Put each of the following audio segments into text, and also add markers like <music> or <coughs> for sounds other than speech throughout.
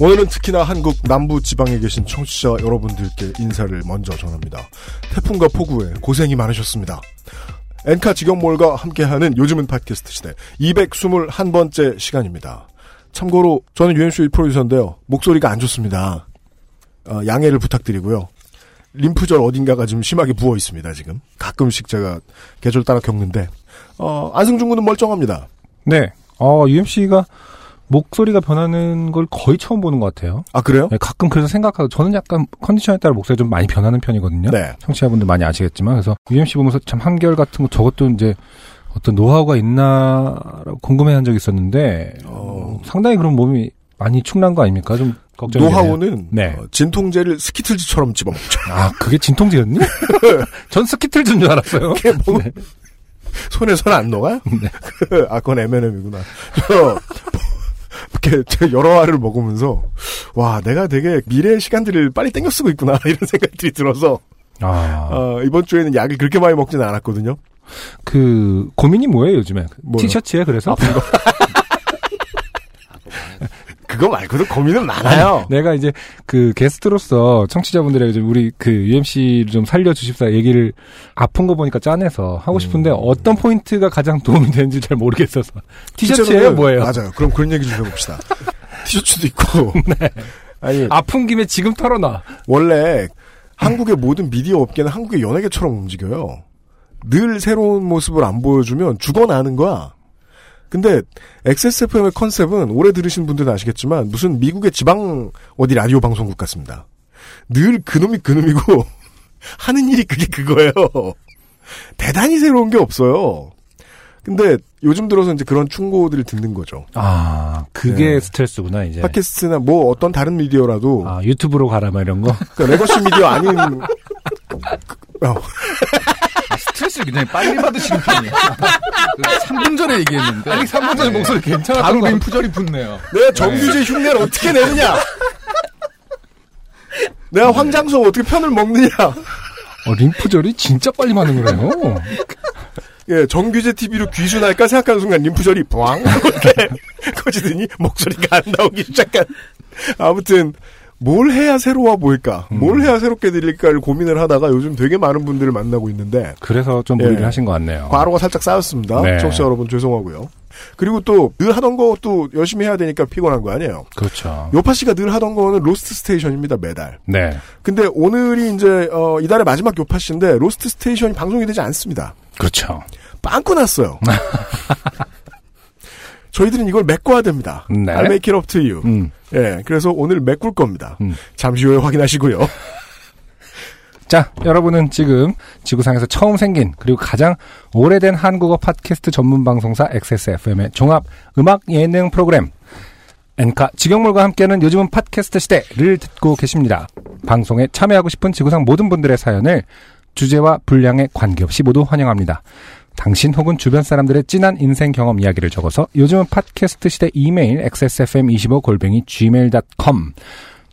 오늘은 특히나 한국 남부 지방에 계신 청취자 여러분들께 인사를 먼저 전합니다. 태풍과 폭우에 고생이 많으셨습니다. 엔카 직영몰과 함께하는 요즘은 팟캐스트 시대 221번째 시간입니다. 참고로 저는 유엔쇼의 프로듀서인데요. 목소리가 안 좋습니다. 어, 양해를 부탁드리고요. 림프절 어딘가가 좀 심하게 부어 있습니다, 지금. 가끔씩 제가 계절 따라 겪는데. 어, 안승준 군은 멀쩡합니다. 네. 어, UMC가 목소리가 변하는 걸 거의 처음 보는 것 같아요. 아, 그래요? 네, 가끔 그래서 생각하고 저는 약간 컨디션에 따라 목소리가 좀 많이 변하는 편이거든요. 네. 청취자분들 많이 아시겠지만 그래서 UMC 보면서 참 한결 같은 거 저것도 이제 어떤 노하우가 있나라고 궁금해한 적이 있었는데 어, 상당히 그런 몸이 많이 축난 거 아닙니까? 좀 걱정이 되네요. 노하우는 네. 어, 진통제를 스키틀즈처럼 집어먹죠. 아 그게 <laughs> 진통제였니? 전 스키틀즈인 줄 알았어요. <laughs> 뭐- 네. 손에 손 안 녹아? <laughs> 아, 그건 M&M이구나. 저, 이렇게 제가 여러 알을 먹으면서 와 내가 되게 미래의 시간들을 빨리 땡겨 쓰고 있구나 <laughs> 이런 생각들이 들어서 아. 어, 이번 주에는 약을 그렇게 많이 먹지는 않았거든요. 그 고민이 뭐예요 요즘에 뭐요? 티셔츠에 그래서 그거 말고도 고민은 많아요. <laughs> 내가 이제 그 게스트로서 청취자분들에게 좀 우리 그 UMC를 좀 살려주십사 얘기를 아픈 거 보니까 짠해서 하고 싶은데 어떤 포인트가 가장 도움이 되는지 잘 <laughs> 모르겠어서 티셔츠예요 실제로는- 뭐예요 맞아요. 그럼 그런 얘기 <laughs> 좀 해봅시다. 티셔츠도 있고. 네. 아니 아픈 김에 지금 털어놔 원래 한국의 모든 미디어 업계는 한국의 연예계처럼 움직여요. 늘 새로운 모습을 안 보여주면 죽어나는 거야. 근데 XSFM의 컨셉은 오래 들으신 분들은 아시겠지만 무슨 미국의 지방 어디 라디오 방송국 같습니다. 늘 그놈이 그놈이고 <laughs> 하는 일이 그게 그거예요. 대단히 새로운 게 없어요. 근데 요즘 들어서 이제 그런 충고들을 듣는 거죠. 아 그게 네. 스트레스구나 이제 팟캐스트나 뭐 어떤 다른 미디어라도 아 유튜브로 가라 막 이런 거 그 레거시 미디어 아닌 어, <laughs> 스트레스를 굉장히 빨리 받으시는 <laughs> 편이에요. 3분 전에 얘기했는데. 아니, 3분 전에 목소리 괜찮았던 바로 림프절이 붙네요. 내가 정규제 흉내를 어떻게 내느냐? 내가 황장소 어떻게 편을 먹느냐? 어, 림프절이 진짜 빨리 많은 거네요 예, 정규제 TV로 귀순할까 생각하는 순간 림프절이 부왕 이렇게 커지더니 목소리가 안 나오기 시작한. 아무튼 뭘 해야 새로워 보일까? 뭘 해야 새롭게 들릴까를 고민을 하다가 요즘 되게 많은 분들을 만나고 있는데 그래서 좀 무리를 예. 하신 것 같네요 과로가 살짝 쌓였습니다. 네. 청취자 여러분 죄송하고요. 그리고 또 늘 하던 것도 열심히 해야 되니까 피곤한 거 아니에요? 그렇죠 요파 씨가 늘 하던 거는 로스트 스테이션입니다 매달. 네 근데 오늘이 이제 어, 이달의 마지막 요파 씨인데 로스트 스테이션이 방송이 되지 않습니다. 그렇죠 <laughs> 빵꾸 났어요. 저희들은 이걸 메꿔야 됩니다. 네. I make it up to you. 음 예, 그래서 오늘 메꿀 겁니다. 음. 잠시 후에 확인하시고요. <laughs> 자, 여러분은 지금 지구상에서 처음 생긴 그리고 가장 오래된 한국어 팟캐스트 전문 방송사 XSFM의 종합 음악 예능 프로그램 엔카 지경몰과 함께하는 요즘은 팟캐스트 시대를 듣고 계십니다. 방송에 참여하고 싶은 지구상 모든 분들의 사연을 주제와 분량에 관계없이 모두 환영합니다. 당신 혹은 주변 사람들의 진한 인생 경험 이야기를 적어서 요즘은 팟캐스트 시대 이메일 xsfm25골뱅이 gmail.com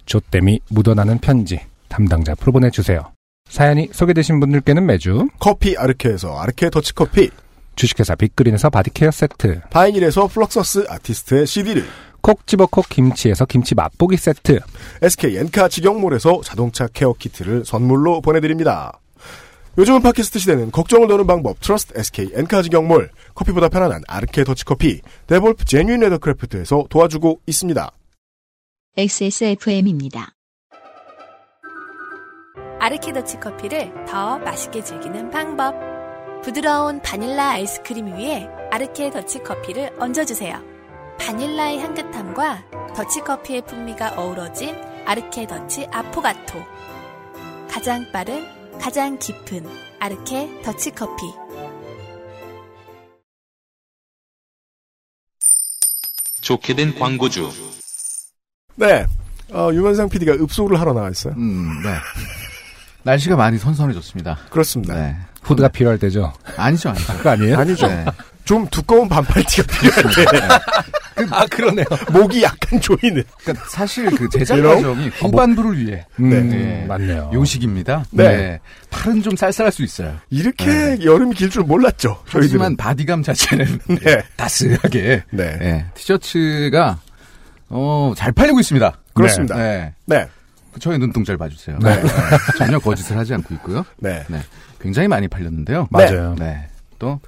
조땜이 묻어나는 편지 담당자 앞으로 보내주세요. 사연이 소개되신 분들께는 매주 커피 아르케에서 아르케 더치커피, 주식회사 빅그린에서 바디케어 세트, 바이닐에서 플럭서스 아티스트의 CD를, 콕 집어 콕 김치에서 김치 맛보기 세트, SK 엔카 직영몰에서 자동차 케어 키트를 선물로 보내드립니다. 요즘은 팟캐스트 시대는 걱정을 더는 방법 트러스트 SK 엔카 직영몰 커피보다 편안한 아르케 더치커피 데볼프 제뉴인 레더크래프트에서 도와주고 있습니다. XSFM입니다. 아르케더치 커피를 더 맛있게 즐기는 방법. 부드러운 바닐라 아이스크림 위에 아르케 더치 커피를 얹어주세요. 바닐라의 향긋함과 더치 커피의 풍미가 어우러진 아르케 더치 아포가토. 가장 빠른, 가장 깊은 아르케 더치 커피. 좋게 된 광고주. 네. 어, 유면상 PD가 읍소를 하러 나와 있어요. 음, 네. 날씨가 많이 선선해졌습니다. 그렇습니다. 네. 후드가 필요할 때죠. <laughs> 아니죠, 아니죠. 그거 아니에요? 아니죠. 네. 좀 두꺼운 반팔티가 필요한데 아, 그러네요. 목이 약간 조이는. 그러니까 사실 그 제작 과정이 후반부를 위해 음, 네. 맞네요. 요식입니다. 네. 팔은 좀 쌀쌀할 수 있어요. 이렇게 여름이 길 줄 몰랐죠. 네. 하지만 바디감 자체는 <laughs> 네. 따스하게 네. 네, 티셔츠가 어, 잘 팔리고 있습니다. 그렇습니다. 네. 네. 네. 저의 눈동자를 봐주세요. 네. 네. 전혀 거짓을 하지 않고 있고요. 네. 네. 굉장히 많이 팔렸는데요. 맞아요. 네. 또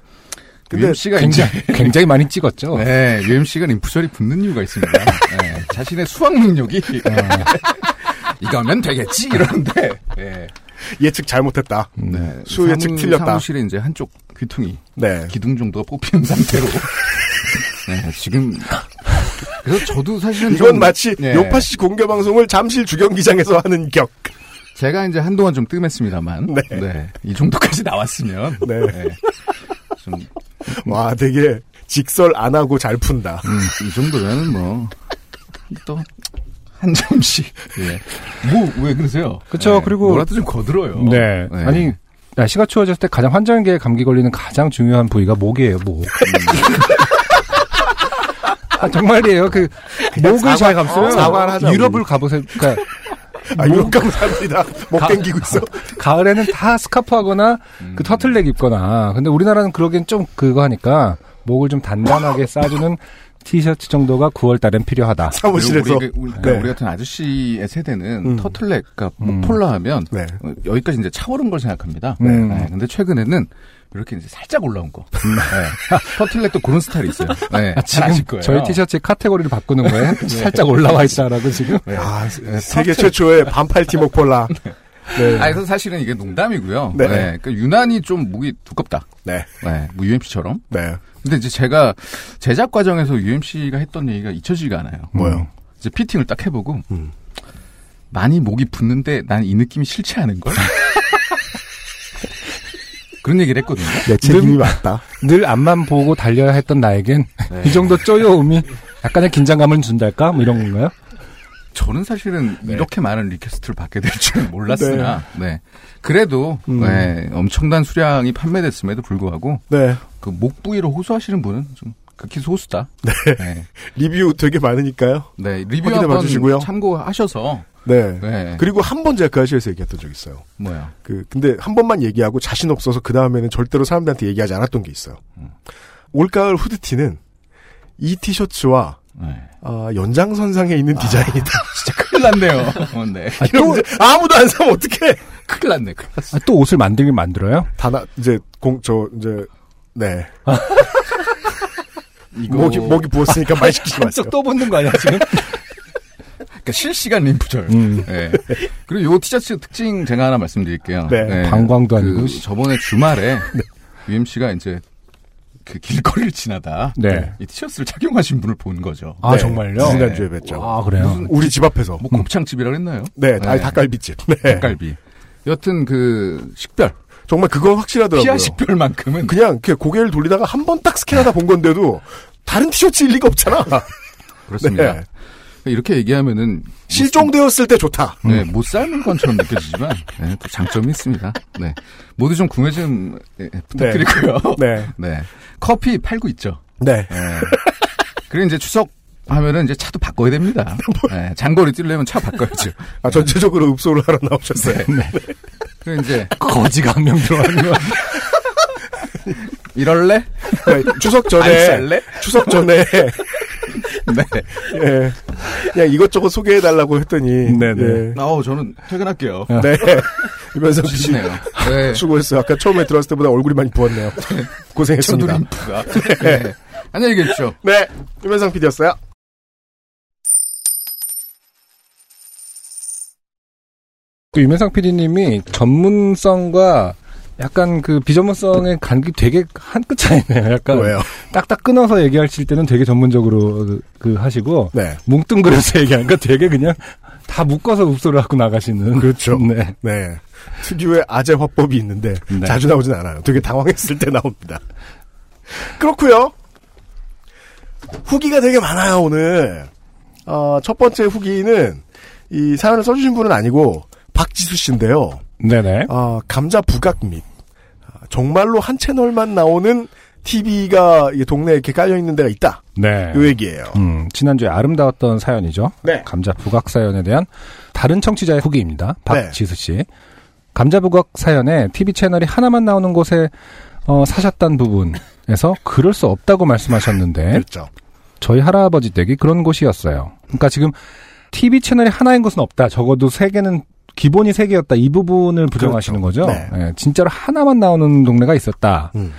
근데 UMC가 굉장히, 굉장히 굉장히 많이 찍었죠. 어. 네, UMC가 인풋셜이 붙는 이유가 있습니다. 네, 자신의 수학 능력이 네. 네. 이거면 되겠지 이러는데 네. 예측 잘못했다. 네, 수요 예측 사무- 틀렸다. 사무실에 이제 한쪽 귀퉁이 네. 기둥 정도가 <laughs> 뽑힌 상태로 네, 지금 그래서 저도 사실은 이건 좀- 마치 네, 요파 씨 공개 방송을 잠실 주경기장에서 하는 <laughs> 격. 제가 이제 한동안 좀 뜸했습니다만 네. 네. 이 정도까지 나왔으면 네. 좀, 와, 되게 직설 안 하고 잘 푼다. 음, 이 정도면은 뭐. 뭐또한 점씩 뭐 왜 그러세요? 그쵸, 네, 그리고- 뭐라도 좀 거들어요. 예. 네. 아니 날씨가 추워졌을 때 가장 환절기에 감기 걸리는 가장 중요한 부위가 목이에요. 목. 아, 정말이에요. 그 목을 잘 감싸요. 사과를 하자고. 유럽을 가보세요. 그러니까 아, 뭐. 이런 감사합니다. 목 가- 땡기고 있어. 가을에는 다 스카프하거나 그 터틀넥 입거나. 근데 우리나라는 그러기엔 좀 그거 하니까 목을 좀 단단하게 싸주는 티셔츠 정도가 9월달엔 필요하다. 사무실에서. 그리고 우리, 그- 우리- 네. 우리 같은 아저씨의 세대는 음. 터틀넥, 그러니까 목폴라 하면 네. 어, 여기까지 이제 차오른 걸 생각합니다. 음. 네, 근데 최근에는 이렇게 이제 살짝 올라온 거. 네. 터틀넥도 그런 스타일이 있어요. 네, 잘 아실 거예요. 저희 티셔츠 카테고리를 바꾸는 거에 살짝 올라와 있다라고 지금. 네. 아, 세계 최초의 반팔 티목 <laughs> 폴라. 네. 아, 그래서 사실은 이게 농담이고요. 네. 네. 그러니까 유난히 좀 목이 두껍다. 네. 네, 뭐 UMC처럼. 네. 근데 이제 제가 제작 과정에서 UMC가 했던 얘기가 잊혀지지가 않아요. 뭐요? 이제 피팅을 딱 해보고 음. 많이 목이 붓는데 난 이 느낌이 싫지 <laughs> 않은 걸 그런 얘기를 했거든요. 내 책임이 음. 맞다. 늘 앞만 보고 달려야 했던 나에겐 네. 이 정도 쪼여움이 약간의 긴장감을 준달까? 뭐 이런 건가요? 저는 사실은 네. 이렇게 많은 리퀘스트를 받게 될 줄은 몰랐으나 네. 그래도 음. 네, 엄청난 수량이 판매됐음에도 불구하고 네. 그 목 부위를 호소하시는 분은 좀 극히 소수다. 네. 리뷰 되게 많으니까요. 네, 리뷰 확인해 한번 봐주시고요. 참고하셔서 네. 네. 그리고 한 번 제가 그 아시에서 얘기했던 적 있어요. 뭐야? 그, 근데 한 번만 얘기하고 자신 없어서 그 다음에는 절대로 사람들한테 얘기하지 않았던 게 있어요. 올가을 후드티는 이 티셔츠와 네. 아, 연장선상에 있는 디자인이다. 진짜 큰일 났네요. 어, 네. 이런 문제 아무도 안 사면 어떡해! 큰일 났네. 큰일 났어. 아, 또 옷을 만들긴 만들어요? 다나, 이제, 공, 저, 이제, 네. 아, 이거 목이, 목이 부었으니까 말 시키지 마세요. 한쪽 떠붙는 거 아니야, 지금? 그러니까 실시간 림프절. 음. 예. 그리고 요 티셔츠 특징 제가 하나 말씀드릴게요. 네. 예. 방광도 그 아니고. 네. 저번에 <laughs> 주말에 UMC가 이제 그 길거리를 지나다 네. 이 티셔츠를 착용하신 분을 본 거죠. 아, 네. 정말요? 지난주에 뵀죠. 아, 그래요? 우리 집 앞에서. 뭐 곱창집이라고 했나요? 네, 아 네. 닭갈비집. 네. 닭갈비. 여튼 그 식별 정말 그건 확실하더라고요. 피아 식별만큼은 그냥 이렇게 고개를 돌리다가 한 번 딱 스캔하다 본 건데도 다른 티셔츠일 리가 없잖아. 그렇습니다. 네. 이렇게 얘기하면은 실종되었을 때 좋다. 네, 못 삶은 건처럼 느껴지지만 네, 또 장점이 있습니다. 네, 모두 좀 구매 좀 예, 부탁드리고요. 네. <laughs> 네, 커피 팔고 있죠. 네. 예. 그리고 이제 추석 하면은 이제 차도 바꿔야 됩니다. 예, 장거리 뛰려면 차 바꿔야죠. 아, 전체적으로 읍소를 하러 나오셨어요. 네. 그리고 이제 거지가 한 명 들어가는 거. 이럴래? 네, 추석 안 전에 살래? 추석 전에 <laughs> 네. 예, 그냥 이것저것 소개해달라고 했더니 네네. 예, 아우 저는 퇴근할게요. 네 이면서 씨 지시네요. <laughs> 네. 수고했어요. 아까 처음에 들어왔을 때보다 얼굴이 많이 부었네요. 저도 고생했습니다. 림프가. 네. 안녕히 계십시오. 네, 유면상 PD였어요. 그 유명상 PD님이 전문성과 약간 그 비전문성의 간격이 되게 한 끗 차이네요. 약간 왜요? 딱딱 끊어서 얘기하실 때는 되게 전문적으로 그 하시고 네, 뭉뚱그려서 <laughs> 얘기하니까 되게 그냥 다 묶어서 읍소를 하고 나가시는. 그렇죠. 네. 네. 특유의 아재 화법이 있는데 네. 자주 나오진 않아요. 되게 당황했을 때 나옵니다. 그렇고요. 후기가 되게 많아요 오늘. 어, 첫 번째 후기는 이 사연을 써주신 분은 아니고 박지수 씨인데요. 네네. 아, 감자 부각 및 아, 정말로 한 채널만 나오는 TV가 동네에 이렇게 깔려 있는 데가 있다. 네. 요 얘기예요. 음, 지난주에 아름다웠던 사연이죠. 네. 감자 부각 사연에 대한 다른 청취자의 후기입니다. 박지수 네. 씨. 감자 부각 사연에 TV 채널이 하나만 나오는 곳에 어, 사셨단 <laughs> 부분에서 그럴 수 없다고 말씀하셨는데 그렇죠. 저희 할아버지 댁이 그런 곳이었어요. 그러니까 지금 TV 채널이 하나인 곳은 없다. 적어도 세 개는 기본이 세 개였다. 이 부분을 부정하시는 그렇죠. 거죠. 예, 진짜로 하나만 나오는 동네가 있었다. 음.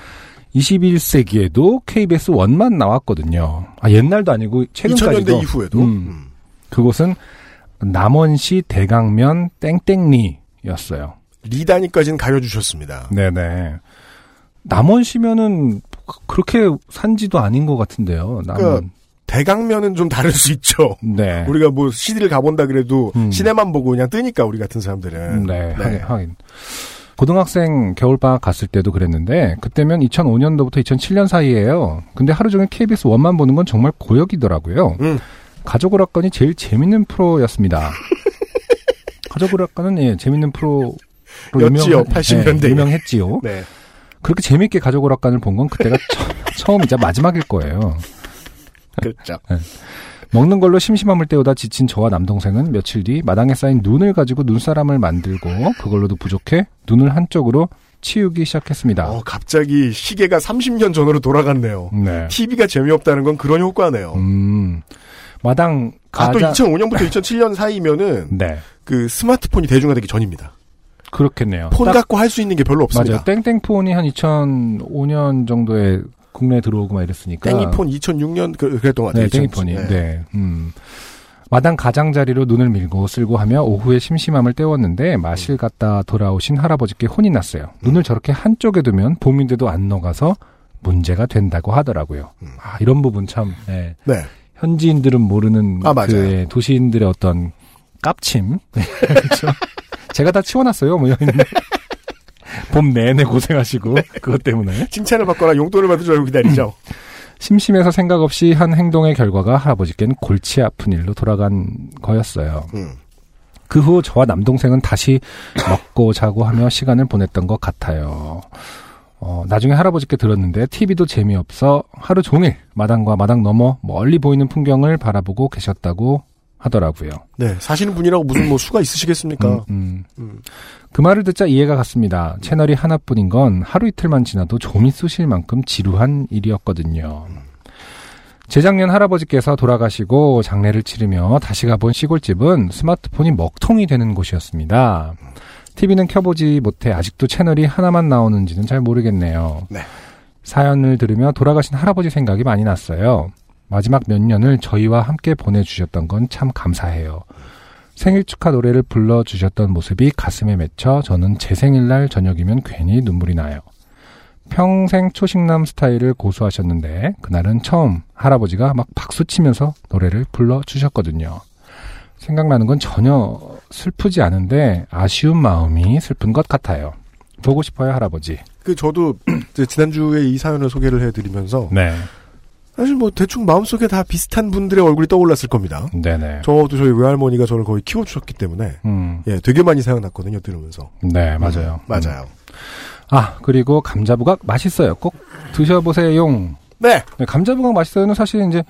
21세기에도 KBS 1만 나왔거든요. 아, 옛날도 아니고 최근까지도 2000년대 이후에도 음. 음. 그곳은 남원시 대강면 땡땡리였어요. 리단위까지는 가려주셨습니다. 네네. 남원시면은 그렇게 산지도 아닌 것 같은데요. 그러니까 남원. 대강면은 좀 다를 수 있죠. 네. 우리가 뭐 CD를 가본다 그래도 음. 시내만 보고 그냥 뜨니까 우리 같은 사람들은 네, 하긴, 하긴. 고등학생 겨울방학 갔을 때도 그랬는데 그때면 2005년도부터 2007년 사이예요. 근데 하루 종일 KBS 1만 보는 건 정말 고역이더라고요. 음. 가족 오락관이 제일 재밌는 <laughs> 프로였습니다. 가족 오락관은 예, 재밌는 프로로 였지요, 유명한- 80년대. 예, 유명했지요. 네. 그렇게 재밌게 가족 오락관을 본 건 그때가 처- 처음이자 마지막일 거예요. 그렇죠. 먹는 걸로 심심함을 때우다 지친 저와 남동생은 며칠 뒤 마당에 쌓인 눈을 가지고 눈사람을 만들고 그걸로도 부족해 눈을 한쪽으로 치우기 시작했습니다. 어, 갑자기 시계가 30년 전으로 돌아갔네요. 네. TV가 재미없다는 건 그런 효과네요. 음. 마당 아, 또 가장 2005년부터 2007년 사이면은 네. 그 스마트폰이 대중화되기 전입니다. 그렇겠네요. 폰 아, 딱- 갖고 할 수 있는 게 별로 맞아요. 없습니다. 땡땡폰이 한 2005년 정도에 국내에 들어오고 막 이랬으니까 땡이폰 2006년 그, 그랬던 것 같아요. 그러니까 네, 2000. 땡이폰이. 네. 네. 음. 마당 가장자리로 눈을 밀고 쓸고 하며 오후에 심심함을 때웠는데 마실 갔다 돌아오신 할아버지께 혼이 났어요. 눈을 저렇게 한쪽에 두면 봄인데도 안 녹아서 문제가 된다고 하더라고요. 아, 이런 부분 참 예. 네. 현지인들은 모르는 아, 맞아요. 그 예, 도시인들의 어떤 깝침. 그렇죠? 제가 다 치워놨어요. 뭐 이런. 봄 내내 고생하시고 그것 때문에 칭찬을 받거나 용돈을 받을 줄 알고 기다리죠. 음. 심심해서 생각 없이 한 행동의 결과가 할아버지께는 골치 아픈 일로 돌아간 거였어요. 음. 그 후 저와 남동생은 다시 먹고 자고 하며 시간을 보냈던 것 같아요. 어, 나중에 할아버지께 들었는데 TV도 재미없어 하루 종일 마당과 마당 너머 멀리 보이는 풍경을 바라보고 계셨다고 하더라고요. 네. 사시는 분이라고 무슨 뭐 수가 있으시겠습니까? 음, 음. 그 말을 듣자 이해가 갔습니다. 채널이 하나뿐인 건 하루 이틀만 지나도 좀 있으실 만큼 지루한 일이었거든요. 재작년 할아버지께서 돌아가시고 장례를 치르며 다시 가본 시골집은 스마트폰이 먹통이 되는 곳이었습니다. TV는 켜보지 못해 아직도 채널이 하나만 나오는지는 잘 모르겠네요. 네. 사연을 들으며 돌아가신 할아버지 생각이 많이 났어요. 마지막 몇 년을 저희와 함께 보내주셨던 건 참 감사해요. 생일 축하 노래를 불러주셨던 모습이 가슴에 맺혀 저는 제 생일날 저녁이면 괜히 눈물이 나요. 평생 초식남 스타일을 고수하셨는데 그날은 처음 할아버지가 막 박수치면서 노래를 불러주셨거든요. 생각나는 건 전혀 슬프지 않은데 아쉬운 마음이 슬픈 것 같아요. 보고 싶어요 할아버지. 그 저도 <clears throat> 이제 지난주에 이 사연을 소개를 해드리면서 네, 사실 뭐 대충 마음속에 다 비슷한 분들의 얼굴이 떠올랐을 겁니다. 네네. 저도 저희 외할머니가 저를 거의 키워주셨기 때문에 음, 예, 되게 많이 생각났거든요. 들으면서. 네 맞아요. 음, 맞아요. 아 그리고 감자부각 맛있어요. 꼭 드셔보세요. 네. 네, 감자부각 맛있어요는 사실 이제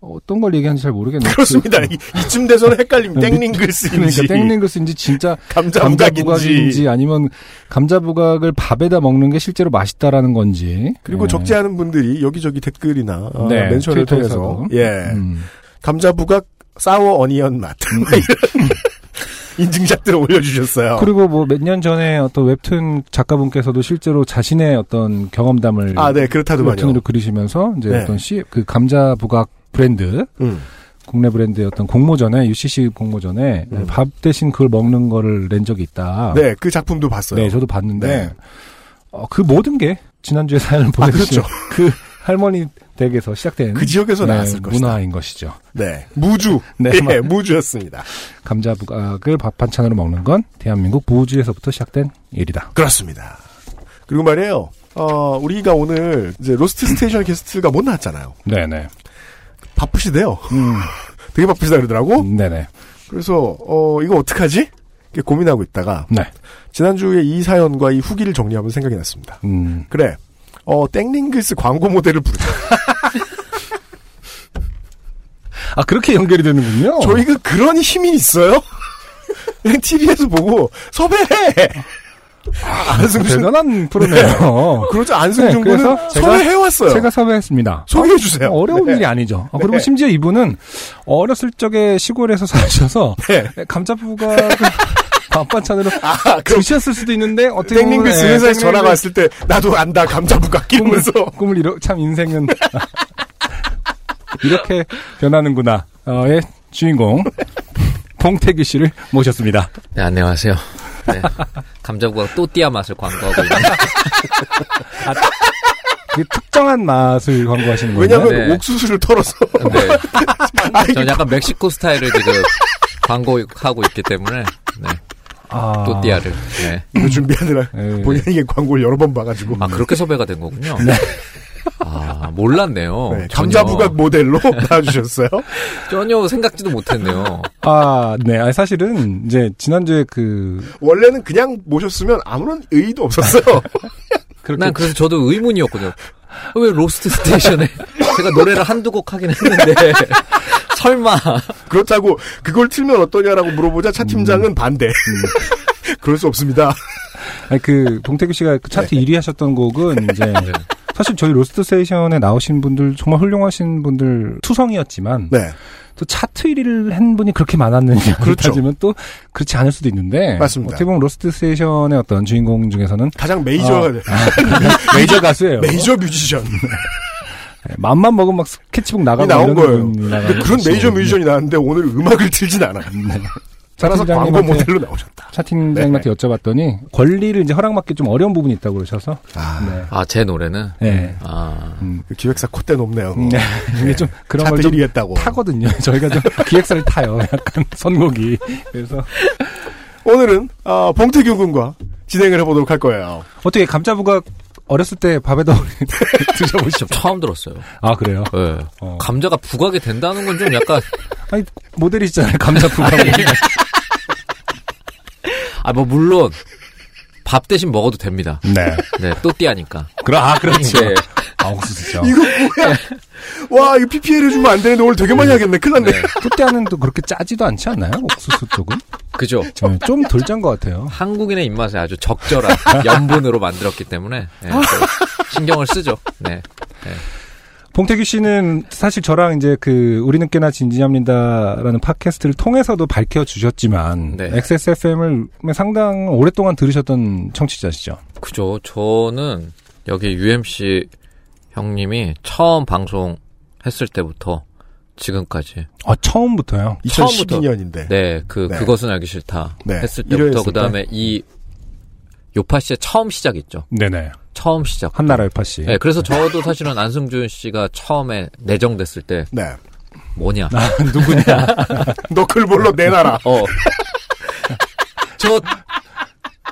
어떤 걸 얘기하는지 잘 모르겠네요. 그렇습니다. 그- 이- 이쯤 돼서는 헷갈림. 땡링 글씨인지 그러니까 땡링글스인지 진짜 감자부각인지 감자부각인지 아니면 감자부각을 밥에다 먹는 게 실제로 맛있다라는 건지. 그리고 예. 적지 않은 분들이 여기저기 댓글이나 어, 네, 멘션을 트위터에서도. 통해서 예 음. 감자부각 사워 어니언 맛 <laughs> 이런 인증샷들을 올려주셨어요. 음. 그리고 뭐 몇 년 전에 어떤 웹툰 작가분께서도 실제로 자신의 어떤 경험담을 아 네 그렇다더만요. 웹툰으로 그리시면서 이제 네. 어떤 시, 그 감자부각 브랜드 음. 국내 브랜드의 어떤 공모전에 UCC 공모전에 음. 밥 대신 그걸 먹는 거를 낸 적이 있다. 네그 작품도 봤어요. 아. 네, 저도 봤는데 네. 어, 그 모든 게 지난주에 사연을 보내주신 <laughs> 그 할머니 댁에서 시작된 그 지역에서 네, 나왔을 것이다. 문화인 것이죠. 네 무주 <laughs> 네, 예, 무주였습니다. 감자부각을 밥 반찬으로 먹는 건 대한민국 무주에서부터 시작된 일이다. 그렇습니다. 그리고 말이에요. 어 우리가 오늘 이제 로스트 스테이션 게스트가 못 나왔잖아요. 네네. 음. <laughs> 어? 바쁘시대요. 되게 바쁘시다 그러더라고. 네네. 그래서 어 이거 어떡하지? 이렇게 고민하고 있다가 네. 지난주에 이 사연과 이 후기를 정리하면 생각이 났습니다. 음. 그래. 어 땡링글스 광고 모델을 부르자. 아, 그렇게 연결이 되는군요. 저희가 그런 힘이 있어요? <laughs> 그냥 TV에서 보고 섭외해. 안승준 아, <laughs> 대단한 프로네요. 그러죠 안승준 네, 그래서 군은 제가- 섭외해 왔어요. 제가 섭외했습니다. 소개해 주세요. 어려운 네. 일이 아니죠. 어, 네. 그리고 심지어 이분은 어렸을 적에 시골에서 <laughs> 사셔서 네. 감자부가 <laughs> 밥반찬으로 아, 그럼 드셨을 수도 있는데 어떻게 보면 땡링글스 예, 땡링글 회사에서 전화가 왔을 때 나도 안다 감자부각 꿈을 끼면서 꿈을 이러 참 인생은 <laughs> 이렇게 변하는구나. 어의 주인공 <laughs> 봉태규 씨를 모셨습니다. 네, 안녕하세요. 네. 감자부각 또띠아 맛을 광고하고 있는 그 특정한 맛을 광고하시는 거예요. <laughs> 왜냐면 네. 옥수수를 털어서 데 <laughs> 아, 이게 네. 저는 약간 멕시코 스타일을 지금 광고하고 있기 때문에 네, 아, 또띠아를. 네. 이거 준비하느라 예. 본인에게 광고를 여러 번 봐가지고 아 그렇게 섭외가 된 거군요. 아 몰랐네요. 네, 감자부각 모델로 <laughs> 나와주셨어요. 전혀, 전혀 생각지도 못했네요. 아, 네. 아, 사실은 이제 지난주에 그 원래는 그냥 모셨으면 아무런 의의도 없었어요. <laughs> 그렇게 난 그래서 저도 의문이었거든요. 아, 왜 로스트 스테이션에 <laughs> 제가 노래를 한두 곡 하긴 했는데 <laughs> 설마 그렇다고 그걸 틀면 어떠냐라고 물어보자 차 팀장은 반대. <laughs> 그럴 수 없습니다. 아니 그 동태규 씨가 그 네. 차트 1위 하셨던 곡은 이제 사실 저희 로스트 스테이션에 나오신 분들 정말 훌륭하신 분들 투성이었지만 네, 또 차트 1위를 한 분이 그렇게 많았느냐 그 그렇죠. 따지면 또 그렇지 않을 수도 있는데 맞습니다. 어떻게 보면 로스트 스테이션의 어떤 주인공 <laughs> 중에서는 아, 가장 메이저 메이저 가수예요. 메이저 뮤지션 네, 맘만 먹으면 막 스케치북 이 나가고 나온 이런 거예요. 분이 나가는 근데 그런 거지. 메이저 뮤지션이 나왔는데 오늘 음악을 틀진 않아. 따라서 광고 차팀장님한테 모델로 네. 나오셨다. 차팀장님한테 여쭤봤더니 권리를 이제 허락받기 좀 어려운 부분이 있다고 그러셔서 네. 아 제 노래는 네. 아 그 기획사 콧대 높네요. 네. 이게 좀 그런 차트 걸좀 1위 했다고. 타거든요. <laughs> 저희가 좀 기획사를 타요. 약간 선곡이. 그래서 오늘은 어, 봉태규 군과 진행을 해보도록 할 거예요. 어떻게 감자부각 어렸을 때 밥에다 올린- 드셔보시죠. 처음 들었어요. 아 그래요? 예. 어. 감자가 부각이 된다는 건 좀 약간 아니 모델이시잖아요. 감자부각. <laughs> 아 뭐 물론 밥 대신 먹어도 됩니다. 네. 네 또띠아니까. 그럼 아 그렇죠. 그렇지. 네. 아 옥수수죠. 이거 뭐야? 와 이거 PPL 해주면 안 되는데 오늘 되게 많이 하겠네. 큰일 났네. 또때하는 또 그렇게 짜지도 않지 않나요? 옥수수 쪽은 그죠. 좀덜짠것 같아요. 한국인의 입맛에 아주 적절한 염분으로 만들었기 때문에 예, 또 신경을 쓰죠. 네. 봉태규 씨는 사실 저랑 이제 그 우리는 꽤나 진지합니다라는 팟캐스트를 통해서도 밝혀 주셨지만 네. XSFM을 상당 오랫동안 들으셨던 청취자시죠. 그죠. 저는 여기 UMC 형님이 처음 방송 했을 때부터 지금까지 아 처음부터요. 2012년인데. 네, 그 네. 그것은 알기 싫다 네, 했을 일요일 때부터 했을 그다음에 이 요파 씨의 처음 시작 있죠. 네네. 처음 시작. 한나라 요파 씨. 네, 그래서 저도 사실은 안승준 씨가 처음에 내정됐을 때 네. 뭐냐. <laughs> 아, 누구냐? 너클볼로 내놔라. 어. <laughs> 저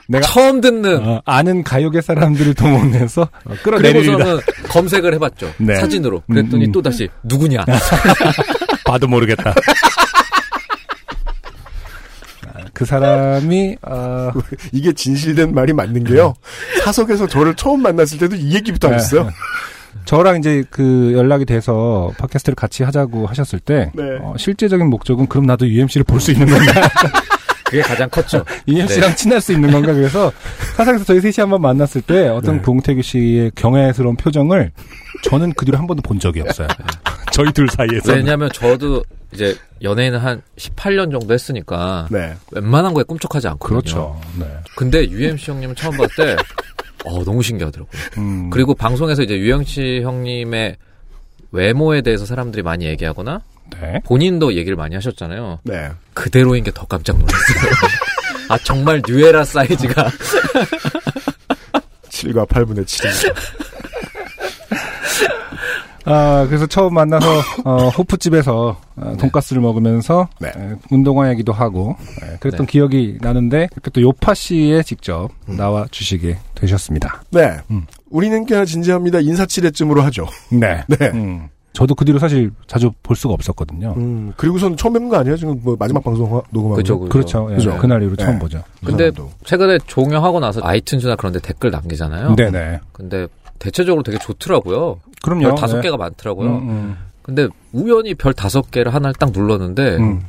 내가 처음 듣는 어, 아는 가요계 사람들을 동원해서 어, 끌어내리다. 그리고서는 검색을 해봤죠. 네. 사진으로. 그랬더니 음, 음. 또 다시 누구냐. 봐도 모르겠다. <laughs> 아, 그 사람이 어, 이게 진실된 말이 맞는 게요. 사석에서 저를 처음 만났을 때도 이 얘기부터 하셨어요. 저랑 이제 그 연락이 돼서 팟캐스트를 같이 하자고 하셨을 때 네. 어, 실제적인 목적은 그럼 나도 UMC를 볼 수 있는 <laughs> 건가? 그게 가장 <laughs> 컸죠. UMC랑 친할 수 있는 건가? 그래서 사상에서 저희 셋이 한번 만났을 때 어떤 네. 봉태규 씨의 경애스러운 표정을 저는 그 뒤로 한 번도 본 적이 없어요. <laughs> 저희 둘 사이에서. 왜냐면 저도 이제 연예인을 한 18년 정도 했으니까 네. 웬만한 거에 꿈쩍하지 않거든요. 그렇죠. 네. 근데 UMC 형님을 처음 봤을 때 어, 너무 신기하더라고요. 음. 그리고 방송에서 이제 유영치 형님의 외모에 대해서 사람들이 많이 얘기하거나 네. 본인도 얘기를 많이 하셨잖아요. 네. 그대로인 게 더 깜짝 놀랐어요. <laughs> 아 정말 뉴에라 사이즈가 7과 8분의 7입니다. 아, 그래서 처음 만나서 어, 호프집에서 어, 돈가스를 먹으면서 네. 에, 운동화이기도 하고 에, 그랬던 네. 기억이 나는데 이렇게 또 요파 씨에 직접 나와 주시게 되셨습니다. 네. 음. 우리는 꽤나 진지합니다. 인사치레쯤으로 하죠. 네. 네. 음. 저도 그 뒤로 사실 자주 볼 수가 없었거든요. 음, 그리고선 처음 뵙는 거 아니에요? 지금 뭐 마지막 방송 하- 녹음하고. 그죠, 그죠. 그렇죠. 예, 그죠. 그날 이후로 처음 예. 보죠. 그 근데 사람도. 최근에 종영하고 나서 아이튠즈나 그런 데 댓글 남기잖아요. 음. 네네. 근데 대체적으로 되게 좋더라고요. 별 그럼요. 다섯 네. 개가 많더라고요. 음, 음. 근데 우연히 별 다섯 개를 하나를 딱 눌렀는데 음.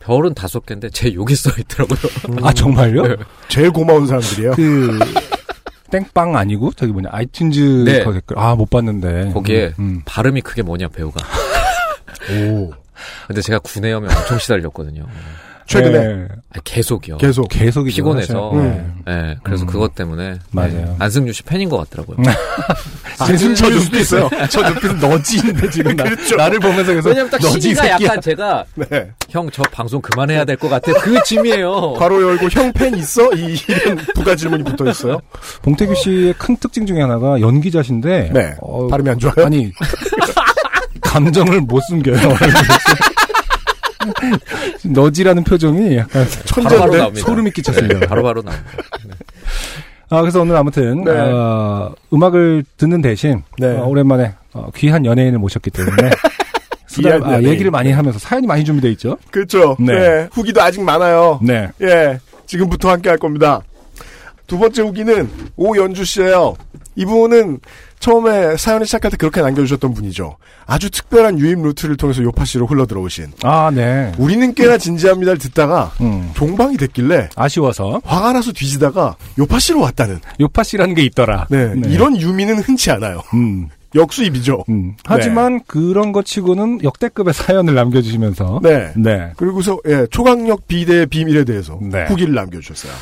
별은 다섯 개인데 제 욕이 써 있더라고요. 아 정말요? 네. 제일 고마운 사람들이에요. 그 땡빵 아니고 저기 뭐냐 아이튠즈 네. 거 댓글 아 못 봤는데 거기에 음, 발음이 그게 뭐냐 배우가. 오. 근데 제가 구내염에 엄청 시달렸거든요. 음. 최근에 네. 아니, 계속이요. 계속. 계속 음. 피곤해서. 네. 예, 그래서 그것 때문에 맞아요. 음. 예, 안승준 씨 팬인 것 같더라고요. 아, 재승 쳐줄 수도 있어요. 저 옆에서 너지인데 지금 나, 나를 보면서 계속 왜냐면 딱 <laughs> 너지 이 심의가 새끼야. 약간 제가 네. 형 저 방송 그만해야 될 것 같아 그 <laughs> 짐이에요. 괄호 열고 형 팬 있어? 이 이런 부가 질문이 붙어 있어요. 봉태규 씨의 큰 특징 중에 하나가 연기자신데 네. 어, 발음이 안 좋아요? 아니 감정을 못 숨겨요. <laughs> 너지라는 표정이 약간 바로바로 천재인데. 나옵니다. 소름이 끼쳤습니다. 네. 바로바로 나옵니다. 아, 그래서 오늘 아무튼 네. 어, 음악을 듣는 대신 네. 어, 오랜만에 어, 귀한 연예인을 모셨기 <laughs> 때문에 수다, 귀한 아, 연예인. 얘기를 많이 하면서 사연이 많이 준비돼 있죠. 그렇죠. 네. 네. 후기도 아직 많아요. 네. 예, 지금부터 함께 할 겁니다. 두 번째 후기는 오연주 씨예요. 이분은 처음에 사연을 시작할 때 그렇게 남겨주셨던 분이죠. 아주 특별한 유입 루트를 통해서 요파 씨로 흘러들어오신 아, 네. 우리는 꽤나 진지합니다를 듣다가 음. 종방이 됐길래 아쉬워서 화가 나서 뒤지다가 요파 씨로 왔다는 요파 씨라는 게 있더라. 네, 이런 네. 유미는 흔치 않아요. 음, 역수입이죠. 음. 하지만 그런 것 치고는 역대급의 <laughs> 사연을 남겨주시면서 네. 네. 그리고서 예, 초강력 비대의 비밀에 대해서 네. 후기를 남겨주셨어요.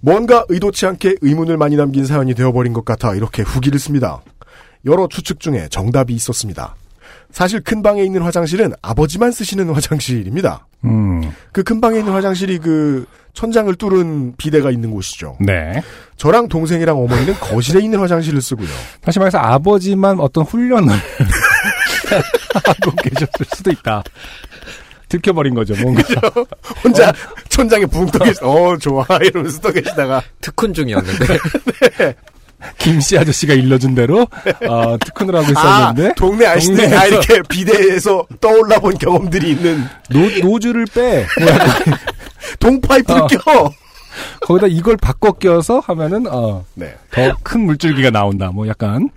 뭔가 의도치 않게 의문을 많이 남긴 사연이 되어버린 것 같아 이렇게 후기를 씁니다. 여러 추측 중에 정답이 있었습니다. 사실 큰 방에 있는 화장실은 아버지만 쓰시는 <laughs> 화장실입니다. 음, 그 큰 방에 있는 화장실이 그 천장을 뚫은 비대가 있는 곳이죠. 네. 저랑 동생이랑 어머니는 거실에 있는 화장실을 쓰고요. 다시 말해서 아버지만 어떤 훈련을 <laughs> 하고 계셨을 수도 있다. 들켜버린 거죠, 뭔가. 혼자 천장에 붕 떠계시다. 어 좋아 <laughs> 이러면서 떠계시다가 특훈 중이었는데 <laughs> 김씨 아저씨가 일러준 대로 어, 특훈을 하고 있었는데 아, 동네 아시네 다 동네에서 이렇게 비대에서 떠올라 본 경험들이 있는 노, 노즈를 빼 뭐 약간 동파이프를 어. 껴. 거기다 이걸 바꿔 껴서 하면은 어, 네. 더 큰 물줄기가 나온다 뭐 약간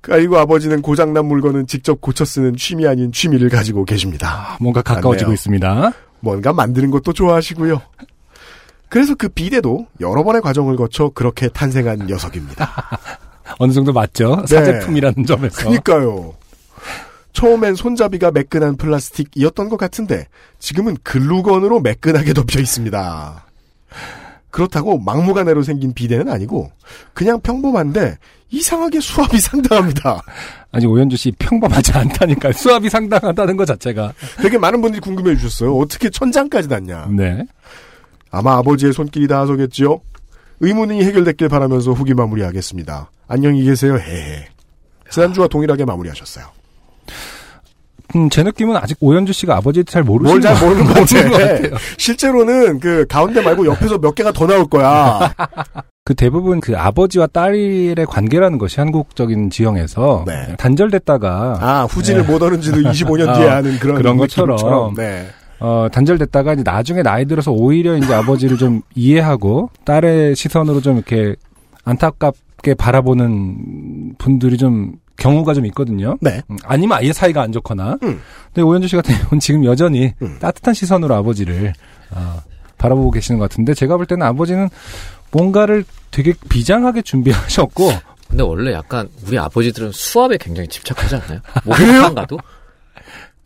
그리고 아버지는 고장난 물건은 직접 고쳐 쓰는 취미 아닌 취미를 가지고 계십니다. 아, 뭔가 가까워지고 맞네요. 있습니다 뭔가 만드는 것도 좋아하시고요. 그래서 그 비대도 여러 번의 과정을 거쳐 그렇게 탄생한 녀석입니다. 어느 정도 맞죠 네. 그러니까 사제품이라는 점에서 그니까요. 처음엔 손잡이가 매끈한 플라스틱이었던 것 같은데 지금은 글루건으로 매끈하게 덮여 있습니다. 그렇다고 막무가내로 생긴 비대는 아니고 그냥 평범한데 이상하게 수압이 상당합니다. 아니 오현주 씨 평범하지 않다니까 수압이 상당하다는 것 자체가 되게 많은 분들이 궁금해 주셨어요. 어떻게 천장까지 났냐. 네 아마 아버지의 손길이 닿아서겠지요. 의문이 해결됐길 바라면서 후기 마무리하겠습니다. 안녕히 계세요. 헤헤. 지난주와 동일하게 마무리하셨어요. 음, 제 느낌은 아직 오현주 씨가 아버지 잘 모르시는 뭘 잘 모르는 것 모르는 것 같아. 실제로는 그 가운데 말고 옆에서 몇 개가 더 나올 거야. 그 대부분 그 아버지와 딸의 관계라는 것이 한국적인 지형에서 네. 단절됐다가 아 후진을 못 얻은지도 25년 아, 뒤에 아는 그런 그런 것처럼. 느낌처럼. 네. 어, 단절됐다가 이제 나중에 나이 들어서 오히려 이제 아버지를 좀 이해하고 딸의 시선으로 좀 이렇게 안타깝게 바라보는 분들이 좀 경우가 좀 있거든요. 네. 음, 아니면 아예 사이가 안 좋거나. 음. 근데 오현주 씨 같은 경우는 지금 여전히 음. 따뜻한 시선으로 아버지를 어, 바라보고 계시는 것 같은데 제가 볼 때는 아버지는 뭔가를 되게 비장하게 준비하셨고 <laughs> 근데 원래 약간 우리 아버지들은 수압에 굉장히 집착하지 않나요? 목욕탕 가도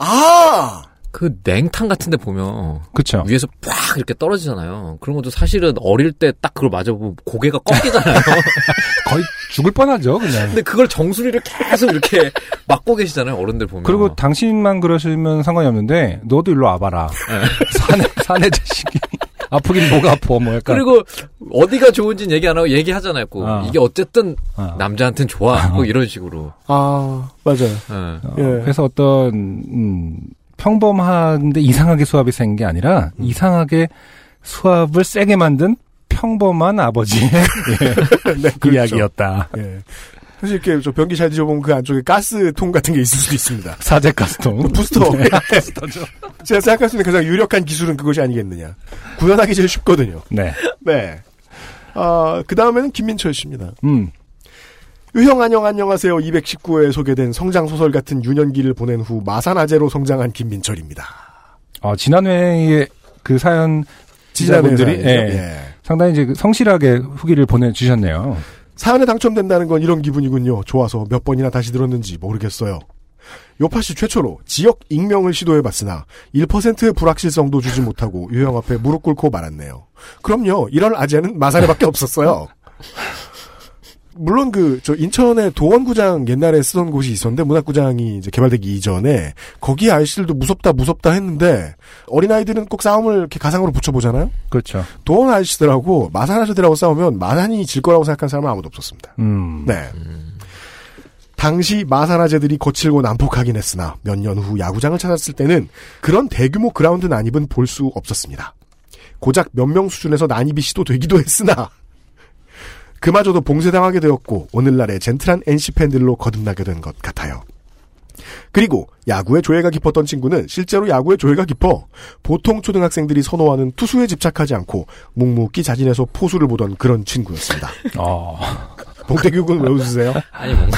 아 그 냉탕 같은데 보면 그쵸? 위에서 빡 이렇게 떨어지잖아요. 그런 것도 사실은 어릴 때 딱 그걸 맞아보면 고개가 꺾이잖아요. <laughs> 거의 죽을 뻔하죠 그냥. 근데 그걸 정수리를 계속 이렇게 막고 계시잖아요. 어른들 보면. 그리고 당신만 그러시면 상관이 없는데 너도 일로 와봐라. <laughs> 사내 사내 자식이 아프긴 뭐가 아파 뭐 약간. 그리고 어디가 좋은지는 얘기 안 하고 얘기하잖아요. 꼭. 아. 이게 어쨌든 아. 남자한텐 좋아. 뭐 이런 식으로. 아, 맞아요. 예. 어, 예. 그래서 어떤 음, 평범한데 이상하게 수압이 센 게 아니라 음. 이상하게 수압을 세게 만든 평범한 아버지의 예, 네, <laughs> 그렇죠. 이야기였다. 예. 사실 이렇게 저 변기 잘 뒤져보면 그 안쪽에 가스통 같은 게 있을 수도 있습니다. 사제 가스통. <laughs> 부스터. 예. 네. 제가 생각할 수 있는 가장 유력한 기술은 그것이 아니겠느냐. 구현하기 제일 쉽거든요. 네. 네. 아, 그 다음에는 김민철 씨입니다. 음. 유형 안녕 안녕하세요. 219회에 소개된 성장 소설 같은 유년기를 보낸 후 마산 아재로 성장한 김민철입니다. 아, 지난회에 그 사연 지자분들이 지자분들이 예. 상당히 이제 그 성실하게 후기를 보내주셨네요. 사연에 당첨된다는 건 이런 기분이군요. 좋아서 몇 번이나 다시 들었는지 모르겠어요. 요파 씨 최초로 지역 익명을 시도해봤으나 1%의 불확실성도 주지 못하고 유형 앞에 무릎 꿇고 말았네요. 그럼요. 이런 아재는 마산에밖에 없었어요. 물론 그 저 인천의 도원구장 옛날에 쓰던 곳이 있었는데 문학구장이 이제 개발되기 이전에 거기 아이씨들도 무섭다 무섭다 했는데 어린 아이들은 꼭 싸움을 이렇게 가상으로 붙여보잖아요. 그렇죠. 도원 아저씨들하고 마산 아저씨들하고 싸우면 마산이 질 거라고 생각한 사람은 아무도 없었습니다. 음. 네. 당시 마산 아재들이 거칠고 난폭하긴 했으나 몇 년 후 야구장을 찾았을 때는 그런 대규모 그라운드 난입은 볼 수 없었습니다. 고작 몇 명 수준에서 난입이 시도되기도 했으나 그마저도 봉쇄당하게 되었고 오늘날의 젠틀한 NC 팬들로 거듭나게 된 것 같아요. 그리고 야구에 조예가 깊었던 친구는 실제로 야구에 조예가 깊어 보통 초등학생들이 선호하는 투수에 집착하지 않고 묵묵히 자진해서 포수를 보던 그런 친구였습니다. 어. 봉태규 군 외우세요. 아니 뭔가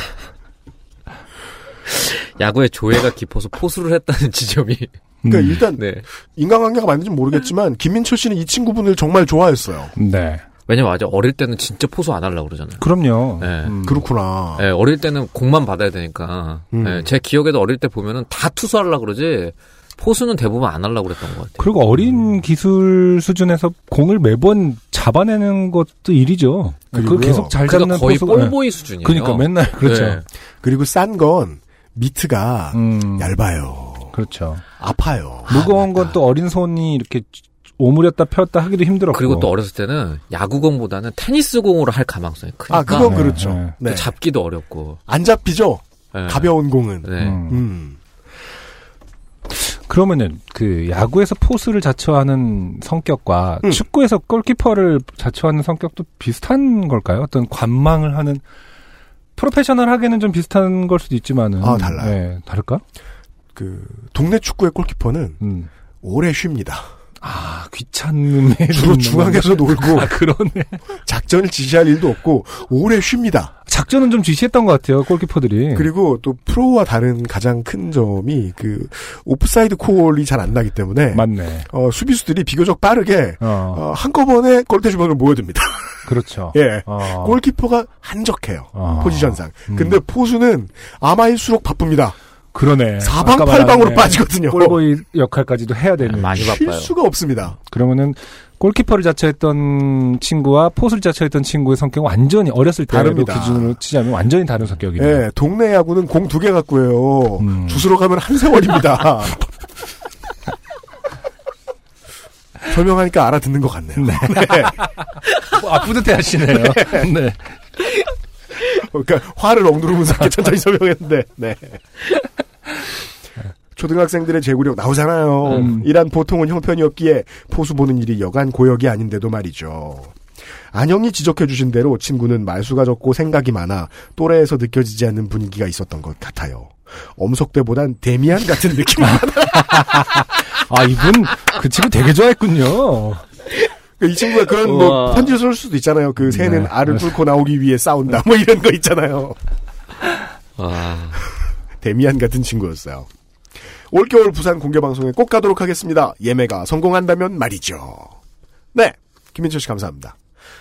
야구의 조예가 깊어서 포수를 했다는 <laughs> 지점이 그러니까 음. 일단 네 인간관계가 맞는지는 모르겠지만 김민철 씨는 이 친구분을 정말 좋아했어요. 네. 왜냐면 아직 어릴 때는 진짜 포수 안 하려고 그러잖아요. 그럼요. 네. 음. 그렇구나. 예, 어릴 때는 공만 받아야 되니까. 음. 예, 제 기억에도 어릴 때 보면은 다 투수하려고 그러지, 포수는 대부분 안 하려고 그랬던 것 같아요. 그리고 어린 기술 수준에서 공을 매번 잡아내는 것도 일이죠. 그리고요. 그걸 계속 잘 그러니까 잡는 거의 포수가- 네. 볼보이 수준이에요. 그러니까 맨날 그렇죠. 네. 그리고 싼 건 미트가 음, 얇아요. 그렇죠. 아파요. 무거운 건 또 어린 손이 이렇게 오므렸다 폈다 하기도 힘들었고. 그리고 또 어렸을 때는 야구공보다는 테니스 공으로 할 가능성이 크니까. 아, 그건 네, 그렇죠. 네. 네. 잡기도 어렵고. 안 잡히죠? 예. 가벼운 공은. 네. 음. 음. 그러면은 그 야구에서 포수를 자처하는 성격과 음. 축구에서 골키퍼를 자처하는 성격도 비슷한 걸까요? 어떤 관망을 하는 프로페셔널하게는 좀 비슷한 걸 수도 있지만은 아, 달라요. 네, 다를까? 그 동네 축구의 골키퍼는 음. 오래 쉽니다. 아 귀찮은 애들 주로 네, 있는 중앙에서 놀고 아 그러네. 작전을 지시할 일도 없고 오래 <laughs> 쉽니다. 작전은 좀 지시했던 것 같아요 골키퍼들이. 그리고 또 프로와 다른 가장 큰 점이 그 오프사이드 콜이 잘 안 나기 때문에 맞네. 어, 수비수들이 비교적 빠르게 어, 어, 한꺼번에 골대 주변으로 모여듭니다. <laughs> 그렇죠. 예. 어, 골키퍼가 한적해요. 아. 포지션상. 음. 근데 포수는 아마일수록 바쁩니다. 그러네. 아까 사방팔방으로 네, 말한, 네. 빠지거든요. <laughs> 골보이 역할까지도 해야 되는. 많이 쉴 바빠요. 수가 없습니다. 그러면은 골키퍼를 자처했던 친구와 포수를 자처했던 친구의 성격은 완전히 어렸을 때로 다릅니다. 기준으로 치자면 완전히 다른 성격이네요. 예, 동네 야구는 공 두 개 갖고 해요. 음. 주스로 가면 한 세월입니다. <laughs> <laughs> 설명하니까 알아듣는 것 같네요. <laughs> 네. 아 뿌듯해 하시네요. 네. 그러니까 화를 억누르면서 아, 이렇게 천천히 설명했는데. 네. 초등학생들의 재구력 나오잖아요. 음. 이란 보통은 형편이었기에 포수 보는 일이 여간 고역이 아닌데도 말이죠. 안영이 지적해주신 대로 친구는 말수가 적고 생각이 많아 또래에서 느껴지지 않는 분위기가 있었던 것 같아요. 엄석대보단 데미안 같은 느낌. 아 이분 그 친구 되게 좋아했군요. 이 친구가 그런 뭐 우와. 편지를 쓸 수도 있잖아요. 그 새는 네. 알을 뚫고 나오기 위해 싸운다. 뭐 이런 거 있잖아요. 아, 데미안 같은 친구였어요. 올겨울 부산 공개방송에 꼭 가도록 하겠습니다. 예매가 성공한다면 말이죠. 네. 김민철 씨 감사합니다.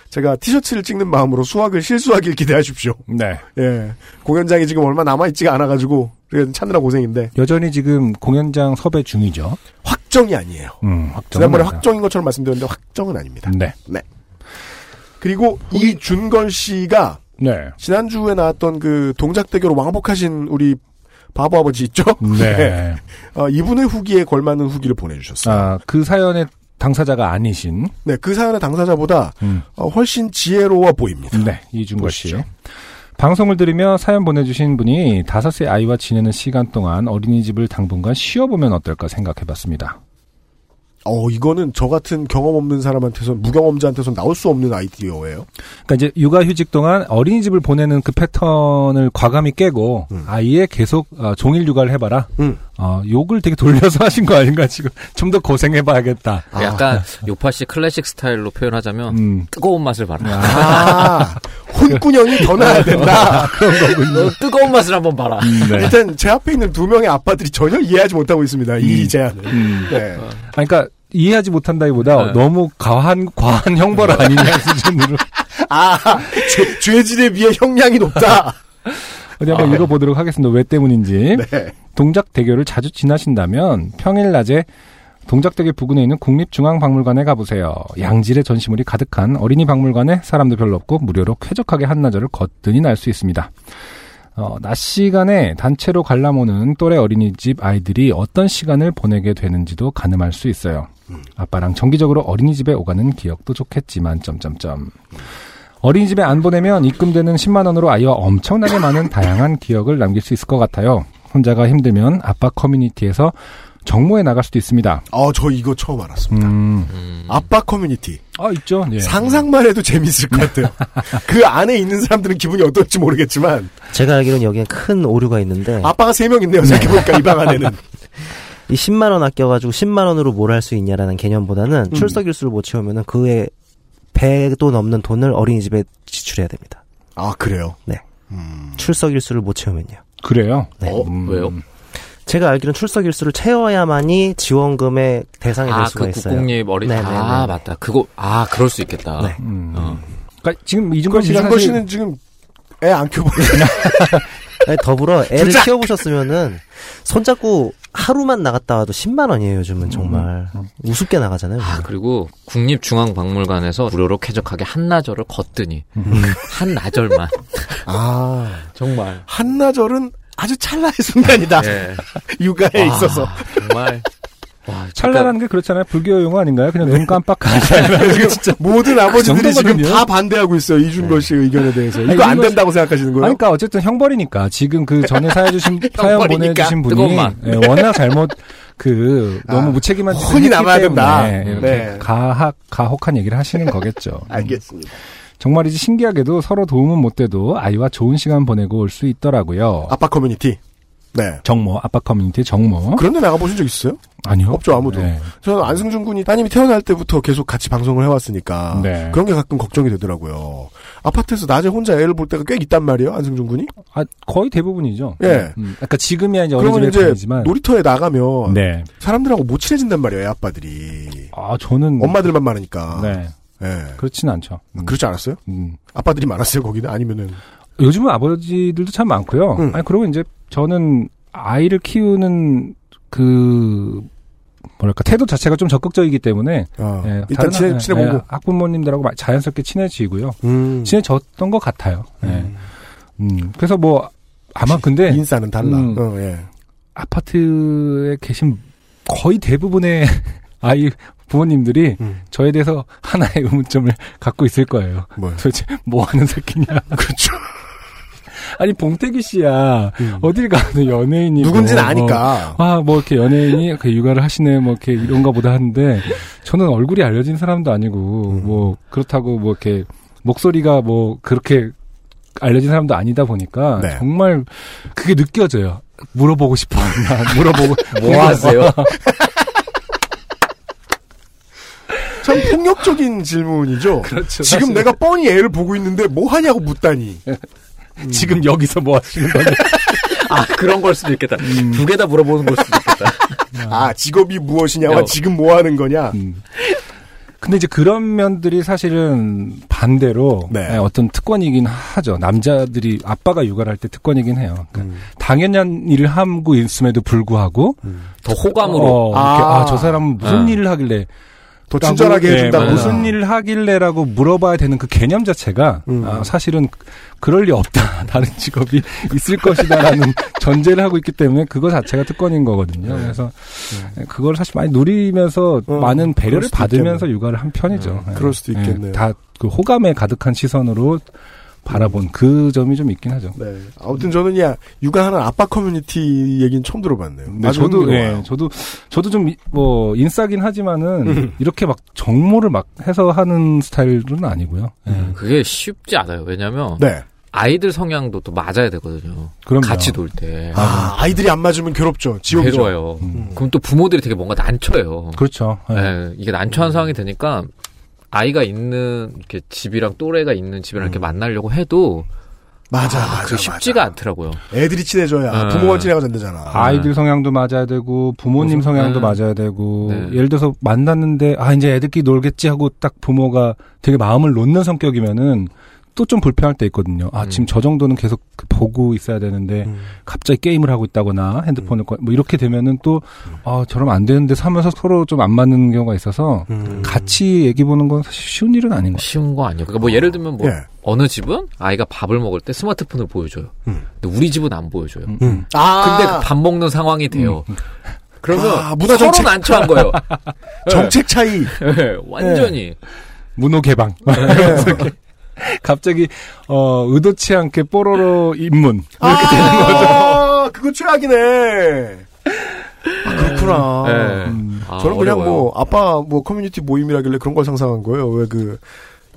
제가 티셔츠를 찍는 마음으로 수학을 실수하길 기대하십시오. 네. 예. 공연장이 지금 얼마 남아있지가 않아가지고, 그래서 찾느라 고생인데, 여전히 지금 공연장 섭외 중이죠. 확정이 아니에요. 음, 확정. 지난번에 확정인 것처럼 말씀드렸는데, 확정은 아닙니다. 네. 그리고 이준건 씨가, 네. 지난주에 나왔던 그 동작대교로 왕복하신 우리 바보 아버지 있죠? 네. <laughs> 어, 이분의 후기에 걸맞는 후기를 보내주셨어요. 아, 그 사연의 당사자가 아니신 네, 그 사연의 당사자보다 음. 어, 훨씬 지혜로워 보입니다. 네, 이준걸 씨. 보시죠. 방송을 들으며 사연 보내주신 분이 다섯 세 아이와 지내는 시간 동안 어린이집을 당분간 쉬어보면 어떨까 생각해봤습니다. 어, 이거는 저 같은 경험 없는 사람한테선, 무경험자한테선 나올 수 없는 아이디어예요. 그러니까 이제 육아휴직 동안 어린이집을 보내는 그 패턴을 과감히 깨고 아이의 계속 어, 종일 육아를 해봐라. 음. 어, 욕을 되게 돌려서 <laughs> 하신 거 아닌가 지금 좀 더 고생해봐야겠다. 약간 요파 씨 클래식 스타일로 표현하자면 아. 음. 뜨거운 맛을 봐라. <laughs> 아, 혼꾸녕이 더 나야 된다. 너 음. <laughs> 뜨거운 맛을 한번 봐라. 네. 일단 제 앞에 있는 두 명의 아빠들이 전혀 이해하지 못하고 있습니다. 이 제안을. 네. 아니, 그러니까 이해하지 못한다기보다 네. 너무 과한 과한 형벌 아니냐 <laughs> 수준으로 아, 죄, 죄질에 비해 형량이 <laughs> 높다. 어디 한번 읽어보도록 하겠습니다. 왜 때문인지. 네. 동작대교를 자주 지나신다면 평일 낮에 동작대교 부근에 있는 국립중앙박물관에 가보세요. 양질의 전시물이 가득한 어린이 박물관에 사람도 별로 없고 무료로 쾌적하게 한나절을 거뜬히 날 수 있습니다. 어, 낮 시간에 단체로 관람오는 또래 어린이집 아이들이 어떤 시간을 보내게 되는지도 가늠할 수 있어요. 아빠랑 정기적으로 어린이집에 오가는 기억도 좋겠지만 점점점 어린이집에 안 보내면 입금되는 10만 원으로 아이와 엄청나게 많은 다양한 기억을 남길 수 있을 것 같아요. 혼자가 힘들면 아빠 커뮤니티에서 정모에 나갈 수도 있습니다. 아, 저 이거 처음 알았습니다. 네. 음. 아빠 커뮤니티. 아 있죠. 예. 상상만 해도 재밌을 것 같아요. 그 안에 있는 사람들은 기분이 어떨지 모르겠지만, 제가 알기로는 여기엔 큰 오류가 있는데 아빠가 세 명 있네요. 생각해보니까, 이 방 안에는. 이 10만 원 아껴가지고 10만 원으로 뭘 할 수 있냐라는 개념보다는 출석 일수를 못 채우면은 그의 배도 넘는 돈을 어린이집에 지출해야 됩니다. 아, 그래요? 네. 출석 일수를 못 채우면요. 그래요. 네. 어? 음. 왜요? 제가 알기로는 출석 일수를 채워야만이 지원금의 대상이 될 아, 수가 그 있어요. 국공립 어린 네네네. 아, 맞다. 그거 아, 그럴 수 있겠다. 네. 음. 어. 그러니까 지금 이준걸 그럼 씨가 이준걸 사실- 씨는 지금 애 안 켜보는 아니, 네, 더불어 애를 주작! 키워보셨으면은 손잡고 하루만 나갔다 와도 10만 원이에요. 요즘은 정말 우습게 나가잖아요. 아, 우리가. 그리고 국립중앙박물관에서 무료로 쾌적하게 한나절을 걷더니 한나절만 아, 정말 <laughs> 한나절은 아주 찰나의 순간이다. 예. <laughs> 육아에 있어서. 정말 와, 찰나라는 게 그렇잖아요. 불교 용어 아닌가요? 네. 그냥 눈 <laughs> 깜빡하는. 지금 모든 아버지들이 지금 그 정도거든요. 네. 아, 다 반대하고 있어요. 이준걸 씨의 의견에 대해서. 이거 안 이준걸 씨- 된다고 생각하시는 거예요? 아니, 그러니까 어쨌든 형벌이니까 지금 그 전에 사연주신 <laughs> 사연 형벌이니까. 보내주신 분이 뜨거운 맛. 예, 워낙 잘못 그 아, 너무 무책임한 짓을 혼이 했기 남아야 된다. 때문에 이렇게 네. 가학 가혹한 얘기를 하시는 거겠죠. 알겠습니다. 정말이지 신기하게도 서로 도움은 못 돼도 아이와 좋은 시간 보내고 올 수 있더라고요. 아빠 커뮤니티. 네. 정모 아빠 커뮤니티 정모 그런데 나가보신 적 있어요? 아니요 없죠, 아무도. 어? 네. 저는 안승준 군이 따님이 태어날 때부터 계속 같이 방송을 해왔으니까 네. 그런 게 가끔 걱정이 되더라고요. 아파트에서 낮에 혼자 애를 볼 때가 꽤 있단 말이에요, 안승준 군이. 아, 거의 대부분이죠. 예. 음, 그러니까 지금이야 이제 그러면 어린이집에 이제 다니지만 놀이터에 나가면 네. 사람들하고 못 친해진단 말이에요, 애 아빠들이. 아 저는 엄마들만 많으니까. 네 예. 그렇진 않죠. 음, 그렇지 않았어요? 음. 아빠들이 많았어요, 거기는? 아니면은. 요즘은 아버지들도 참 많고요. 음. 아니 그리고 이제 저는 아이를 키우는 그 뭐랄까 태도 자체가 좀 적극적이기 때문에 어, 예, 일단 다른 친해, 학- 친해보고. 예, 학부모님들하고 마- 자연스럽게 친해지고요. 음. 친해졌던 것 같아요. 예. 음, 그래서 뭐 아마 근데 인싸는 달라. 음. 어, 예. 아파트에 계신 거의 대부분의 <laughs> 아이 부모님들이 음. 저에 대해서 하나의 의문점을 <laughs> 갖고 있을 거예요. 뭐요? 도대체 뭐 하는 <laughs> 새끼냐. 그렇죠. 아니 봉태규 씨야 음. 어딜 가도 어. 뭐 연예인이 누군진 아니까. 아뭐 이렇게 연예인이 그 육아를 하시네 뭐 이렇게 이런가 보다 하는데 저는 얼굴이 알려진 사람도 아니고 음. 뭐 그렇다고 뭐 이렇게 목소리가 뭐 그렇게 알려진 사람도 아니다 보니까 네. 정말 그게 느껴져요. 물어보고 싶어. 나 <laughs> 물어보고 뭐 하세요? 참 폭력적인 질문이죠. <laughs> 그렇죠. 지금 사실은. 예. 내가 뻔히 애를 보고 있는데 뭐 하냐고 묻다니. 지금 여기서 뭐 하시는 거냐? 아, 그런 걸 수도 있겠다. 두 개 다 물어보는 걸 수도 있겠다. 아, 직업이 무엇이냐와 야. 지금 뭐 하는 거냐. 어. 음. <laughs> 근데 이제 그런 면들이 사실은 반대로 네. 네, 어떤 특권이긴 하죠. 남자들이 아빠가 육아를 할 때 특권이긴 해요. 그러니까 당연한 일을 하고 있음에도 불구하고 더 어. 호감으로. 아. 아저 사람은 무슨 음. 일을 하길래 더뭐 친절하게 네, 해준다. 맞아요. 무슨 일을 하길래라고 물어봐야 되는 그 개념 자체가 음. 아, 사실은 그럴 리 없다. <laughs> 다른 직업이 있을 것이다라는 <laughs> 전제를 하고 있기 때문에 그거 자체가 특권인 거거든요. 그래서 그걸 사실 많이 누리면서 네. 어, 많은 그럴 배려를 수도 네. 받으면서 육아를 한 편이죠. 예. 그럴 수도 예, 있겠네요. 다그 호감에 가득한 시선으로 바라본 그 점이 좀 있긴 하죠. 네. 아무튼 저는 야 육아하는 아빠 커뮤니티 얘기는 처음 들어봤네요. 네, 저도 예, 저도 저도 좀 뭐 인싸긴 하지만은 이렇게 막 정모를 막 해서 하는 스타일은 아니고요. 예. 음, 그게 쉽지 않아요. 왜냐면 네. 아이들 성향도 또 맞아야 되거든요. 그럼요. 같이 놀 때. 아, 아이들이 안 맞으면 괴롭죠. 지옥이죠. 괴로워요. 음. 그럼 또 부모들이 되게 뭔가 난처해요. 그렇죠. 네. 예. 예, 이게 난처한 상황이 되니까 아이가 있는 이렇게 집이랑 또래가 있는 집이랑 이렇게 만나려고 해도 음. 맞아, 맞아. 그게 쉽지가 맞아. 않더라고요. 애들이 친해져야 음. 부모가 친해가 안 되잖아. 아이들 성향도 맞아야 되고 부모님 무슨- 성향도 네. 맞아야 되고 네. 예를 들어서 만났는데 아 이제 애들끼리 놀겠지 하고 딱 부모가 되게 마음을 놓는 성격이면은 또 좀 불편할 때 있거든요. 아 음. 지금 저 정도는 계속 그 보고 있어야 되는데 음. 갑자기 게임을 하고 있다거나 핸드폰을 꺼- 뭐 이렇게 되면은 또아 저럼 안 되는데 하면서 서로 좀 안 맞는 경우가 있어서 음. 같이 얘기 보는 건 사실 쉬운 일은 아닌 것 같아요. 쉬운 거 아니에요. 그러니까 뭐 예를 들면 뭐 예. 어느 집은 아이가 밥을 먹을 때 스마트폰을 보여줘요. 음. 근데 우리 집은 안 보여줘요. 음. 음. 근데 아, 그 밥 먹는 상황이 돼요. 그러면 아, 문화 서로 정책. <laughs> 난처한 거예요. 정책 차이. 예, 완전히. 문호 <laughs> 개방. 네. 갑자기 어 의도치 않게 뽀로로 입문. 아. 이렇게 되는 거죠. 그거 최악이네. 아, 그렇구나. 예. 음. 아, 저는 그냥 어려워요. 뭐 아빠 뭐 커뮤니티 모임이라길래 그런 걸 상상한 거예요. 왜 그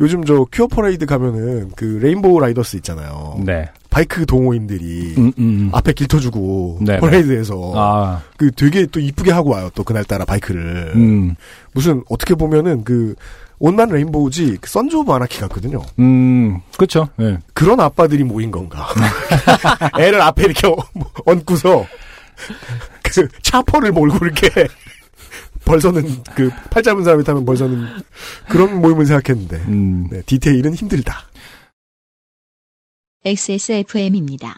요즘 저 퀴어 퍼레이드 가면은 그 레인보우 라이더스 있잖아요. 음. 네. 바이크 동호인들이 음, 음. 앞에 길터주고 네, 네. 퍼레이드에서 아, 그 되게 또 이쁘게 하고 와요. 또 그날따라 바이크를 음, 무슨, 무슨 어떻게 보면은 그 온난 레인보우지 그 선즈 오브 아나키 같거든요. 음, 그쵸, 예. 그런 아빠들이 <laughs> 모인 건가? <laughs> 애를 앞에 이렇게 <laughs> 어- 얹고서 <laughs> 그 차포를 몰고 이렇게 <laughs> 벌서는 그 팔 잡은 사람이 타면 벌서는 그런 모임을 생각했는데 음. 네, 디테일은 힘들다. XSFM입니다.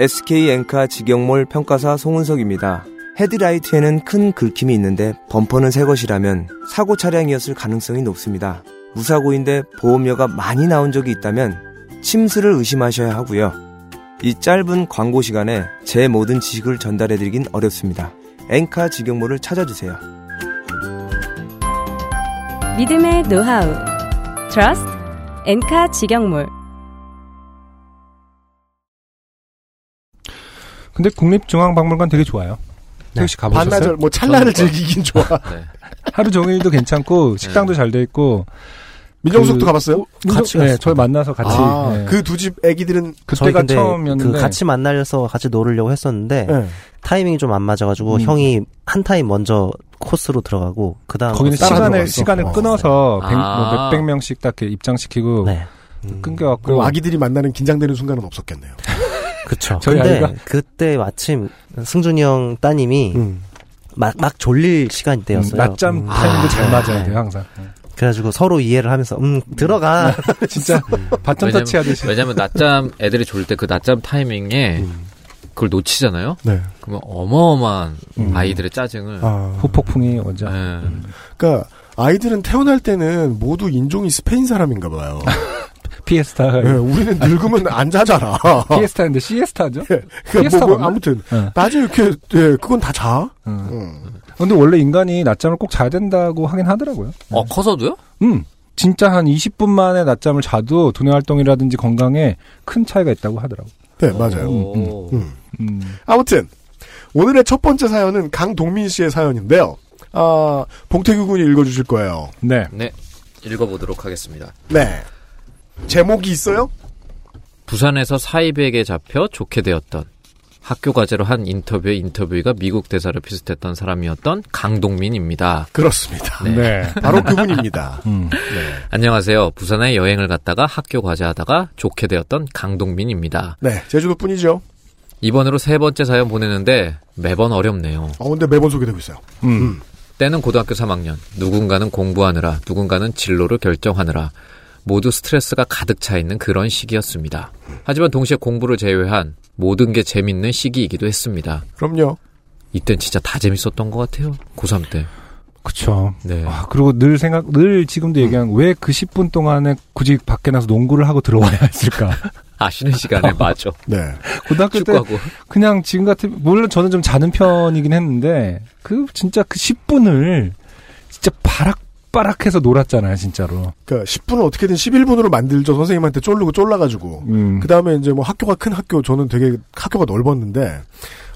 SK 엔카 직영몰 평가사 송은석입니다. 헤드라이트에는 큰 긁힘이 있는데 범퍼는 새 것이라면 사고 차량이었을 가능성이 높습니다. 무사고인데 보험료가 많이 나온 적이 있다면 침수를 의심하셔야 하고요. 이 짧은 광고 시간에 제 모든 지식을 전달해드리긴 어렵습니다. 엔카 직영몰을 찾아주세요. 믿음의 노하우 Trust 엔카 직영몰 근데 국립중앙박물관 되게 좋아요. 태우 씨 가보셨어요? 그 반나절 뭐 찰나를 저는 즐기긴 좋아. 네. 하루 종일도 괜찮고, 식당도 잘 돼 있고. 민정숙도 그- 가봤어요? 같이 네, 갔어요. 저를 만나서 같이. 예. 그, 그 두 집 애기들은 저희 그때가 근데 처음이었는데. 네. 그 같이 만나서 같이 놀으려고 했었는데 예. 타이밍이 좀 안 맞아가지고 음. 형이 한 타임 먼저 코스로 들어가고 그 다음 거기는 따라 시간을, 들어갔어. 시간을 어. 끊어서 백, 아. 뭐 몇백 명씩 딱 이렇게 입장시키고 네 끊겨갖고. 그리고 음, 아기들이 만나는 긴장되는 순간은 없었겠네요. 그쵸 저희 근데 아이가- 그때 마침 승준이 형 따님이 예. 음. 막, 막 졸릴 음, 시간대였어요 낮잠 음. 타임도 잘 네. 맞아야 돼요, 항상. 그래가지고 서로 이해를 하면서 음 들어가 진짜 바톤 <laughs> 왜냐면- 터치 하듯이. 왜냐면 낮잠 애들이 졸 때 그 낮잠 타이밍에 음. 그걸 놓치잖아요. 네. 그러면 어마어마한 아이들의 짜증을 음. 아. 후폭풍이 오죠. 예. 그러니까 아이들은 태어날 때는 모두 인종이 스페인 사람인가 <laughs> 봐요. 피에스타가. 어. 예, 우리는 늙으면 안 자잖아. <laughs> <laughs> 피에스타인데 시에스타죠? 그러니까 뭐, 뭐, 맞나? 아무튼 예. 낮에 이렇게 예, 그건 다 자. 어. 음. 음. 근데 원래 인간이 낮잠을 꼭 자야 된다고 하긴 하더라고요. 어 커서도요? 음. 진짜 한 20분 만에 낮잠을 자도 두뇌 활동이라든지 건강에 큰 차이가 있다고 하더라고. 네 맞아요. 오. 음. 음. 아무튼 오늘의 첫 번째 사연은 강동민 씨의 사연인데요. 아 봉태규 군이 읽어주실 거예요. 네. 네 읽어보도록 하겠습니다. 네 제목이 있어요? 부산에서 사이비에게 잡혀 좋게 되었던 학교 과제로 한 인터뷰에 인터뷰가 미국 대사를 비슷했던 사람이었던 강동민입니다. 그렇습니다. 네. <laughs> <laughs> 바로 그분입니다. 음. 안녕하세요. 부산에 여행을 갔다가 학교 과제하다가 좋게 되었던 강동민입니다. 네 제주도 분이죠. 이번으로 세 번째 사연 보내는데 매번 어렵네요. 아 근데 매번 소개되고 있어요. 음. 때는 고등학교 3학년, 누군가는 공부하느라, 누군가는 진로를 결정하느라, 모두 스트레스가 가득 차 있는 그런 시기였습니다. 하지만 동시에 공부를 제외한 모든 게 재밌는 시기이기도 했습니다. 그럼요. 이땐 진짜 다 재밌었던 것 같아요. 고3 때. 그쵸. 네. 아, 그리고 늘 생각, 늘 지금도 음. 얘기한 왜 그 10분 동안에 굳이 밖에 나서 농구를 하고 들어와야 했을까. 아쉬는 <laughs> 시간에 맞아. 네 고등학교 때 <laughs> 축구하고. 그냥 지금 같은, 물론 저는 좀 자는 편이긴 했는데, 그 진짜 그 10분을 진짜 바락, 휘바락해서 놀았잖아요, 진짜로. 그러니까 10분을 어떻게든 11분으로 만들죠. 선생님한테 쫄르고 쫄라가지고. 음. 그 다음에 이제 뭐 학교가 큰 학교, 저는 되게 학교가 넓었는데,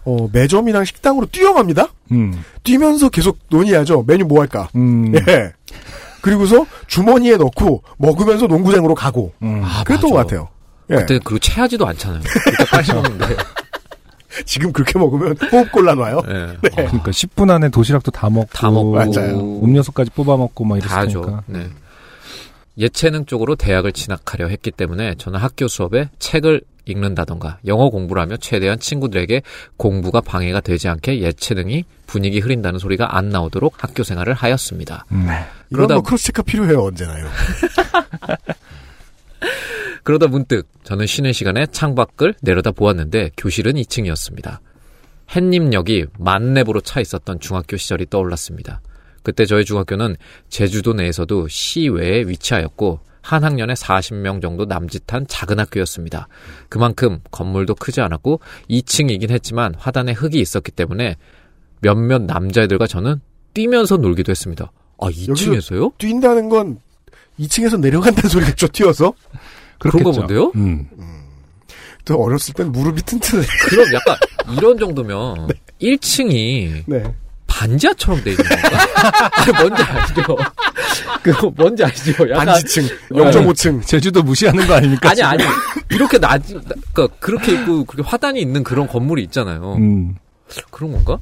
어, 매점이랑 식당으로 뛰어갑니다? 음. 뛰면서 계속 논의하죠. 메뉴 뭐 할까? 음. 예. 그리고서 주머니에 넣고 먹으면서 농구장으로 가고. 음. 아, 그랬던 것 맞아. 같아요. 예. 그때 그리고 체하지도 않잖아요. 그때 같이 <laughs> 먹는데. 지금 그렇게 먹으면 호흡곤란 와요. 네. 그러니까 10분 안에 도시락도 다 먹고, 다 먹고. 맞아요. 음료수까지 뽑아 먹고 막 다 하죠. 뭐 이랬으니까. 네. 예체능 쪽으로 대학을 진학하려 했기 때문에 저는 학교 수업에 책을 읽는다던가 영어 공부를 하며 최대한 친구들에게 공부가 방해가 되지 않게 예체능이 분위기 흐린다는 소리가 안 나오도록 학교 생활을 하였습니다. 음. 이런 그러다- 뭐 크로스체크 필요해요, 언제나요. 그러다 문득 저는 쉬는 시간에 창밖을 내려다 보았는데 교실은 2층이었습니다. 햇님역이 만렙으로 차 있었던 중학교 시절이 떠올랐습니다. 그때 저희 중학교는 제주도 내에서도 시외에 위치하였고 한 학년에 40명 정도 남짓한 작은 학교였습니다. 그만큼 건물도 크지 않았고 2층이긴 했지만 화단에 흙이 있었기 때문에 몇몇 남자애들과 저는 뛰면서 놀기도 했습니다. 아, 2층에서요? 뛴다는 건 2층에서 내려간다는 소리겠죠, 뛰어서. 그런 거 그렇겠죠. 본데요? 음. 또 어렸을 땐 무릎이 튼튼해. 그럼 약간 이런 <laughs> 정도면 1층이 네. 반지하처럼 돼 있는 건가? <laughs> 아니, 뭔지 알죠? 그거 뭔지 알죠? 약간 반지층, 0.5층. 제주도 무시하는 거 아닙니까? 아니 아니 이렇게 낮 그러니까 그렇게 있고 그렇게 화단이 있는 그런 건물이 있잖아요. 음. 그런 건가?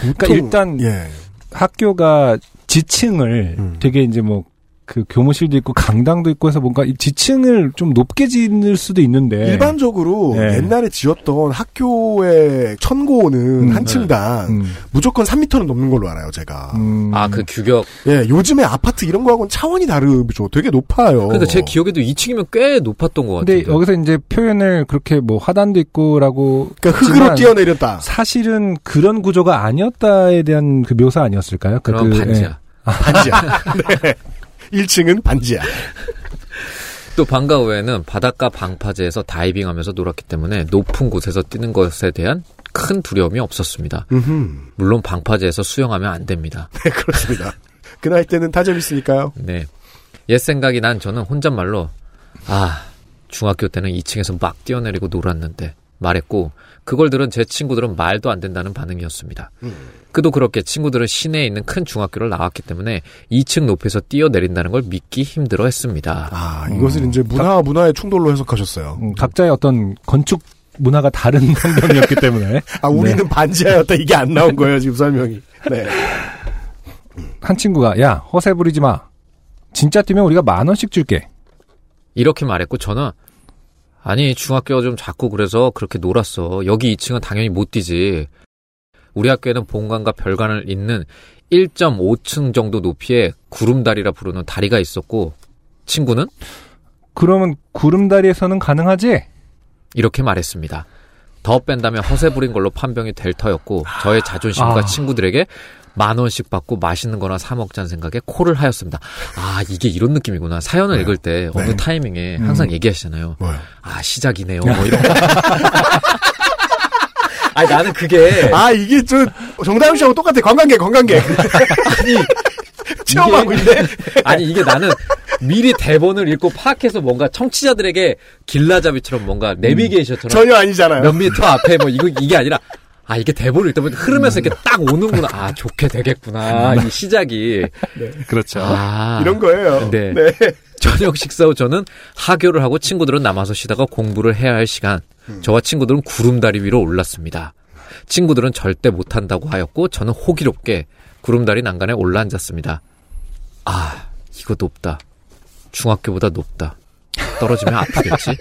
그러니까 보통- 일단 예. 학교가 지층을 음. 되게 이제 뭐 그 교무실도 있고 강당도 있고 해서 뭔가 이 지층을 좀 높게 지을 수도 있는데 일반적으로 네. 옛날에 지었던 학교의 천고는 음, 한 층당 음. 무조건 3m는 넘는 걸로 알아요, 제가. 음. 아 그 규격. 예, 요즘에 아파트 이런 거하고는 차원이 다르죠. 되게 높아요. 그러니까 제 기억에도 2층이면 꽤 높았던 것 근데 같은데. 여기서 이제 표현을 그렇게 뭐 화단도 있고라고 그러니까 흙으로 했지만 뛰어내렸다. 사실은 그런 구조가 아니었다에 대한 그 묘사 아니었을까요? 그- 그럼 그- 반지하. 예. 반지야. <laughs> 네. 1층은 반지야. 또 방과 후에는 바닷가 방파제에서 다이빙하면서 놀았기 때문에 높은 곳에서 뛰는 것에 대한 큰 두려움이 없었습니다. 음, 물론 방파제에서 수영하면 안 됩니다. 네, 그렇습니다. 그 나이 때는 타점 있으니까요. 네. 옛 생각이 난 저는 혼잣말로 아 중학교 때는 2층에서 막 뛰어내리고 놀았는데 말했고 그걸 들은 제 친구들은 말도 안 된다는 반응이었습니다. 그도 그렇게 친구들은 시내에 있는 큰 중학교를 나왔기 때문에 2층 높이에서 뛰어내린다는 걸 믿기 힘들어했습니다. 아, 이것을 이제 문화와 문화의 충돌로 해석하셨어요. 음, 각자의 어떤 건축 문화가 다른 <laughs> 환경이었기 때문에 네. 아, 우리는 반지하였다. 이게 안 나온 거예요, 지금 설명이. 네. 한 친구가 야 허세 부리지 마 진짜 뛰면 우리가 만 원씩 줄게 이렇게 말했고 저는 아니 중학교가 좀 작고 그래서 그렇게 놀았어. 여기 2층은 당연히 못 뛰지. 우리 학교에는 본관과 별관을 잇는 1.5층 정도 높이의 구름다리라 부르는 다리가 있었고 친구는 그러면 구름다리에서는 가능하지? 이렇게 말했습니다. 더 뺀다면 허세 부린 걸로 판명이 될 터였고 저의 자존심과 아. 친구들에게 만 원씩 받고 맛있는 거나 사 먹자는 생각에 코를 하였습니다. 아 이게 이런 느낌이구나. 사연을 읽을 때 어느 네. 타이밍에 항상 얘기하시잖아요. 뭐요? 아 시작이네요. <laughs> 뭐 이런 거. <laughs> 아니 나는 그게 아, 이게 저, 정다은 씨하고 똑같아. 관광객, 관광객. 아니 <laughs> 체험하고 있네. <laughs> 아니 이게 나는 미리 대본을 읽고 파악해서 뭔가 청취자들에게 길라잡이처럼 뭔가 음. 내비게이션처럼 전혀 아니잖아요. 몇 미터 앞에 뭐 이거 이게 아니라 아 이게 대본을 읽다 보니 흐르면서 이렇게 딱 오는구나. 아 <laughs> 좋게 되겠구나. 이 시작이 그렇죠. 아 네. 이런 거예요. 네. 네. 저녁 식사 후 저는 하교를 하고 친구들은 남아서 쉬다가 공부를 해야 할 시간. 저와 친구들은 구름다리 위로 올랐습니다. 친구들은 절대 못한다고 하였고 저는 호기롭게 구름다리 난간에 올라앉았습니다. 아, 이거 높다. 중학교보다 높다. 떨어지면 아프겠지?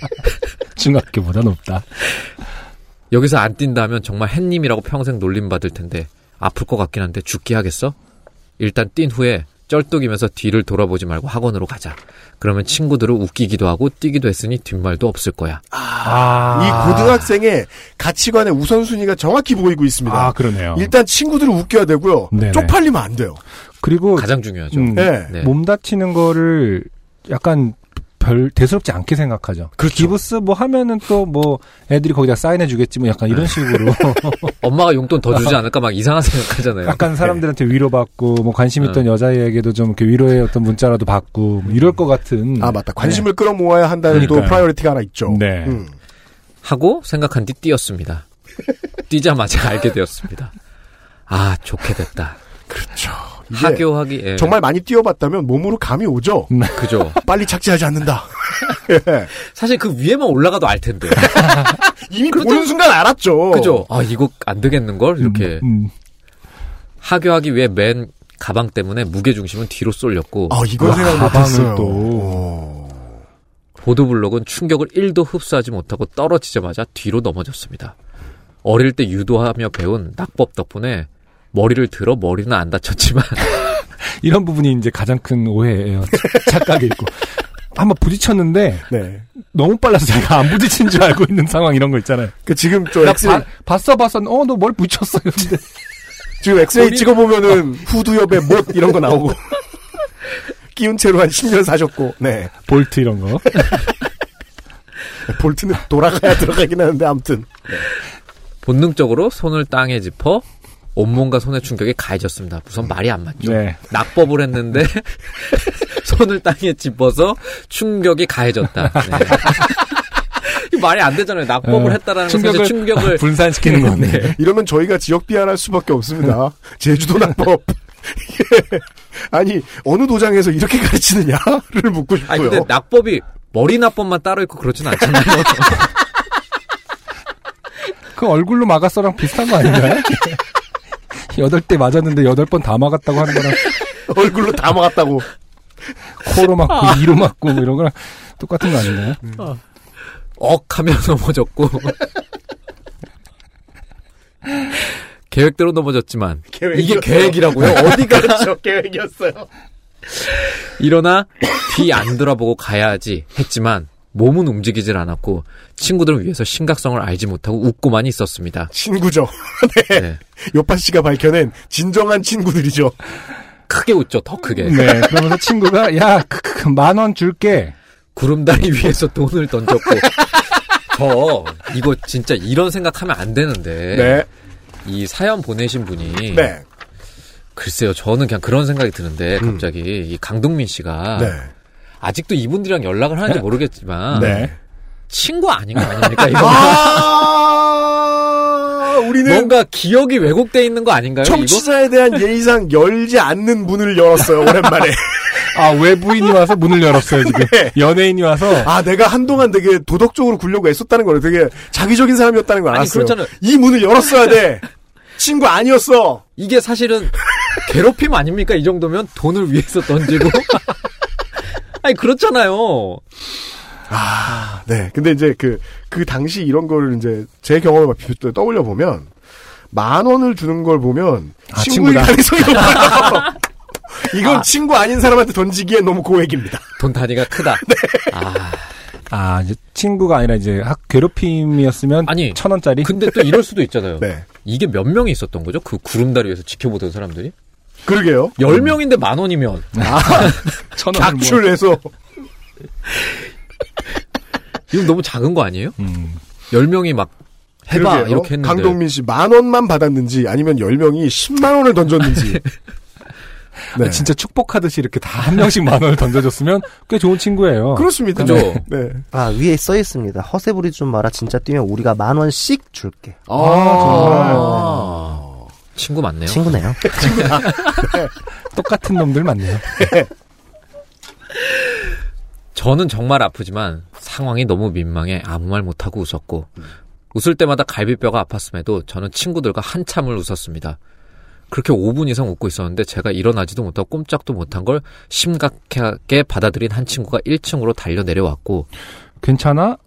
중학교보다 높다. 여기서 안 뛴다 하면 정말 햇님이라고 평생 놀림받을 텐데 아플 것 같긴 한데 죽기 하겠어? 일단 뛴 후에 쩔뚝이면서 뒤를 돌아보지 말고 학원으로 가자. 그러면 친구들을 웃기기도 하고 뛰기도 했으니 뒷말도 없을 거야. 아. 이 고등학생의 가치관의 우선순위가 정확히 보이고 있습니다. 아 그러네요. 일단 친구들을 웃겨야 되고요. 네네. 쪽팔리면 안 돼요. 그리고 음. 가장 중요하죠. 음, 네. 네. 몸 다치는 거를 약간 별 대수롭지 않게 생각하죠. 그 그렇죠. 기부스 뭐 하면은 또 뭐 애들이 거기다 사인해 주겠지 뭐 약간 이런 식으로 엄마가 용돈 더 주지 않을까 막 이상한 생각하잖아요. 약간 사람들한테 위로받고 뭐 관심 있던 여자에게도 좀 이렇게 위로의 어떤 문자라도 받고 뭐 이럴 것 같은 아 맞다. 관심을 끌어모아야 한다는 또 네. 그러니까요. 프라이어리티가 하나 있죠. 네. 음. 하고 생각한 뒤 뛰었습니다. 뛰자마자 알게 되었습니다. 아 좋게 됐다. 그렇죠. 이게 하교하기 예. 정말 많이 뛰어봤다면 몸으로 감이 오죠. 네. 그죠. 빨리 착지하지 않는다. <laughs> 사실 그 위에만 올라가도 알 텐데. 이미 그렇죠. 보는 순간 알았죠. 그죠. 아 이거 안 되겠는 걸 이렇게 음. 하교하기 위해 맨 가방 때문에 무게 중심은 뒤로 쏠렸고 아 이건 와, 생각 가방을 못했어요. 또. 오. 보도블록은 충격을 1도 흡수하지 못하고 떨어지자마자 뒤로 넘어졌습니다. 어릴 때 유도하며 배운 낙법 덕분에 머리를 들어 머리는 안 다쳤지만 <laughs> 이런 부분이 이제 가장 큰 오해예요. <laughs> 착각이 있고. 한번 부딪혔는데 네. 너무 빨라서 자기가 안 부딪힌 줄 알고 있는 상황 이런 거 있잖아요. 그 지금 또 나 엑스레이, 봐- 봤어 봤어. 어 너 뭘 부딪혔어. 근데 지금 엑스레이 찍어보면은 후두엽에 못 이런 거 나오고 <laughs> 끼운 채로 한 10년 사셨고. 네. 볼트 이런 거. 볼트는 돌아가야 들어가긴 하는데 아무튼 본능적으로 손을 땅에 짚어 온몸과 손의 충격에 가해졌습니다. 무슨 말이 안 맞죠? 네. 낙법을 했는데 <laughs> 손을 땅에 짚어서 충격이 <laughs> 가해졌다. 네. 이거 말이 안 되잖아요. 낙법을 어, 했다라는 것은 이제 <laughs> 충격을 분산시키는 건데. 이러면 저희가 지역 비하할 수밖에 <laughs> 없습니다. 제주도 낙법. <laughs> 예. 아니 어느 도장에서 이렇게 가르치느냐를 묻고 아니 싶고요. 근데 낙법이 머리 낙법만 따로 있고 그렇진 <laughs> 않잖아요. 그 얼굴로 막았어랑 비슷한 거 아닌가요? 여덟 대 맞았는데 여덟 번 다 막았다고 하는 거랑 얼굴로 다 막았다고. 코로 맞고 이로 맞고 뭐 이런 거랑 똑같은 거 아닌가요? 억하며 넘어졌고 계획대로 넘어졌지만 이게 <laughs> 계획이라고요? <laughs> 어디가 그렇죠 계획이었어요. 일어나 뒤 안 돌아보고 가야지 했지만 몸은 움직이질 않았고 친구들을 위해서 심각성을 알지 못하고 웃고만 있었습니다. 친구죠. <laughs> 네. 요파 씨가 밝혀낸 진정한 친구들이죠. 크게 웃죠, 더 크게. 네. 그러면서 친구가 야 만 원 줄게. 구름다리 위에서 돈을 던졌고 저 이거 진짜 이런 생각하면 안 되는데 네. 이 사연 보내신 분이 네. 글쎄요, 저는 그냥 그런 생각이 드는데 갑자기 이 강동민 씨가 음. 네. 아직도 이분들이랑 연락을 하는지 모르겠지만 네. 친구 아닌 거 아닙니까? <laughs> 이거 아, 우리는 뭔가 기억이 왜곡돼 있는 거 아닌가요? 이거? 청취자에 대한 예의상 열지 않는 문을 열었어요, <laughs> 오랜만에. 아 외부인이 와서 문을 열었어요 지금. 네. 연예인이 와서 아, 내가 한동안 되게 도덕적으로 굴려고 애썼다는 걸 되게 자기적인 사람이었다는 걸 아니, 알았어요. 그렇잖아요. 이 문을 열었어야 <laughs> 돼. 친구 아니었어. 이게 사실은 괴롭힘 아닙니까? 이 정도면 돈을 <laughs> 위해서 던지고 아니 그렇잖아요. 네. 근데 이제 그, 그 당시 이런 거를 이제 제 경험을 막 비벼- 떠올려 보면, 만 원을 주는 걸 보면, 아, 친구일 친구다. <laughs> 가능성이 높아요. 이건 친구 아닌 사람한테 던지기에 너무 고액입니다. 돈 단위가 크다. <laughs> 아, 아 이제 친구가 아니라 이제 학 괴롭힘이었으면 아니, 그 천 원짜리. 근데 또 이럴 수도 있잖아요. 네. 이게 몇 명이 있었던 거죠? 그 구름다리 위에서 지켜보던 사람들이? 음. 그러게요. 열명인데만 원이면 네. 천 뭐. 각출해서. 이건 너무 작은 거 아니에요? 음. 열명이막 해봐 그러게요. 이렇게 했는데 강동민 씨 만 원만 받았는지 아니면 열 명이 10만 원을 던졌는지. 네. 아, 진짜 축복하듯이 이렇게 다 한 명씩 만 원을 던져줬으면 꽤 좋은 친구예요. 그렇습니다. 그죠? 네. 아 위에 써 있습니다. 허세 부리지 좀 마라. 진짜 뛰면 우리가 만 원씩 줄게. 아, 친구 맞네요. 친구네요. 똑같은 놈들 많네요. 저는 정말 아프지만 상황이 너무 민망해 아무 말 못하고 웃었고 웃을 때마다 갈비뼈가 아팠음에도 저는 친구들과 한참을 웃었습니다. 그렇게 5분 이상 웃고 있었는데 제가 일어나지도 못하고 꼼짝도 못한 걸 심각하게 받아들인 한 친구가 1층으로 달려 내려왔고 괜찮아?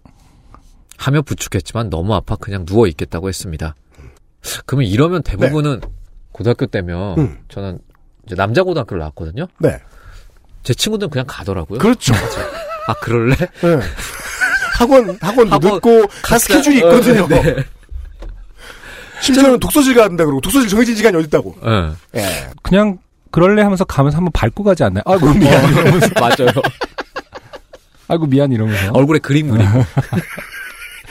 하며 부축했지만 너무 아파 그냥 누워 있겠다고 했습니다. 그러면 이러면 대부분은 고등학교 때면 네. 음. 저는 이제 남자 고등학교를 나왔거든요. 네. 제 친구들은 그냥 가더라고요. 그렇죠. 아 그럴래? 네. 학원 학원도 학원 늦고 다 스케줄이 있거든요. 어, 네. 네. 심지어는 독서실 가야 된다 그러고 독서실 정해진 시간이 어딨다고. 예. 예. 그냥 <laughs> 그럴래 하면서 가면서 한번 밟고 가지 않나요? 아, 그럼 미안. 맞아요. 아이고 미안 이러면서. 얼굴에 그림 그리고. <laughs>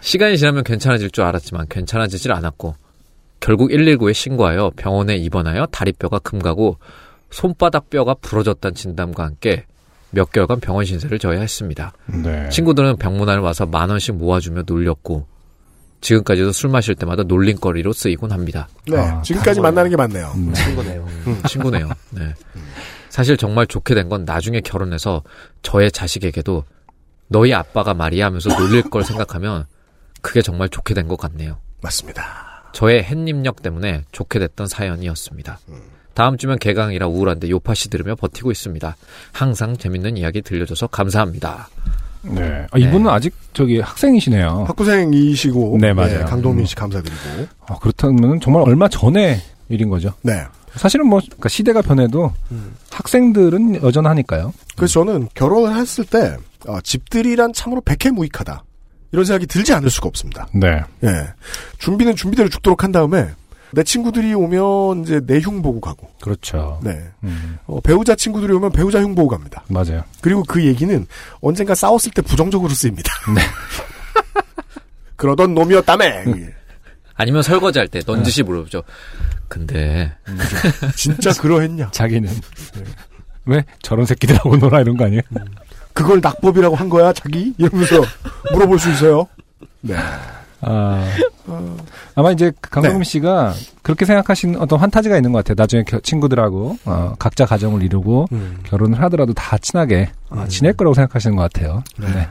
시간이 지나면 괜찮아질 줄 알았지만 괜찮아지질 않았고 결국 119에 신고하여 병원에 입원하여 다리뼈가 금가고 손바닥뼈가 부러졌다는 진단과 함께 몇 개월간 병원 신세를 져야 했습니다. 네. 친구들은 병문안에 와서 만 원씩 모아주며 놀렸고 지금까지도 술 마실 때마다 놀림거리로 쓰이곤 합니다. 네. 아, 지금까지 만나는 게 맞네요. 음. 친구네요. 친구네요. 네. 사실 정말 좋게 된 건 나중에 결혼해서 저의 자식에게도 너희 아빠가 말이야 하면서 놀릴 걸 생각하면 그게 정말 좋게 된 것 같네요. 맞습니다. 저의 햇님력 때문에 좋게 됐던 사연이었습니다. 다음 주면 개강이라 우울한데 요파시 들으며 버티고 있습니다. 항상 재밌는 이야기 들려줘서 감사합니다. 네. 아, 이분은 네. 아직 저기 학생이시네요. 학부생이시고 네, 맞아요. 예, 강동민 음. 씨 감사드리고 아, 그렇다면 정말 얼마 전에 일인 거죠. 네. 사실은 뭐 그러니까 시대가 변해도 학생들은 여전하니까요. 그래서 저는 결혼을 했을 때 아, 집들이란 참으로 백해무익하다 이런 생각이 들지 않을 수가 없습니다. 네. 예. 준비는 준비대로 죽도록 한 다음에 내 친구들이 오면 이제 내 흉 보고 가고 그렇죠. 네. 음, 어, 배우자 친구들이 오면 배우자 흉 보고 갑니다. 맞아요. 그리고 그 얘기는 언젠가 싸웠을 때 부정적으로 쓰입니다. <laughs> 그러던 놈이었다며. 아니면 설거지할 때 넌지시 물어보죠. 근데 진짜 그러했냐? 자기는 네. 왜 저런 새끼들하고 놀아 이런 거 아니에요? 그걸 낙법이라고 한 거야, 자기? 이러면서 물어볼 수 있어요. 네. 아, 아마 이제 그 강동민 네. 씨가 그렇게 생각하신 어떤 환타지가 있는 것 같아요. 나중에 겨- 친구들하고 어, 각자 가정을 이루고 음. 결혼을 하더라도 다 친하게 어, 네. 지낼 거라고 생각하시는 것 같아요. 네.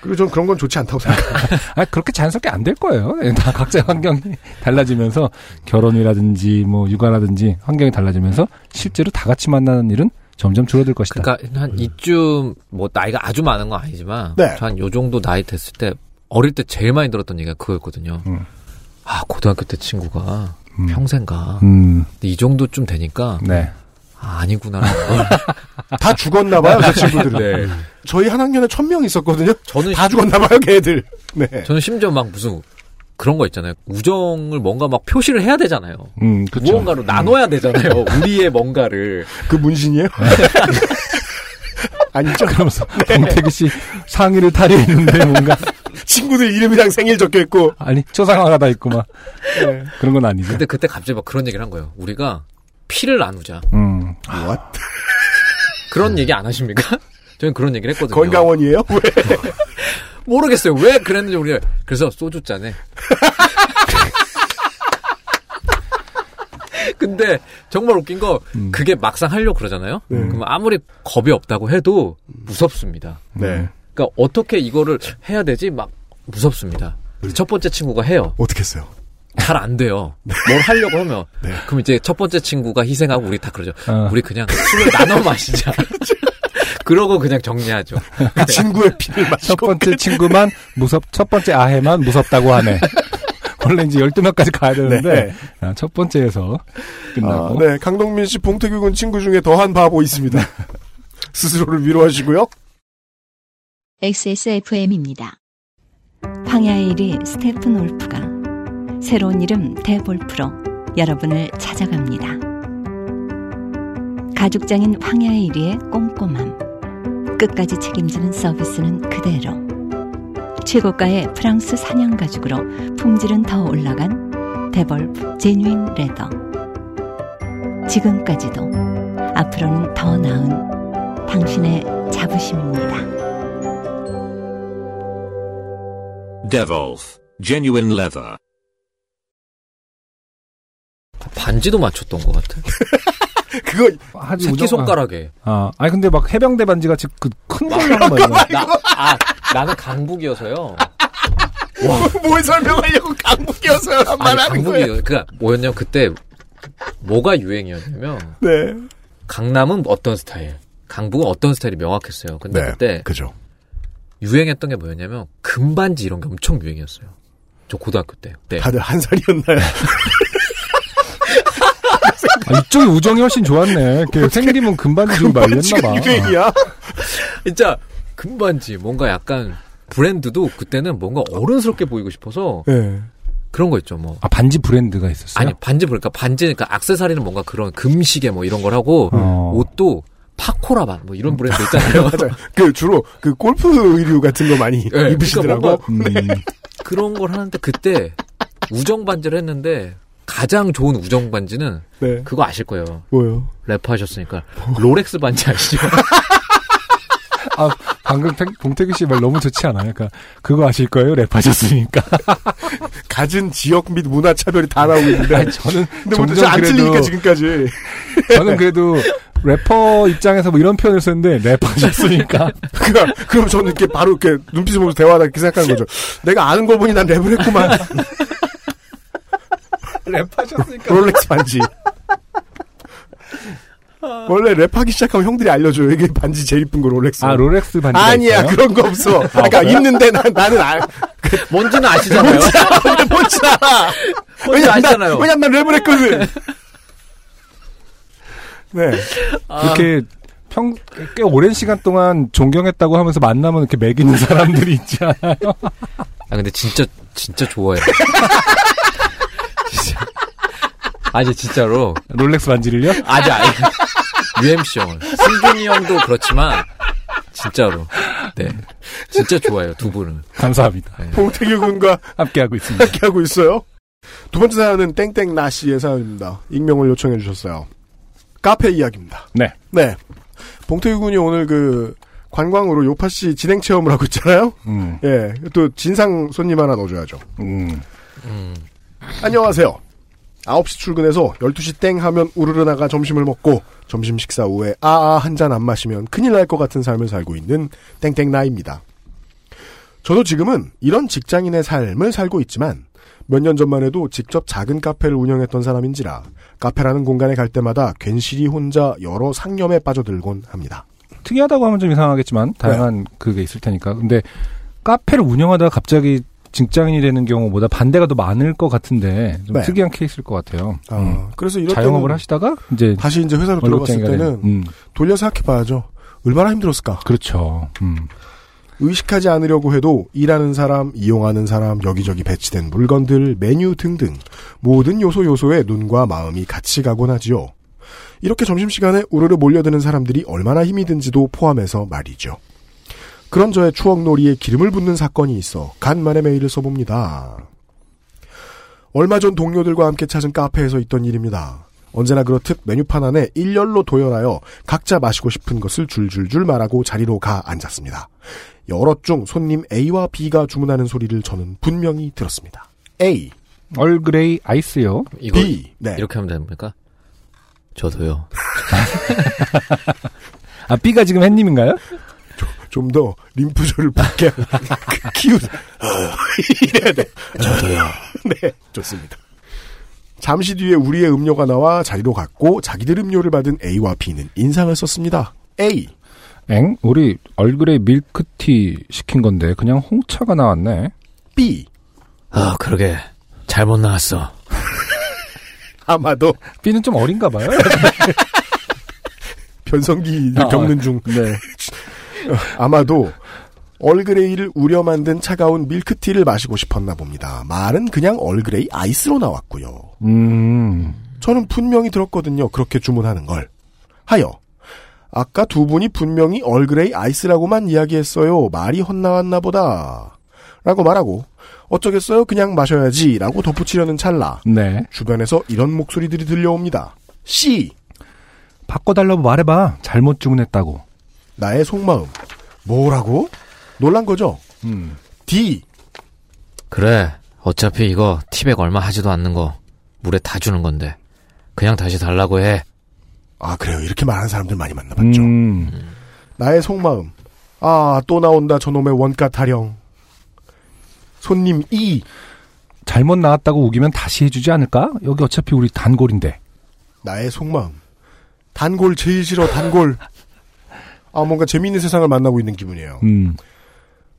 그리고 전 그런 건 좋지 않다고 생각해요. 아 그렇게 자연스럽게 안 될 거예요. 예, 다 각자 <laughs> 환경이 달라지면서 결혼이라든지 뭐 육아라든지 환경이 달라지면서 실제로 다 같이 만나는 일은 점점 줄어들 것이다. 그러니까 한 이쯤 뭐 나이가 아주 많은 건 아니지만 네. 한 요 정도 나이 됐을 때 어릴 때 제일 많이 들었던 얘기가 그거였거든요. 음. 아 고등학교 때 친구가 음. 평생가 음, 근데 이 정도쯤 되니까 네. 아, 아니구나라는 <laughs> 걸 다 죽었나 봐요, 저 친구들은. 저희 한 학년에 천 명 있었거든요. 저는 다 죽었나 봐요, 걔들. 네. 저는 심지어 막 무슨 그런 거 있잖아요. 우정을 뭔가 막 표시를 해야 되잖아요. 음, 그쵸. 무언가로 나눠야 되잖아요. 우리의 뭔가를. 그 문신이에요? <laughs> <laughs> 아니죠. 그러면서 봉태기 씨 상의를 탈의했는데 뭔가 친구들 이름이랑 생일 적혀 있고. 아니 초상화가 다 있고 막 그런 건 아니죠. 네. 근데 그때 갑자기 막 그런 얘기를 한 거예요. 우리가 피를 나누자. 음, 그런 얘기 안 하십니까? <laughs> 저는 그런 얘기를 했거든요. 건강원이에요? <laughs> 왜? 모르겠어요. 왜 그랬는지 우리가 그래서 소주 잔에. <laughs> 근데 정말 웃긴 거 음. 그게 막상 하려고 그러잖아요. 네. 그럼 아무리 겁이 없다고 해도 무섭습니다. 네. 그러니까 어떻게 이거를 해야 되지? 막 무섭습니다. 네. 첫 번째 친구가 해요. 어떻게 했어요? 잘 안 돼요. 네. 뭘 하려고 하면. 그럼 이제 첫 번째 친구가 희생하고 우리 다 그러죠. 어. 우리 그냥 술을 <laughs> 나눠 마시자. 그렇죠. 그러고 그냥 정리하죠. 그 친구의 피를 첫 마시고. 번째 친구만 무섭 첫 번째 아해만 무섭다고 <laughs> 하네. 원래 이제 12명까지 가야 되는데 네. 아, 첫 번째에서 아, 끝나고 네, 강동민 씨, 봉태규 군 친구 중에 더한 바보 있습니다. <laughs> 스스로를 위로하시고요. XSFM입니다. 황야의 1위 스테픈 올프가 새로운 이름 대볼프로 여러분을 찾아갑니다. 가죽장인 황야의 1위의 꼼꼼함. 끝까지 책임지는 서비스는 그대로. 최고가의 프랑스 사냥 가죽으로 품질은 더 올라간 데볼프 제뉴인 레더. 지금까지도 앞으로는 더 나은 당신의 자부심입니다. Devolf. Genuine leather. 반지도 맞췄던 것 같아. 그거, 하지 우정- 새끼 아, 손가락에. 아, 아니 근데 막 해병대 반지 같이 그큰 걸로 하는 거 아니야? <laughs> 나, 아, 나는 강북이어서요. <laughs> 뭘 설명하려고 강북이어서요. 아니, 말하는 거예요. 강북이어서. 그니까, 뭐였냐면, 그때, 뭐가 유행이었냐면, 네. 강남은 어떤 스타일, 강북은 어떤 스타일이 명확했어요. 근데 네. 그때, 네. 그죠. 유행했던 게 뭐였냐면, 금반지 이런 게 엄청 유행이었어요. 저 고등학교 때. 네. 그때. 다들 한 살이었나요? 아, 이쪽이 우정이 훨씬 좋았네. 이렇게 생일이면 금반지 좀 말렸나 반지가 봐. 유행이야? 진짜, 금반지, 뭔가 약간, 브랜드도 그때는 뭔가 어른스럽게 보이고 싶어서, 네. 그런 거 있죠, 뭐. 아, 반지 브랜드가 있었어요? 아니 반지 그러니까 반지니까 액세서리는 뭔가 그런 금시계 뭐 이런 걸 하고 어. 옷도 파코라반 뭐 이런 브랜드 <laughs> 있잖아요. 맞아요. 그 주로 그 골프 의류 같은 거 많이 네, 입으시더라고. 네. 그러니까 뭔가 그런 걸 하는데 그때 우정 반지를 했는데 가장 좋은 우정 반지는 네. 그거 아실 거예요. 뭐요? 래퍼 하셨으니까 롤렉스 반지 아시죠? <laughs> 아, 방금 팽- 봉태규 씨 말 너무 좋지 않아요? 그러니까 그거 아실 거예요? <laughs> 랩하셨으니까. 가진 지역 및 문화 차별이 다 나오고 있는데. 아니, 저는 근데 종종 뭐 진짜 안 그래도- 틀리니까 지금까지. 저는 그래도 래퍼 입장에서 뭐 이런 표현을 썼는데 <laughs> 네. 랩하셨으니까. 그러니까 그럼 저는 이렇게 바로 이렇게 눈빛을 보면서 대화하다 이렇게 생각하는 거죠. 내가 아는 걸 보니 난 랩을 했구만. <laughs> 랩하셨으니까. 롤렉스 반지. 아. 원래 랩하기 시작하면 형들이 알려줘요. 이게 반지 제일 이쁜 거 롤렉스. 아, 롤렉스 반지. 그렇죠. 아니야 그런 거 없어. 그러니까 없어요? 있는데 난, 나는 알. 뭔지는 아시잖아요. <laughs> 뭔지 알아. 뭔지 난- 아시잖아요. 왜냐면 난 랩을 했거든. <laughs> 네. 이렇게 평, 꽤 오랜 시간 동안 존경했다고 하면서 만나면 이렇게 매기는 사람들이 있지 않아요? <laughs> 아 근데 진짜 진짜 좋아해. 진짜. 아니 진짜로 롤렉스 반지를요? 아니 아니 UMC 형을 승준이 형도 그렇지만 진짜로 네 진짜 좋아요 두 분은 감사합니다. 봉태규 군과 함께하고 <laughs> 있습니다. 함께 하고 있어요. 두 번째 사연은 땡땡나 씨의 사연입니다. 익명을 요청해 주셨어요. 카페 이야기입니다. 네. 네. 봉태규 군이 오늘 그 관광으로 요파 씨 진행 체험을 하고 있잖아요. 음, 예. 또 진상 손님 하나 넣어줘야죠. 음. 안녕하세요. 9시 출근해서 12시 땡 하면 우르르 나가 점심을 먹고 점심 식사 후에 아아 한 잔 안 마시면 큰일 날 것 같은 삶을 살고 있는 땡땡 나입니다. 저도 지금은 이런 직장인의 삶을 살고 있지만 몇 년 전만 해도 직접 작은 카페를 운영했던 사람인지라 카페라는 공간에 갈 때마다 괜시리 혼자 여러 상념에 빠져들곤 합니다. 특이하다고 하면 좀 이상하겠지만 다양한 네. 그게 있을 테니까. 근데 카페를 운영하다가 갑자기 직장인이 되는 경우보다 반대가 더 많을 것 같은데 좀 네. 특이한 케이스일 것 같아요. 아, 음. 그래서 이럴 자영업을 때는 하시다가 이제 다시 이제 회사로 들어갔을 월급쟁이가 되는. 때는 음, 돌려 생각해봐야죠. 얼마나 힘들었을까? 그렇죠. 음. 의식하지 않으려고 해도 일하는 사람, 이용하는 사람, 여기저기 배치된 물건들, 메뉴 등등 모든 요소 요소에 눈과 마음이 같이 가곤 하지요. 이렇게 점심시간에 우르르 몰려드는 사람들이 얼마나 힘이 든지도 포함해서 말이죠. 그런 저의 추억놀이에 기름을 붓는 사건이 있어 간만에 메일을 써봅니다. 얼마 전 동료들과 함께 찾은 카페에서 있던 일입니다. 언제나 그렇듯 메뉴판 안에 일렬로 도열하여 각자 마시고 싶은 것을 줄줄줄 말하고 자리로 가 앉았습니다. 여럿 중 손님 A와 B가 주문하는 소리를 저는 분명히 들었습니다. A, 얼그레이 아이스요. 이거 B, 네. 이렇게 하면 됩니까? 저도요. 아 B가 지금 햇님인가요? 좀 더 림프절을 붙게 <laughs> 키우 어, 이래야 돼. 저도요. <laughs> 네, 좋습니다. 잠시 뒤에 우리의 음료가 나와 자리로 갔고 자기들 음료를 받은 A와 B는 인상을 썼습니다. A, 엥? 우리 얼그레이 밀크티 시킨 건데 그냥 홍차가 나왔네. B 아 그러게 잘못 나왔어. 아마도 B는 좀 어린가 <laughs> 봐요. 변성기를 아, 겪는 중 네. <laughs> 아마도 얼그레이를 우려 만든 차가운 밀크티를 마시고 싶었나 봅니다. 말은 그냥 얼그레이 아이스로 나왔고요. 음. 저는 분명히 들었거든요. 그렇게 주문하는 걸. 하여 아까 두 분이 분명히 얼그레이 아이스라고만 이야기했어요. 말이 헛나왔나 보다. 라고 말하고 어쩌겠어요. 그냥 마셔야지. 라고 덧붙이려는 찰나. 네. 주변에서 이런 목소리들이 들려옵니다. C. 바꿔달라고 말해봐. 잘못 주문했다고. 나의 속마음. 뭐라고? 놀란 거죠. 음. D. 그래 어차피 이거 티백 얼마 하지도 않는 거 물에 다 주는 건데 그냥 다시 달라고 해. 아 그래요. 이렇게 말하는 사람들 많이 만나봤죠. 음. 나의 속마음. 아, 또 나온다. 저놈의 원가 타령. 손님 E. 잘못 나왔다고 우기면 다시 해주지 않을까? 여기 어차피 우리 단골인데. 나의 속마음. 단골 제일 싫어, 단골. 아, 뭔가 재미있는 세상을 만나고 있는 기분이에요. 음.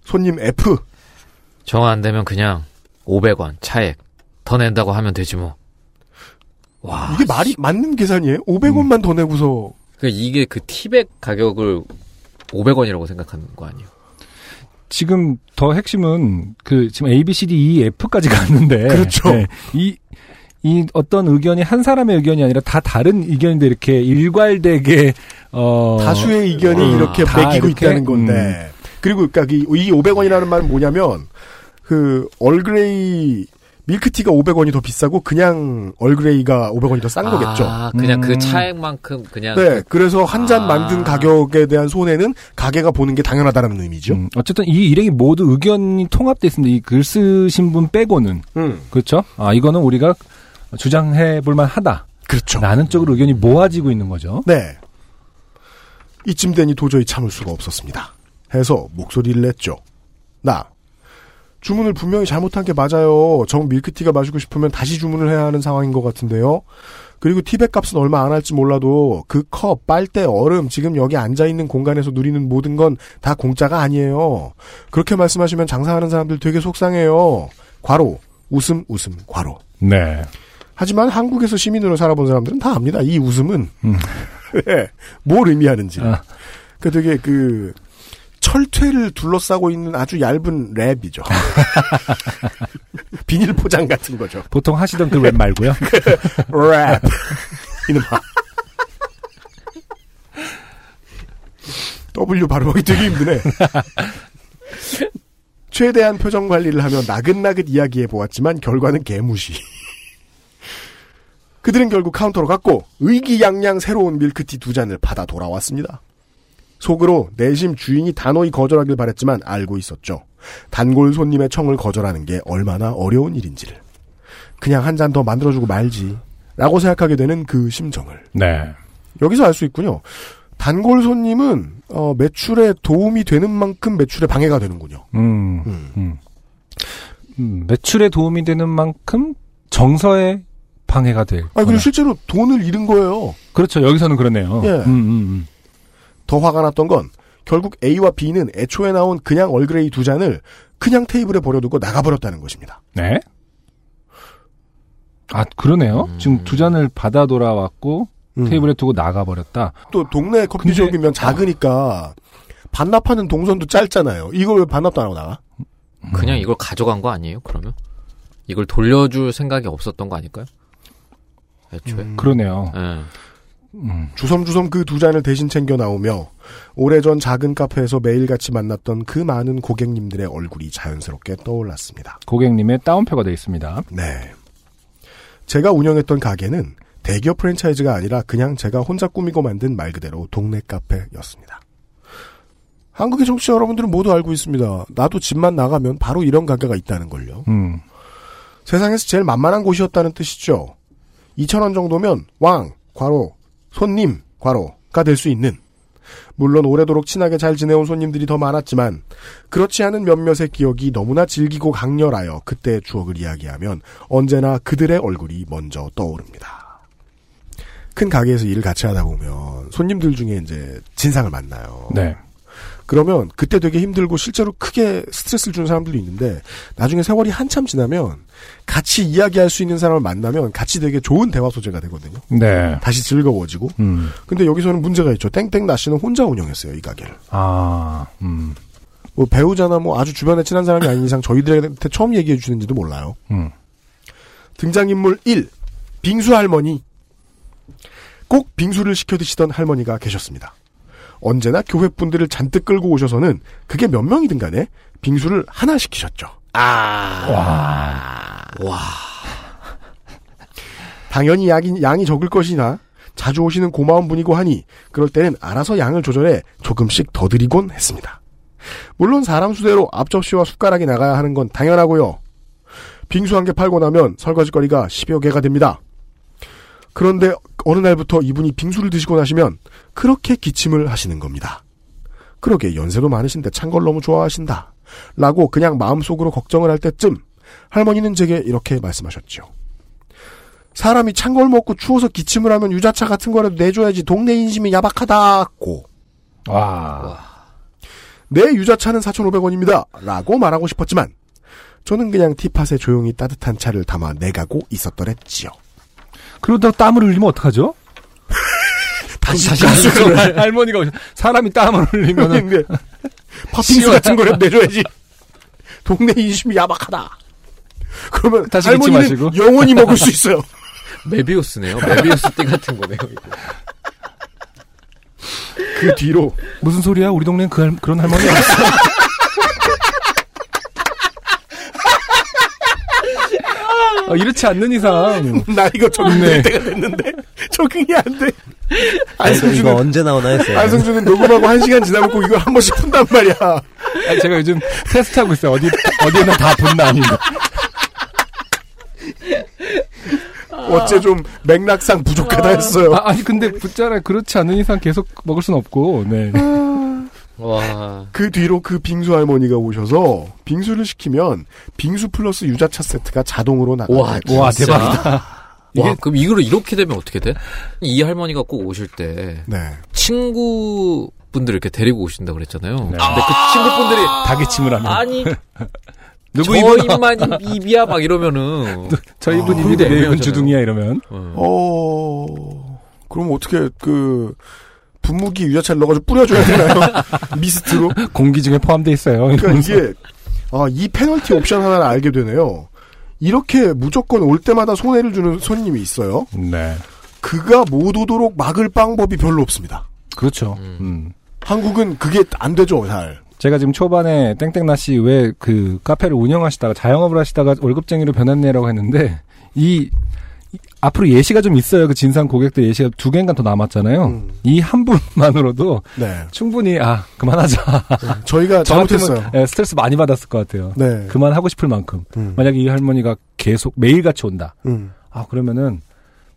손님 F. 정화 안 되면 그냥 500원 차액 더 낸다고 하면 되지 뭐. 와 아, 이게 말이 맞는 계산이에요? 음. 500원만 더 내고서. 그 이게 그 티백 가격을 500원이라고 생각하는 거 아니에요? 지금 <laughs> 더 핵심은 그 지금 A B C D E F까지 갔는데. 그렇죠. 이 이 어떤 의견이 한 사람의 의견이 아니라 다 다른 의견인데 이렇게 일괄되게 어 다수의 의견이 음, 이렇게 다 매기고 이렇게? 음. 있다는 건데. 그리고 그러니까 이, 이 500원이라는 말은 뭐냐면 그 얼그레이 밀크티가 500원이 더 비싸고 그냥 얼그레이가 500원이 더 싼 거겠죠. 아, 그냥 음. 그 차액만큼 그냥 네, 그래서 한 잔 아. 만든 가격에 대한 손해는 가게가 보는 게 당연하다는 의미죠. 음, 어쨌든 이 일행이 모두 의견이 통합돼 있습니다. 이 글 쓰신 분 빼고는 음, 그렇죠. 아 이거는 우리가 주장해 볼만 하다. 그렇죠. 라는 쪽으로 의견이 모아지고 있는 거죠. 네. 이쯤 되니 도저히 참을 수가 없었습니다. 해서 목소리를 냈죠. 나. 주문을 분명히 잘못한 게 맞아요. 정 밀크티가 마시고 싶으면 다시 주문을 해야 하는 상황인 것 같은데요. 그리고 티백 값은 얼마 안 할지 몰라도 그 컵, 빨대, 얼음, 지금 여기 앉아있는 공간에서 누리는 모든 건 다 공짜가 아니에요. 그렇게 말씀하시면 장사하는 사람들 되게 속상해요. 과로. 웃음, 웃음, 과로. 네. 하지만 한국에서 시민으로 살아본 사람들은 다 압니다. 이 웃음은 <laughs> 음. 예, 뭘 의미하는지. 아. 그 되게 그 철퇴를 둘러싸고 있는 아주 얇은 <laughs> 랩이죠. <laughs> 비닐 포장 같은 거죠. 보통 하시던 그 웹 <laughs> 말고요. 랩. <laughs> 이놈아. W 발음하기 되게 힘드네. 최대한 표정 관리를 하며 나긋나긋 이야기해 보았지만 결과는 개무시. 그들은 결국 카운터로 갔고 의기양양 새로운 밀크티 두 잔을 받아 돌아왔습니다. 속으로 내심 주인이 단호히 거절하길 바랬지만 알고 있었죠. 단골 손님의 청을 거절하는 게 얼마나 어려운 일인지를. 그냥 한 잔 더 만들어주고 말지. 라고 생각하게 되는 그 심정을. 네. 여기서 알 수 있군요. 단골 손님은 어, 매출에 도움이 되는 만큼 매출에 방해가 되는군요. 음. 음. 음. 음, 매출에 도움이 되는 만큼 정서에 방해가 될. 아 그리고 거나. 실제로 돈을 잃은 거예요. 그렇죠. 여기서는 그러네요. 예. 음, 음, 더 화가 났던 건 결국 A와 B는 애초에 나온 그냥 얼그레이 두 잔을 그냥 테이블에 버려두고 나가버렸다는 것입니다. 음. 네. 아, 그러네요. 음. 지금 두 잔을 받아 돌아왔고, 테이블에 두고 나가버렸다. 또 동네 커피숍이면 작으니까 반납하는 동선도 짧잖아요. 이걸 왜 반납도 안 하고 나가? 음. 그냥 이걸 가져간 거 아니에요? 그러면 이걸 돌려줄 생각이 없었던 거 아닐까요? 애초에. 음. 그러네요. 예. 음. 주섬주섬 그 두 잔을 대신 챙겨 나오며 오래전 작은 카페에서 매일같이 만났던 그 많은 고객님들의 얼굴이 자연스럽게 떠올랐습니다. 고객님의 다운표가 되어 있습니다. 네. 제가 운영했던 가게는 대기업 프랜차이즈가 아니라 그냥 제가 혼자 꾸미고 만든 말 그대로 동네 카페였습니다. 한국의 정치 여러분들은 모두 알고 있습니다. 나도 집만 나가면 바로 이런 가게가 있다는 걸요. 음. 세상에서 제일 만만한 곳이었다는 뜻이죠. 2,000원 정도면 왕, 과로, 손님, 과로가 될 수 있는. 물론 오래도록 친하게 잘 지내온 손님들이 더 많았지만 그렇지 않은 몇몇의 기억이 너무나 질기고 강렬하여 그때의 추억을 이야기하면 언제나 그들의 얼굴이 먼저 떠오릅니다. 큰 가게에서 일을 같이 하다 보면 손님들 중에 이제 진상을 만나요. 네. 그러면 그때 되게 힘들고 실제로 크게 스트레스를 주는 사람들도 있는데 나중에 세월이 한참 지나면 같이 이야기할 수 있는 사람을 만나면 같이 되게 좋은 대화 소재가 되거든요. 네. 다시 즐거워지고. 음. 근데 여기서는 문제가 있죠. 땡땡 나 씨는 혼자 운영했어요, 이 가게를. 아, 음. 뭐 배우자나 뭐 아주 주변에 친한 사람이 아닌 이상 저희들한테 처음 얘기해 주시는지도 몰라요. 음. 등장인물 1. 빙수 할머니. 꼭 빙수를 시켜 드시던 할머니가 계셨습니다. 언제나 교회 분들을 잔뜩 끌고 오셔서는 그게 몇 명이든 간에 빙수를 하나 시키셨죠. 당연히 양이, 양이 적을 것이나 자주 오시는 고마운 분이고 하니 그럴 때는 알아서 양을 조절해 조금씩 더 드리곤 했습니다. 물론 사람 수대로 앞접시와 숟가락이 나가야 하는 건 당연하고요. 빙수 한 개 팔고 나면 설거지거리가 10여 개가 됩니다. 그런데 어느 날부터 이분이 빙수를 드시고 나시면 그렇게 기침을 하시는 겁니다. 그러게 연세도 많으신데 찬 걸 너무 좋아하신다. 라고 그냥 마음속으로 걱정을 할 때쯤 할머니는 제게 이렇게 말씀하셨죠. 사람이 찬 걸 먹고 추워서 기침을 하면 유자차 같은 거라도 내줘야지 동네 인심이 야박하다고. 와. 내 유자차는 4,500원입니다. 라고 말하고 싶었지만 저는 그냥 티팟에 조용히 따뜻한 차를 담아 내가고 있었더랬지요. 그러다 땀을 흘리면 어떡하죠? 다시 <laughs> 할머니가 오셔. 사람이 땀을 <laughs> 흘리면 형님들 팥빙수 네. 같은 거라도 내줘야지. 동네 인심이 야박하다. 그러면 다시 믿지 할머니는 마시고. <laughs> 영원히 먹을 수 있어요. 메비우스네요. 메비우스 띠 같은 거네요. 그 뒤로 무슨 소리야? 우리 동네는 그 할- 그런 할머니 없어. 아, 이렇지 않는 이상 <laughs> 나 이거 네. 적응될 때가 됐는데 <laughs> 적응이 안 돼. 아이고, 이거 안승준은 언제 나오나 했어요. 안승준은 녹음하고 한 시간 지나면 꼭 이걸 한 번씩 푼단 말이야. 아, 제가 요즘 테스트하고 있어요. 어디 어디에나 다 본다 아닌가. 어째 좀 맥락상 부족하다 했어요. 아, 아니 근데 붙잖아 그렇지 않는 이상 계속 먹을 순 없고. 네. 와. 그 뒤로 그 빙수 할머니가 오셔서 빙수를 시키면 빙수 플러스 유자차 세트가 자동으로 나가요. 와, 와, 진짜. 이게- 와, 그럼 이걸로 이렇게 되면 어떻게 돼? 이 할머니가 꼭 오실 때 네. 친구분들 이렇게 데리고 오신다 고 그랬잖아요. 근데 그 친구분들이 다기침을 하면. 아니 누구 저 입은 입만 입이야 막 이러면은 저 입은 아, 입이 네 내 입은 애매하잖아요. 주둥이야 이러면. 어. 어, 그럼 어떻게 그 분무기 유자차를 넣어가지고 뿌려줘야 되나요? <laughs> 미스트로? 공기 중에 포함돼 있어요. 그러니까 이러면서. 이게 아, 이 페널티 옵션 하나를 알게 되네요. 이렇게 무조건 올 때마다 손해를 주는 손님이 있어요. 네. 그가 못 오도록 막을 방법이 별로 없습니다. 그렇죠. 음. 음. 한국은 그게 안 되죠, 잘. 제가 지금 초반에 땡땡나 씨 왜 그 카페를 운영하시다가 자영업을 하시다가 월급쟁이로 변했네라고 했는데 이, 이- 앞으로 예시가 좀 있어요. 그 진상 고객들 예시가 두 개인가 더 남았잖아요. 음. 이 한 분만으로도 네. 충분히 아 그만하자. 저희가 저 같으면, 잘못했어요. 예, 스트레스 많이 받았을 것 같아요. 네. 그만하고 싶을 만큼 음. 만약에 이 할머니가 계속 매일같이 온다. 음. 아 그러면은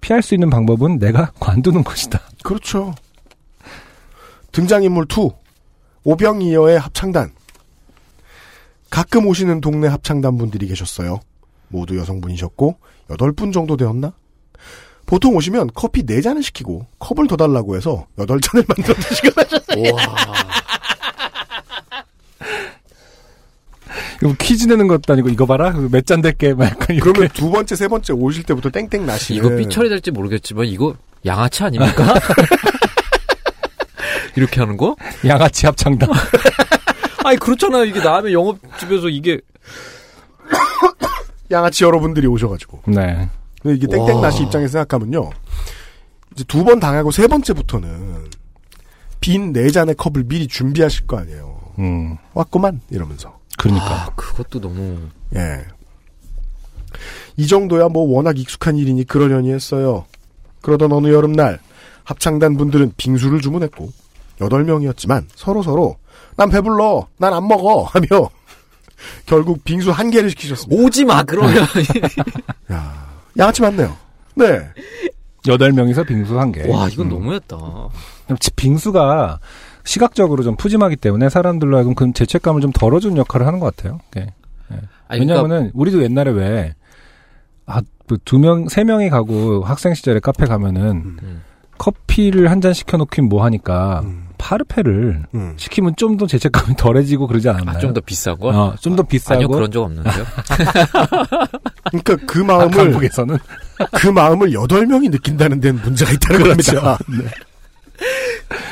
피할 수 있는 방법은 내가 <laughs> 관두는 것이다. 그렇죠. 등장인물 2. 오병이어의 합창단. 가끔 오시는 동네 합창단 분들이 계셨어요. 모두 여성분이셨고, 8분 정도 되었나? 보통 오시면 커피 4잔을 시키고, 컵을 더 달라고 해서 8잔을 <laughs> 만들어 드시거나. 이거 퀴즈 내는 것도 아니고 이거 봐라 그 몇 잔 될게 막 약간 이렇게. 그러면 두 번째, 세 번째 오실 때부터 땡땡 나시는. 이거 삐처리 될지 모르겠지만 이거 양아치 아닙니까? <laughs> 이렇게 하는 거? 양아치 <laughs> 합창단. 아니 그렇잖아요. 이게 남의 영업집에서 이게 양아치 여러분들이 오셔가지고. 네. 근데 이게 땡땡 와. 나시 입장에서 생각하면요. 이제 두 번 당하고 세 번째부터는 빈 네 잔의 컵을 미리 준비하실 거 아니에요. 음. 왔구만 이러면서 그러니까. 아 그것도 너무 예. 이 정도야 뭐 워낙 익숙한 일이니 그러려니 했어요. 그러던 어느 여름날 합창단 분들은 빙수를 주문했고 여덟 명이었지만 서로 서로 난 배불러 난 안 먹어 <laughs> 하며 결국 빙수 한 개를 시키셨습니다. 오지 마 그러면 야, 양아치 맞네요. 네, 여덟 명이서 빙수 한 개. 와 이건 음. 너무했다. 그럼 치- 빙수가 시각적으로 좀 푸짐하기 때문에 사람들로 하여금 그 죄책감을 좀 덜어주는 역할을 하는 것 같아요. 예. 아니, 그러니까 왜냐하면은 우리도 옛날에 왜 아, 뭐두 명, 세 명이 가고 학생 시절에 카페 가면은 음. 커피를 한 잔 시켜놓긴 뭐 하니까 파르페를 음. 시키면 좀 더 죄책감이 덜해지고 그러지 않았나요? 아, 좀 더 비싼 거? 어, 좀더 비싸고 아니요 그런 적 없는데요. 그러니까 그 아, 마음을 한국에서는 그 마음을 여덟 명이 느낀다는 데는 문제가 있다는 겁니다. <laughs>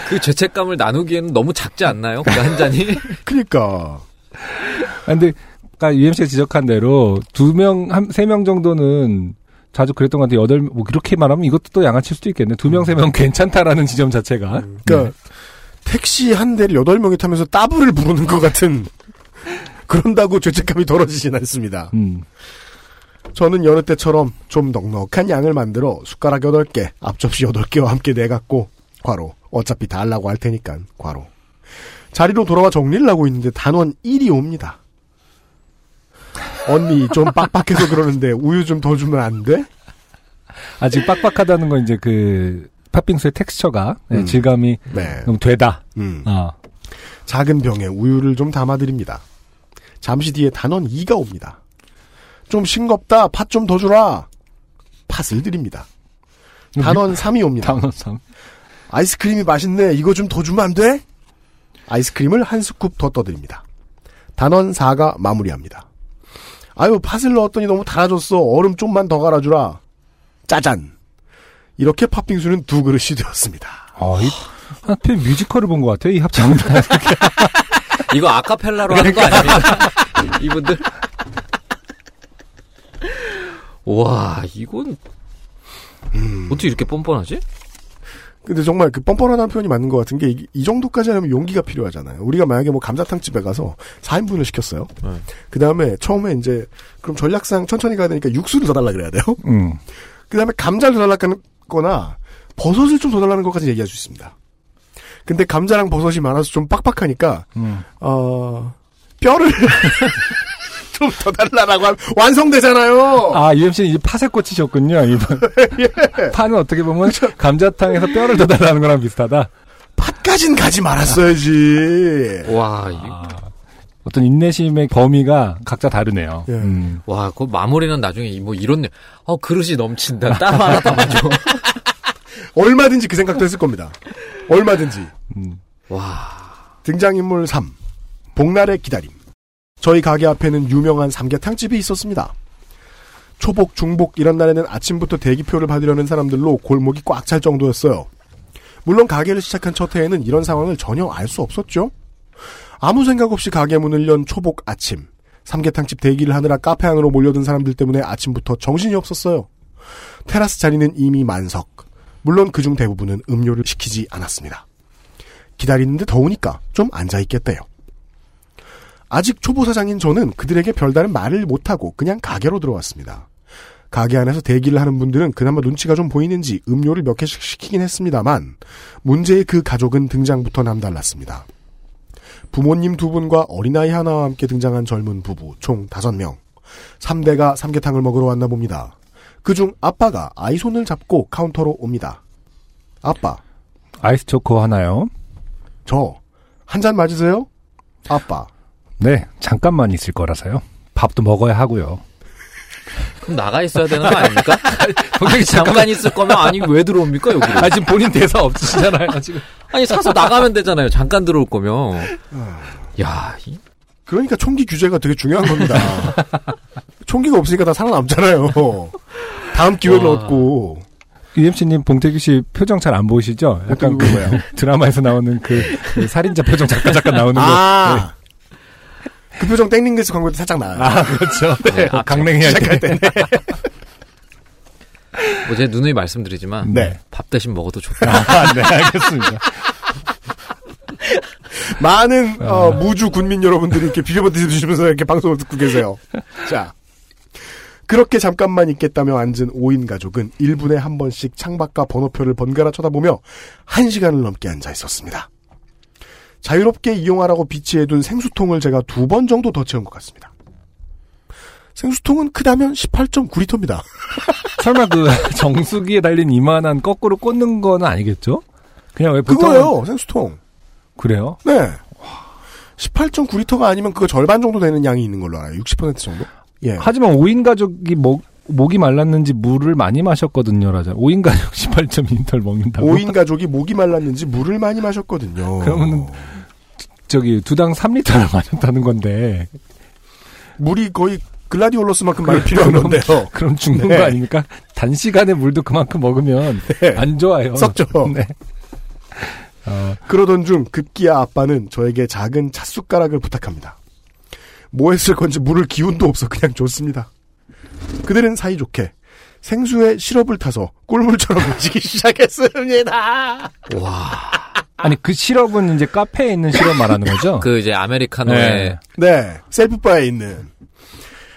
그 죄책감을 나누기에는 너무 작지 않나요? 그 한 잔이? 그러니까 아, 근데 아까 UMC가 지적한 대로 두 명, 한 세 명 정도는 자주 그랬던 것 같아요. 여덟 뭐 이렇게 말하면 이것도 또 양아칠 수도 있겠네. 두 명, 세 명 괜찮다라는 지점 자체가. 네. 그러니까 택시 한 대를 여덟 명이 타면서 따블을 부르는 것 같은 <laughs> 그런다고 죄책감이 덜어지진 않습니다. 음. 저는 여느 때처럼 좀 넉넉한 양을 만들어 숟가락 8개, 앞접시 8개와 함께 내갖고 과로 어차피 다 달라고 할 테니까 과로 자리로 돌아와 정리를 하고 있는데 단원 1이 옵니다. 언니 좀 빡빡해서 그러는데 우유 좀 더 주면 안 돼? 아직 빡빡하다는 건 이제 그 팥빙수의 텍스처가 네, 음. 질감이 네. 너무 되다. 음. 아, 작은 병에 우유를 좀 담아드립니다. 잠시 뒤에 단원 2가 옵니다. 좀 싱겁다. 팥 좀 더 주라. 팥을 드립니다. 단원 3이 옵니다. 단원 삼. 아이스크림이 맛있네. 이거 좀 더 주면 안 돼? 아이스크림을 한 스쿱 더 떠드립니다. 단원 4가 마무리합니다. 아유, 팥을 넣었더니 너무 달아졌어. 얼음 좀만 더 갈아주라. 짜잔. 이렇게 팥빙수는 두 그릇이 되었습니다. 아, 이, 하필 뮤지컬을 본 것 같아요. 이 합창단. <laughs> <laughs> 이거 아카펠라로 하는 거 아니에요? <laughs> 이분들. 와, 이건 어떻게 이렇게 뻔뻔하지? 근데 정말 그 뻔뻔하다는 표현이 맞는 것 같은 게, 이, 이 정도까지 하려면 용기가 필요하잖아요. 우리가 만약에 뭐 감자탕집에 가서 4인분을 시켰어요. 네. 그 다음에 처음에 이제, 그럼 전략상 천천히 가야 되니까 육수를 더 달라 그래야 돼요. <laughs> 음. 그 다음에 감자를 더 달라거나, 버섯을 좀 더 달라는 것까지 얘기할 수 있습니다. 근데 감자랑 버섯이 많아서 좀 빡빡하니까, 음. 어, 뼈를 <laughs> 좀 더 달라라고 하면 완성되잖아요! 아, UMC는 이제 팥에 꽂히셨군요, <laughs> 이번. 예. 파는 어떻게 보면 감자탕에서 뼈를 더 달라는 거랑 비슷하다. 팥까진 가지 말았어야지. 와, 이- 어떤 인내심의 범위가 각자 다르네요. 예. 음. 와, 그 마무리는 나중에 이- 뭐 이런, 일- 어, 그릇이 넘친다. 따로 하나 <laughs> 담아줘. 얼마든지 그 생각도 했을 겁니다. 얼마든지. 와, 등장인물 3. 복날의 기다림. 저희 가게 앞에는 유명한 삼계탕집이 있었습니다. 초복, 중복 이런 날에는 아침부터 대기표를 받으려는 사람들로 골목이 꽉 찰 정도였어요. 물론 가게를 시작한 첫 해에는 이런 상황을 전혀 알 수 없었죠. 아무 생각 없이 가게 문을 연 초복 아침. 삼계탕집 대기를 하느라 카페 안으로 몰려든 사람들 때문에 아침부터 정신이 없었어요. 테라스 자리는 이미 만석. 물론 그중 대부분은 음료를 시키지 않았습니다. 기다리는데 더우니까 좀 앉아있겠대요. 아직 초보 사장인 저는 그들에게 별다른 말을 못하고 그냥 가게로 들어왔습니다. 가게 안에서 대기를 하는 분들은 그나마 눈치가 좀 보이는지 음료를 몇 개씩 시키긴 했습니다만 문제의 그 가족은 등장부터 남달랐습니다. 부모님 두 분과 어린아이 하나와 함께 등장한 젊은 부부 총 다섯 명. 3대가 삼계탕을 먹으러 왔나 봅니다. 그중 아빠가 아이 손을 잡고 카운터로 옵니다. 아빠, 아이스 초코 하나요? 저, 한 잔 맞으세요? 아빠. 네, 잠깐만 있을 거라서요. 밥도 먹어야 하고요. 그럼 나가 있어야 되는 거 <laughs> 아닙니까? 거기 잠깐 있을 거면 아니, 왜 들어옵니까, 여기로? 아, 지금 본인 대사 없으시잖아요, <laughs> 지금. 아니, 사서 나가면 되잖아요. 잠깐 들어올 거면. 야, 이- 그러니까 총기 규제가 되게 중요한 겁니다. 총기가 없으니까 다 살아남잖아요. 다음 기회를 와. 얻고. UMC님, 봉태규 씨 표정 잘 안 보이시죠? 약간 그 누구예요? 드라마에서 나오는 그, 그 살인자 표정 잠깐 잠깐 나오는 아! 그 표정 땡링글스 광고 때 살짝 나요. 거. 그렇죠. 네, 아, 강냉이 할 때. 어제 누누이 말씀드리지만. 네. 밥 대신 먹어도 <laughs> 좋다. 아, 네, 알겠습니다. 많은 아. 어, 무주 군민 여러분들이 이렇게 비벼버 드시면서 이렇게 방송을 듣고 계세요. 자. 그렇게 잠깐만 있겠다며 앉은 5인 가족은 1분에 한 번씩 창밖과 번호표를 번갈아 쳐다보며 1시간을 넘게 앉아 있었습니다. 자유롭게 이용하라고 비치해둔 생수통을 제가 두 번 정도 더 채운 것 같습니다. 생수통은 크다면 18.9리터입니다. 설마 그 정수기에 달린 이만한 거꾸로 꽂는 거는 아니겠죠? 그냥 왜 보통. 그거예요, 생수통. 그래요? 네. 18.9리터가 아니면 그거 절반 정도 되는 양이 있는 걸로 알아요. 60% 정도? 예. 하지만 5인 가족이 목, 목이 말랐는지 물을 많이 마셨거든요, 라자. 5인 가족 <laughs> 18.2리터를 먹는다고. 5인 가족이 목이 말랐는지 물을 많이 마셨거든요. 아, 뭐 그러면은- 저기, 두당 3리터를 마셨다는 건데. 물이 거의 글라디올러스만큼 많이 <laughs> 필요한 그럼- 건데요. 그럼 죽는 네. 거 아닙니까? 단시간에 물도 그만큼 먹으면 안 좋아요. 썩죠. <laughs> 네. 어, 그러던 중 급기야 아빠는 저에게 작은 찻숟가락을 부탁합니다. 뭐 했을 건지 물을 기운도 없어 그냥 줬습니다. 그들은 사이좋게 생수에 시럽을 타서 꿀물처럼 <laughs> 마시기 시작했습니다. 와. 아니, 그 시럽은 이제 카페에 있는 시럽 말하는 거죠? 그 이제 아메리카노에 네. 네, 셀프바에 있는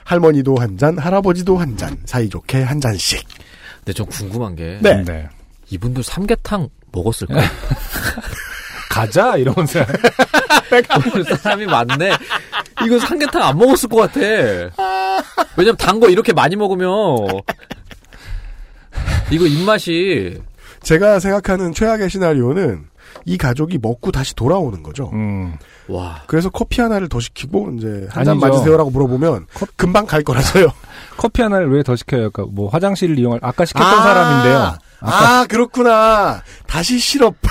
할머니도 한 잔, 할아버지도 한 잔, 사이좋게 한 잔씩. 근데 좀 궁금한 게 네. 이분들 삼계탕 먹었을까? 네. <laughs> 가자, 이러면서. <laughs> 요 사람이 많네. 이거 삼계탕 안 먹었을 것 같아. 왜냐면 단 거 이렇게 많이 먹으면 이거 입맛이 제가 생각하는 최악의 시나리오는 이 가족이 먹고 다시 돌아오는 거죠. 음. 와. 그래서 커피 하나를 더 시키고 이제 한 잔 아니죠. 맞으세요라고 물어보면 금방 갈 거라서요. 커피 하나를 왜 더 시켜요? 그러니까 뭐 화장실을 이용할 아까 <laughs> 시켰던 사람인데요. 아 그렇구나. 다시 시럽. <laughs>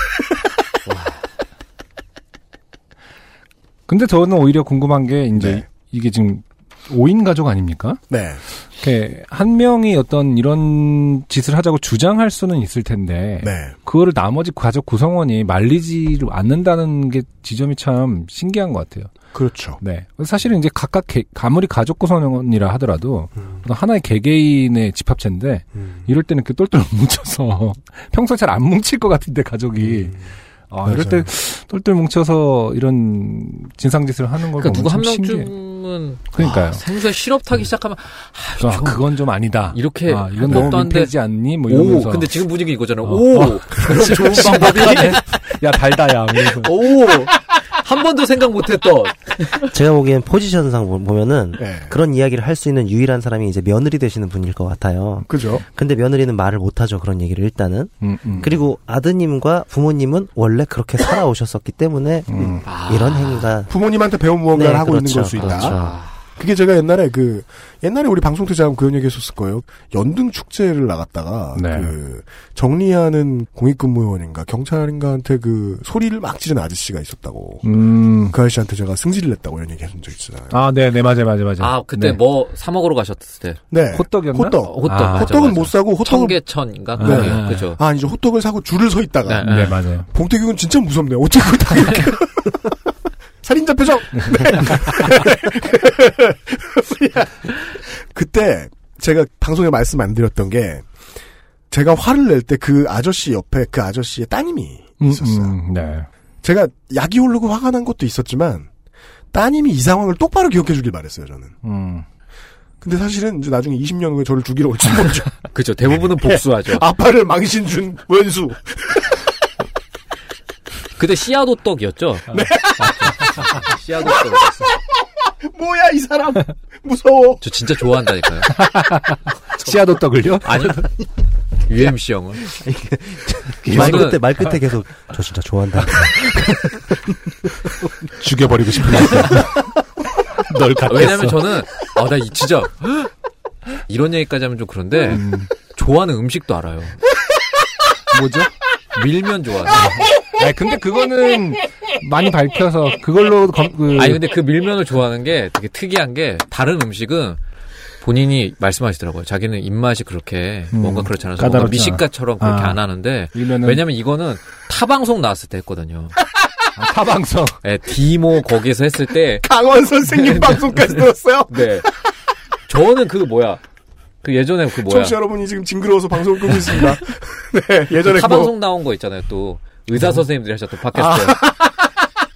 근데 저는 오히려 궁금한 게 이제 네. 이게 지금 5인 가족 아닙니까? 네. 이렇게 한 명이 어떤 이런 짓을 하자고 주장할 수는 있을 텐데 네. 그거를 나머지 가족 구성원이 말리지 않는다는 게 지점이 참 신기한 것 같아요. 그렇죠. 네. 사실은 이제 각각 개, 아무리 가족 구성원이라 하더라도 음. 어떤 하나의 개개인의 집합체인데 이럴 때는 이렇게 똘똘 <laughs> 뭉쳐서 평소에 잘 안 뭉칠 것 같은데 가족이 아, 이럴 때 음. 맞아요. 똘똘 뭉쳐서 이런 진상짓을 하는 걸 그러니까 누구 한 보면 참 신기해. 명쯤은 그러니까요. 음. 아, 생수에 시럽 타기 시작하면 아, 그건 좀 아니다. 이렇게 아, 이건 할 것도 너무 안 돼. 민폐지 않니? 뭐 오, 이러면서. 근데 지금 분위기 이거잖아. 어. 오, 어. 그럼 <laughs> 좋은 방법이네. 어. 야 달다야. 뭐 이러면서. 오, 한 번도 생각 못했던. 네. 제가 보기엔 포지션상 보- 보면은 네. 그런 이야기를 할 수 있는 유일한 사람이 이제 며느리 되시는 분일 것 같아요. 그죠. 근데 며느리는 말을 못하죠. 그런 얘기를 일단은. 음, 음. 그리고 아드님과 부모님은 원래 그렇게 살아오셨었기 때문에 음. 이런 행위가 부모님한테 배운 무언가를 네, 하고 그렇죠. 있는 걸 수 있다. 그렇죠. 그게 제가 옛날에 그 옛날에 우리 방송 때제가 그런 얘기 했었을 거예요. 연등 축제를 나갔다가 네. 그 정리하는 공익근무원인가 경찰인가한테 그 소리를 막 지른 아저씨가 있었다고. 음. 그 아저씨한테 제가 승질을 냈다고 이런 얘기 해준 적 있잖아요. 아, 네, 네, 맞아요, 맞아요, 맞아요. 아, 그때 네. 뭐 사먹으러 가셨을 때 네. 호떡이었나? 호떡. 호떡, 아, 맞아, 호떡은 맞아. 못 사고 호떡은 청계천인가 네. 거기 아, 그죠. 아 아니죠 호떡을 사고 줄을 서 있다가 네. 네, 맞아요. 봉태규는 진짜 무섭네. 요 어쩌고 다 <laughs> 이렇게 살인자 표정. 네. <laughs> 그때 제가 방송에 말씀 안 드렸던 게 제가 화를 낼 때 그 아저씨 옆에 그 아저씨의 따님이 음, 있었어요. 음, 네. 제가 약이 오르고 화가 난 것도 있었지만 따님이 이 상황을 똑바로 기억해 주길 바랬어요. 저는. 음. 근데 사실은 이제 나중에 20년 후에 저를 죽이러 올지 모르죠. 그죠. 대부분은 복수하죠. 네. 아빠를 망신 준 원수. 그때 씨앗 호떡이었죠. 네. 네. <laughs> 씨앗 호떡. 뭐야 이 사람 무서워. 저 진짜 좋아한다니까요. <laughs> 씨앗 호떡을요? 아니 UMC 형은 말 저는- 끝에 말 끝에 계속 <laughs> 저 진짜 <laughs> 좋아한다. 죽여버리고 싶은데. 널 갖겠어. 왜냐면 저는 아 나 진짜 이런 얘기까지 하면 좀 그런데 좋아하는 음식도 알아요. 음. 뭐죠? 밀면 좋아해요. 아, 근데 그거는 많이 밝혀서 그걸로 검, 그, 아니 근데 그 밀면을 좋아하는 게 되게 특이한 게 다른 음식은 본인이 말씀하시더라고요. 자기는 입맛이 그렇게 음, 뭔가 그렇잖아요. 그래서 뭔가 까다롭잖아. 미식가처럼 그렇게 아. 안 하는데 이면은- 왜냐면 이거는 타방송 나왔을 때 했거든요. <laughs> 아, 타방송. 예, 디모 거기에서 했을 때 강원 <laughs> 선생님 방송까지 들었어요. 네. 저는 그 뭐야 그 예전에 그 뭐야 청취자 여러분이 지금 징그러워서 방송을 끄고 <laughs> 있습니다. 네, 예전에 그 타방송 뭐, 나온 거 있잖아요. 또 의사 선생님들이 하셨던 팟캐스트. 아.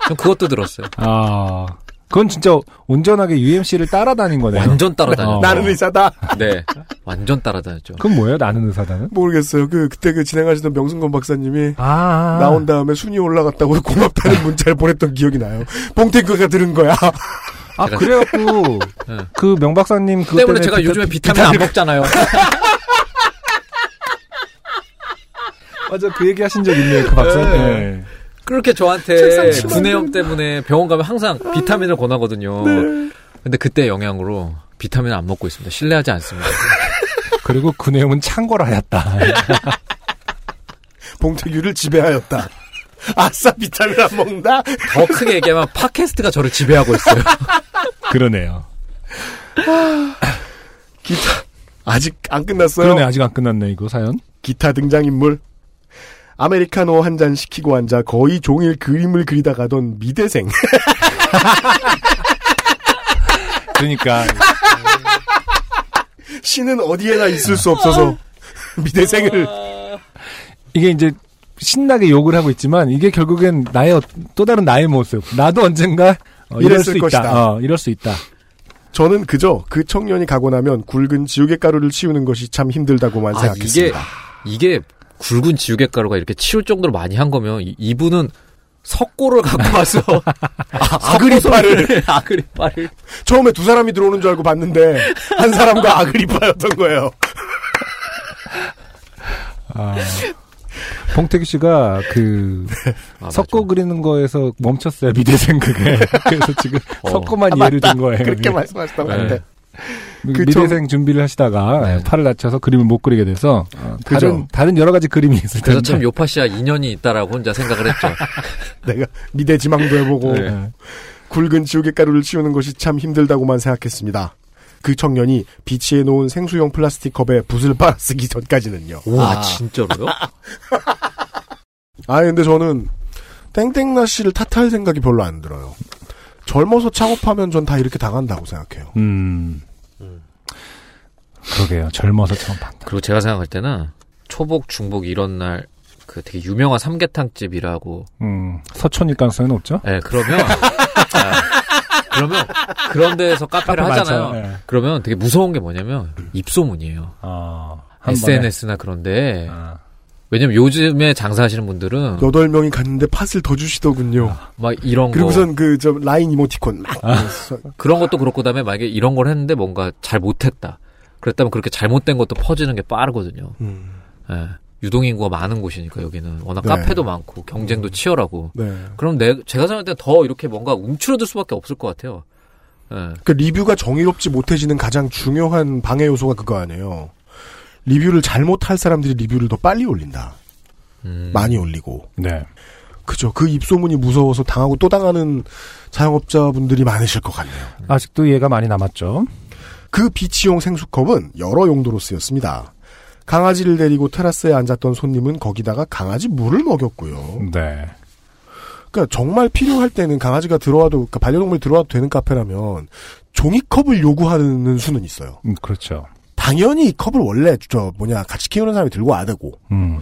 전 그것도 들었어요. 아. 그건 진짜 온전하게 UMC를 따라다닌 거네요. 완전 따라다녔죠. 어. 나는 의사다. 네, 완전 따라다녔죠. 그건 뭐예요? 나는 의사다는? 모르겠어요. 그 그때 그 진행하시던 명승건 박사님이 아, 아. 아. 나온 다음에 순위 올라갔다고 고맙다는 문자를 보냈던 기억이 나요. 봉태그가 들은 거야. <laughs> 아, <laughs> 그래갖고, 응. 그 명박사님 그것 네. 때문에 제가 요즘에 비타민 안 먹잖아요. 맞아, 그 얘기 하신 적 있네요, 그 박사님. 네. 네. <laughs> 그렇게 저한테 구내염 때문에 병원 가면 항상 아. 비타민을 권하거든요. 네. 근데 그때 영향으로 비타민 안 먹고 있습니다. 신뢰하지 않습니다. 그리고 그 내용은 창궐하였다. <laughs> 봉태규를 지배하였다. 아싸 비타민 안 먹나? 더 크게 얘기하면 팟캐스트가 저를 지배하고 있어요. <laughs> 그러네요. 기타 아직 안 끝났어요. 그러네, 아직 안 끝났네, 이거 사연. 기타 등장인물. 아메리카노 한 잔 시키고 앉아 거의 종일 그림을 그리다 가던 미대생. 그러니까, 신은 어디에나 있을 수 없어서 <laughs> 미대생을 이게 이제 신나게 욕을 하고 있지만, 이게 결국엔 나의, 어- 또 다른 나의 모습. 나도 언젠가, 어, 이럴 이랬을 수 것이다. 있다. 어, 이럴 수 있다. 저는 그저 그 청년이 가고 나면 굵은 지우개 가루를 치우는 것이 참 힘들다고만 아, 이게 생각했습니다. 이게 굵은 지우개 가루가 이렇게 치울 정도로 많이 한 거면 이, 분은 석고를 갖고 <laughs> 와서 아, 아그리파를. <laughs> 아그리파를 처음에 두 사람이 들어오는 줄 알고 봤는데 한 사람과 아그리파였던 거예요. 아. 봉태규 씨가 그 아, 석고 그리는 거에서 멈췄어요 미대생 그게 <laughs> 그래서 지금 어. 석고만 예를 든 거예요. 그렇게 말씀하셨다고 네. 하는데 미- 그 미대생 준비를 하시다가 네. 팔을 다쳐서 그림을 못 그리게 돼서 어, 그죠. 다른 다른 여러 가지 그림이 있을 텐데 그래서 참 요파 씨와 인연이 있다라고 혼자 생각을 했죠. 내가 미대 지망도 해보고 네. 굵은 지우개 가루를 치우는 것이 참 힘들다고만 생각했습니다. 그 청년이 비치에 놓은 생수용 플라스틱 컵에 붓을 빨아 쓰기 전까지는요. 와, 진짜로요? 아 근데 저는 땡땡나 씨를 탓할 생각이 별로 안 들어요. 젊어서 창업하면 전 다 이렇게 당한다고 생각해요. 음. 그러게요. 젊어서 처음 봤다. 그리고 제가 생각할 때는 초복, 중복 이런 날 그 되게 유명한 삼계탕집이라고. 음. 서촌일 가능성이 높죠? 예, 그러면 아, 그러면 그런 데서 카페를 카페 많죠. 하잖아요. 예. 그러면 되게 무서운 게 뭐냐면 입소문이에요. 아, 한 번에. SNS나 그런데 아, 왜냐면 요즘에 장사하시는 분들은 여덟 명이 갔는데 팥을 더 주시더군요. 막 이런 거 그리고선 그 저 라인 이모티콘 막 써- 그런 것도 그렇고 그다음에 만약에 이런 걸 했는데 뭔가 잘 못했다. 그랬다면 그렇게 잘못된 것도 퍼지는 게 빠르거든요. 음, 예. 유동인구가 많은 곳이니까 여기는 워낙 네. 카페도 많고 경쟁도 치열하고 네. 그럼 내 제가 생각할 때 더 이렇게 뭔가 움츠러들 수밖에 없을 것 같아요. 예. 그 리뷰가 정의롭지 못해지는 가장 중요한 방해 요소가 그거 아니에요. 리뷰를 잘못할 사람들이 리뷰를 더 빨리 올린다. 음. 많이 올리고. 네. 그죠. 그 입소문이 무서워서 당하고 또 당하는 자영업자분들이 많으실 것 같네요. 아직도 이해가 많이 남았죠. 그 비치용 생수컵은 여러 용도로 쓰였습니다. 강아지를 데리고 테라스에 앉았던 손님은 거기다가 강아지 물을 먹였고요. 네. 그러니까 정말 필요할 때는 강아지가 들어와도 그러니까 반려동물이 들어와도 되는 카페라면 종이컵을 요구하는 수는 있어요. 음, 그렇죠. 당연히 이 컵을 원래 저 뭐냐 같이 키우는 사람이 들고 와야 되고 음.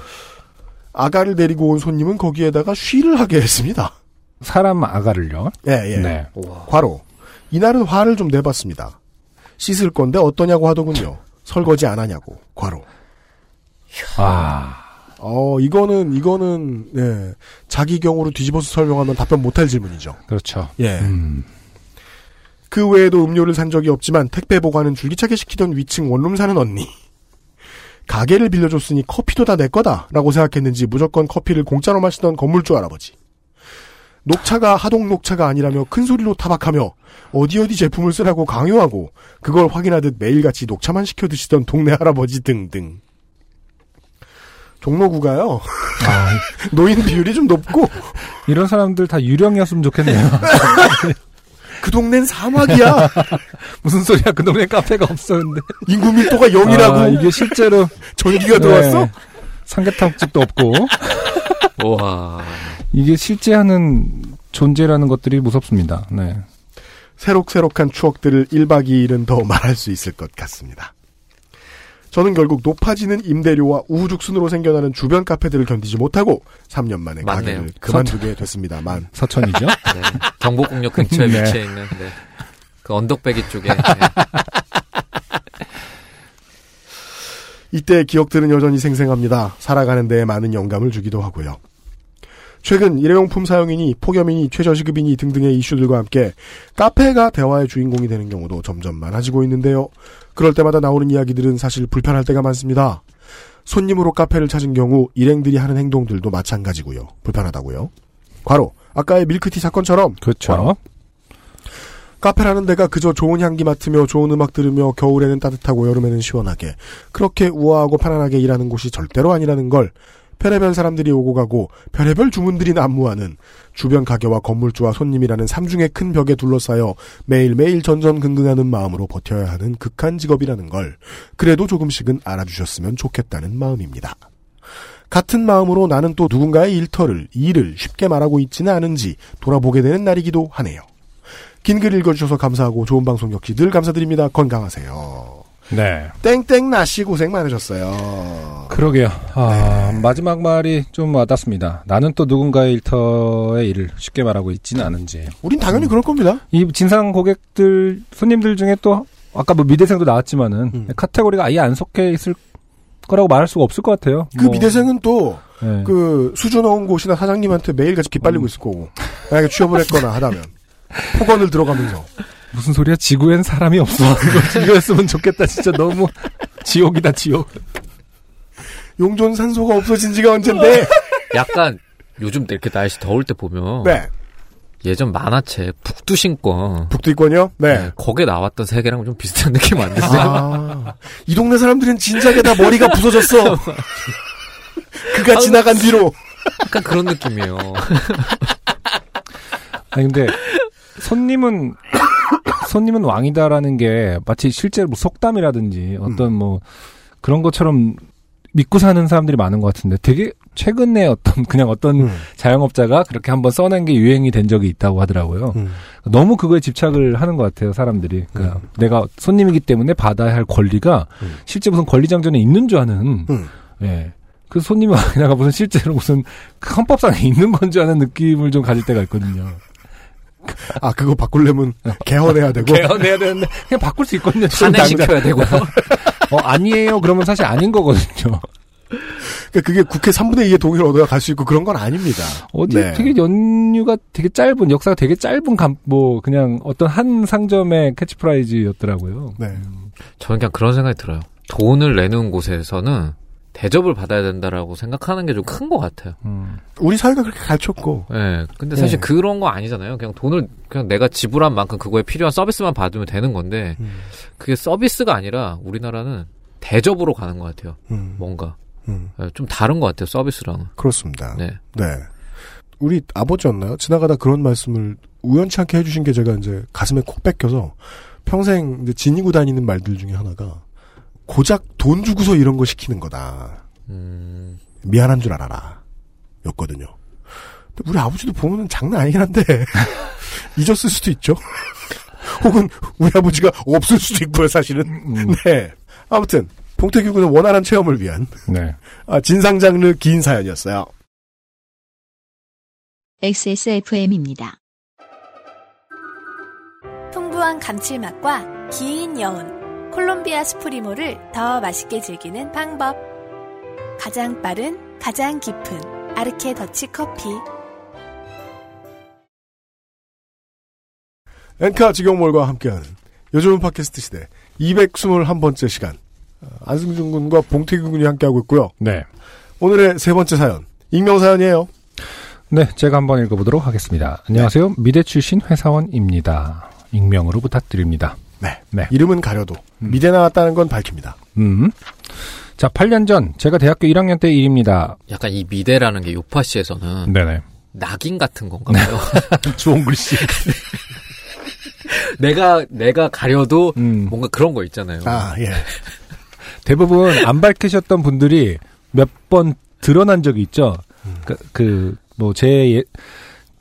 아가를 데리고 온 손님은 거기에다가 쉬를 하게 했습니다. 사람 아가를요. 예, 예. 네. 과로. 이날은 화를 좀 내봤습니다. 씻을 건데 어떠냐고 하더군요. 설거지 안 하냐고. 과로. 아, 어, 이거는, 이거는, 예. 자기 경우로 뒤집어서 설명하면 답변 못할 질문이죠. 그렇죠. 예. 음. 그 외에도 음료를 산 적이 없지만 택배 보관은 줄기차게 시키던 위층 원룸 사는 언니. 가게를 빌려줬으니 커피도 다 내 거다라고 생각했는지 무조건 커피를 공짜로 마시던 건물주 할아버지. 녹차가 하동 녹차가 아니라며 큰 소리로 타박하며 어디 어디 제품을 쓰라고 강요하고 그걸 확인하듯 매일같이 녹차만 시켜 드시던 동네 할아버지 등등. 종로구가요. 아. <laughs> 노인 비율이 좀 높고 이런 사람들 다 유령이었으면 좋겠네요. 그 동네는 사막이야. <laughs> 무슨 소리야? 그 동네 카페가 없었는데. 인구 밀도가 0이라고 아, 이게 실제로 전기가 들어왔어? <laughs> 네. 삼계탕집도 없고 와. 이게 실제 하는 존재라는 것들이 무섭습니다. 네. 새록새록한 추억들을 1박 2일은 더 말할 수 있을 것 같습니다. 저는 결국 높아지는 임대료와 우후죽순으로 생겨나는 주변 카페들을 견디지 못하고 3년 만에 맞네요. 가게를 그만두게 됐습니다만 <laughs> 서천이죠. 네. 경복궁역 근처에 <laughs> 네. 위치해 있는 네. 그 언덕배기 쪽에 네. 이때 기억들은 여전히 생생합니다. 살아가는 데에 많은 영감을 주기도 하고요. 최근 일회용품 사용이니 폭염이니 최저시급이니 등등의 이슈들과 함께 카페가 대화의 주인공이 되는 경우도 점점 많아지고 있는데요. 그럴 때마다 나오는 이야기들은 사실 불편할 때가 많습니다. 손님으로 카페를 찾은 경우 일행들이 하는 행동들도 마찬가지고요. 불편하다고요. 과로 아까의 밀크티 사건처럼 그렇죠. 카페라는 데가 그저 좋은 향기 맡으며 좋은 음악 들으며 겨울에는 따뜻하고 여름에는 시원하게 그렇게 우아하고 편안하게 일하는 곳이 절대로 아니라는 걸 별의별 사람들이 오고 가고 별의별 주문들이 난무하는 주변 가게와 건물주와 손님이라는 삼중의 큰 벽에 둘러싸여 매일매일 전전긍긍하는 마음으로 버텨야 하는 극한 직업이라는 걸 그래도 조금씩은 알아주셨으면 좋겠다는 마음입니다. 같은 마음으로 나는 또 누군가의 일터를 일을 쉽게 말하고 있지는 않은지 돌아보게 되는 날이기도 하네요. 긴 글 읽어주셔서 감사하고 좋은 방송 역시 늘 감사드립니다. 건강하세요. 네. 땡땡 나씨 고생 많으셨어요. 그러게요. 네. 아, 마지막 말이 좀 와닿습니다. 나는 또 누군가의 일터의 일을 쉽게 말하고 있지는 않은지. 우린 당연히 그럴 겁니다. 이 진상 고객들 손님들 중에 또 아까 뭐 미대생도 나왔지만은 음. 카테고리가 아예 안 속해 있을 거라고 말할 수가 없을 것 같아요. 그 뭐, 미대생은 또 네. 그 수주 넣은 곳이나 사장님한테 매일같이 기빨리고 음. 있을 거고 만약에 취업을 했거나 하다면 폭언을 들어가면서 무슨 소리야? 지구엔 사람이 <laughs> 없어. 이거- 이거였으면 좋겠다. 진짜 너무 지옥이다 지옥. 용존 산소가 없어진 지가 언젠데 약간 요즘 이렇게 날씨 더울 때 보면 네 예전 만화책 북두신권 북두이권이요 네. 네. 거기에 나왔던 세계랑 좀 비슷한 느낌 <laughs> 안 드세요? 아, 이 동네 사람들은 진작에 다 머리가 부서졌어. 그가 지나간 뒤로. 약간 그런 느낌이에요. 아니 근데 손님은 손님은 왕이다라는 게 마치 실제로 뭐 속담이라든지 어떤 뭐 그런 것처럼 믿고 사는 사람들이 많은 것 같은데 되게 최근에 어떤 <laughs> 그냥 어떤 음. 자영업자가 그렇게 한번 써낸 게 유행이 된 적이 있다고 하더라고요. 음. 너무 그거에 집착을 하는 것 같아요, 사람들이. 그러니까 내가 손님이기 때문에 받아야 할 권리가 실제 무슨 권리장전에 있는 줄 아는, 음. 예. 그 <laughs> 손님이 아니라 무슨 실제로 무슨 그 헌법상에 있는 건 줄 아는 느낌을 좀 가질 때가 있거든요. 아 그거 바꾸려면 개헌해야 되고 뭐 개헌해야 되는데 그냥 바꿀 수 있거든요. 지금 당장. 탄핵시켜야 되고 어, 아니에요. 그러면 사실 아닌 거거든요. 그러니까 그게 국회 3분의 2의 동의를 얻어야 갈 수 있고 그런 건 아닙니다. 어디 네. 되게 연유가 되게 짧은 역사가 되게 짧은 감, 뭐 그냥 어떤 한 상점의 캐치프라이즈였더라고요. 네. 저는 그냥 그런 생각이 들어요. 돈을 내는 곳에서는 대접을 받아야 된다라고 생각하는 게 좀 큰 것 같아요. 음. 우리 사회가 그렇게 가르쳤고 예. 근데 네. 사실 예. 그런 거 아니잖아요. 그냥 돈을 그냥 내가 지불한 만큼 그거에 필요한 서비스만 받으면 되는 건데 음. 그게 서비스가 아니라 우리나라는 대접으로 가는 것 같아요. 음, 뭔가 음, 예, 좀 다른 것 같아요. 서비스랑은. 아. 그렇습니다. 네. 네. 우리 아버지였나요? 지나가다 그런 말씀을 우연치 않게 해주신 게 제가 이제 가슴에 콕 뺏겨서 평생 이제 지니고 다니는 말들 중에 하나가 고작 돈 주고서 이런 거 시키는 거다. 음, 미안한 줄 알아라. 였거든요. 근데 우리 아버지도 보면은 장난 아니긴 한데, <laughs> 잊었을 수도 있죠. <laughs> 혹은 우리 아버지가 없을 수도 있고요, 사실은. 네. 아무튼, 봉태규 군의 원활한 체험을 위한, 네. 아, 진상 장르 긴 사연이었어요. XSFM입니다. 풍부한 감칠맛과 긴 여운, 콜롬비아 스프리모를 더 맛있게 즐기는 방법. 가장 빠른, 가장 깊은 아르케 더치 커피. 엔카 직영몰과 함께하는 요즘은 팟캐스트 시대 221번째 시간. 아, 안승준 군과 봉태규 군이 함께하고 있고요. 네. 오늘의 세 번째 사연. 익명 사연이에요. 네, 제가 한번 읽어보도록 하겠습니다. 안녕하세요. 미대 출신 회사원입니다. 익명으로 부탁드립니다. 네. 네. 이름은 가려도 미대 나왔다는 건 밝힙니다. 음. 자, 8년 전, 제가 대학교 1학년 때 일입니다. 약간 이 미대라는 게 요파 씨에서는 네네. 네. 낙인 같은 건가 봐요. <laughs> 주홍 글씨. <laughs> 내가 내가 가려도 음. 뭔가 그런 거 있잖아요. 아, 예. 대부분 안 밝히셨던 분들이 몇 번 드러난 적이 있죠. 그, 그, 뭐, 제, 예,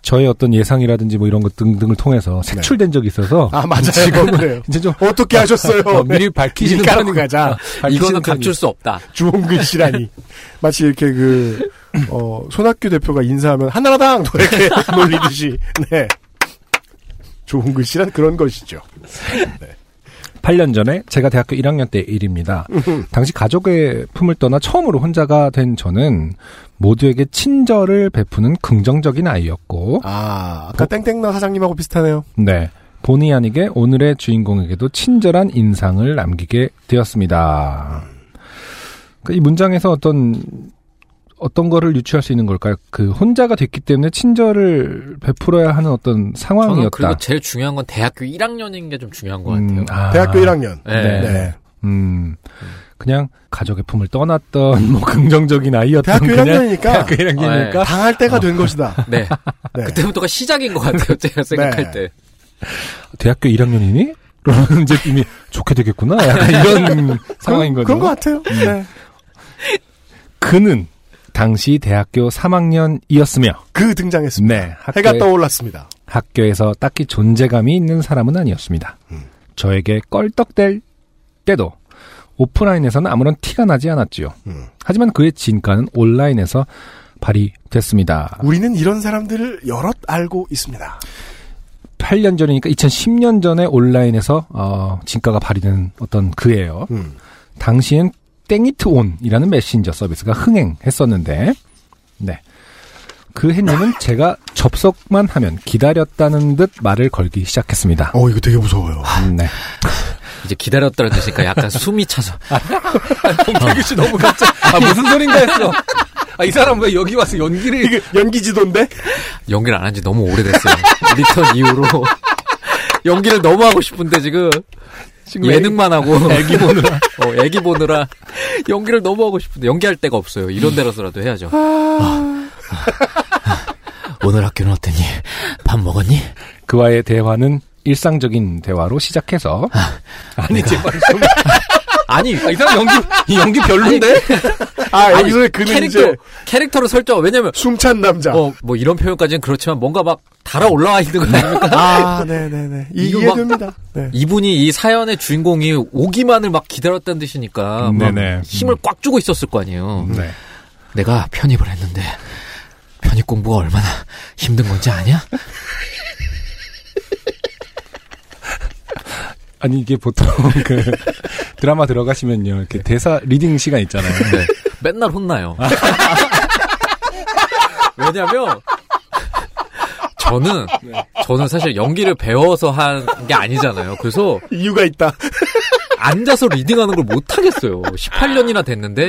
저의 어떤 예상이라든지 뭐 이런 것 등등을 통해서 색출된 적이 있어서. 아, 맞아요. 지금 그래요. 이제 <laughs> 좀. <laughs> 어떻게 하셨어요? 어, 미리 밝히시는 까놓고 편이- 가자. 어, 밝히시는 이거는 편이- 감출 수 없다. 주홍근 씨라니. 마치 이렇게 그, 어, 손학규 대표가 인사하면 한나라당! 또 이렇게 <laughs> 놀리듯이. 네. 주홍근 씨란 그런 것이죠. 8년 전에 제가 대학교 1학년 때 일입니다. 당시 가족의 품을 떠나 처음으로 혼자가 된 저는 모두에게 친절을 베푸는 긍정적인 아이였고, 아, 뭐 아까 땡땡나 사장님하고 비슷하네요. 네. 본의 아니게 오늘의 주인공에게도 친절한 인상을 남기게 되었습니다. 그이 문장에서 어떤 어떤 거를 유추할 수 있는 걸까요? 그 혼자가 됐기 때문에 친절을 베풀어야 하는 어떤 저는 상황이었다. 그리고 제일 중요한 건 대학교 1학년인 게 좀 중요한 것 같아요. 음, 아, 대학교 1학년. 네. 네. 음, 그냥 가족의 품을 떠났던 <laughs> 뭐 긍정적인 아이였던 대학교 그냥 1학년이니까 대학교 1학년이니까 아, 당할 때가 된 것이다. 아. 네. 네. 그때부터가 시작인 것 같아요. 제가 생각할 때. 예. 대학교 1학년이니? 라는 이제 이미 좋게 되겠구나. 약간 이런 상황인 거죠. <laughs> 음. 그런 것 같아요. 네. 그는 당시 대학교 3학년이었으며 그 등장했습니다. 네, 해가 학교에- 떠올랐습니다. 학교에서 딱히 존재감이 있는 사람은 아니었습니다. 음. 저에게 껄떡댈 때도 오프라인에서는 아무런 티가 나지 않았지요. 음. 하지만 그의 진가는 온라인에서 발휘됐습니다. 우리는 이런 사람들을 여럿 알고 있습니다. 8년 전이니까 2010년 전에 온라인에서 어, 진가가 발휘된 어떤 그예요. 음. 당시엔 땡이트온이라는 메신저 서비스가 흥행했었는데, 네. 그 햇님은 제가 접속만 하면 기다렸다는 듯 말을 걸기 시작했습니다. 어, 이거 되게 무서워요. 네. 이제 기다렸다는 뜻이니까 약간 숨이 차서. 봉태규 씨 너무 깜짝. 아 무슨 소린가 했어. 아 이 사람 왜 여기 와서 연기를 이게 연기지도인데? 연기를 안 한 지 너무 오래됐어요. 리턴 이후로. <laughs> 연기를 너무 하고 싶은데 지금 예능만 하고 애기 보느라 <laughs> 어 애기 보느라 연기를 아. 너무 하고 싶은데 연기할 데가 없어요 이런 데라서라도 해야죠 오늘 학교는 어땠니? 밥 먹었니? 그와의 대화는 일상적인 대화로 시작해서 아, 니 제발 좀 <laughs> 아니 이 사람 연기 이 연기 별론데 아, 여기서의 그는 캐릭터 이제- 캐릭터로 설정 왜냐면 숨찬 남자. 어 뭐 이런 표현까지는 그렇지만 뭔가 막 달아 올라와 있는 거 아닙니까? <laughs> 아, 네네네. 이- 이거 막- 이해됩니다. 네. 이분이 이 사연의 주인공이 오기만을 막 기다렸다는 뜻이니까 막 네네. 음. 힘을 꽉 주고 있었을 거 아니에요. 네. 내가 편입을 했는데 편입 공부가 얼마나 힘든 건지 아냐? 아니 이게 보통 그 드라마 들어가시면요 이렇게 대사 리딩 시간 있잖아요 <laughs> 네. 맨날 혼나요. <laughs> 왜냐면 저는 저는 사실 연기를 배워서 한 게 아니잖아요. 그래서 이유가 있다. 앉아서 리딩하는 걸 못 하겠어요. 18년이나 어, 됐는데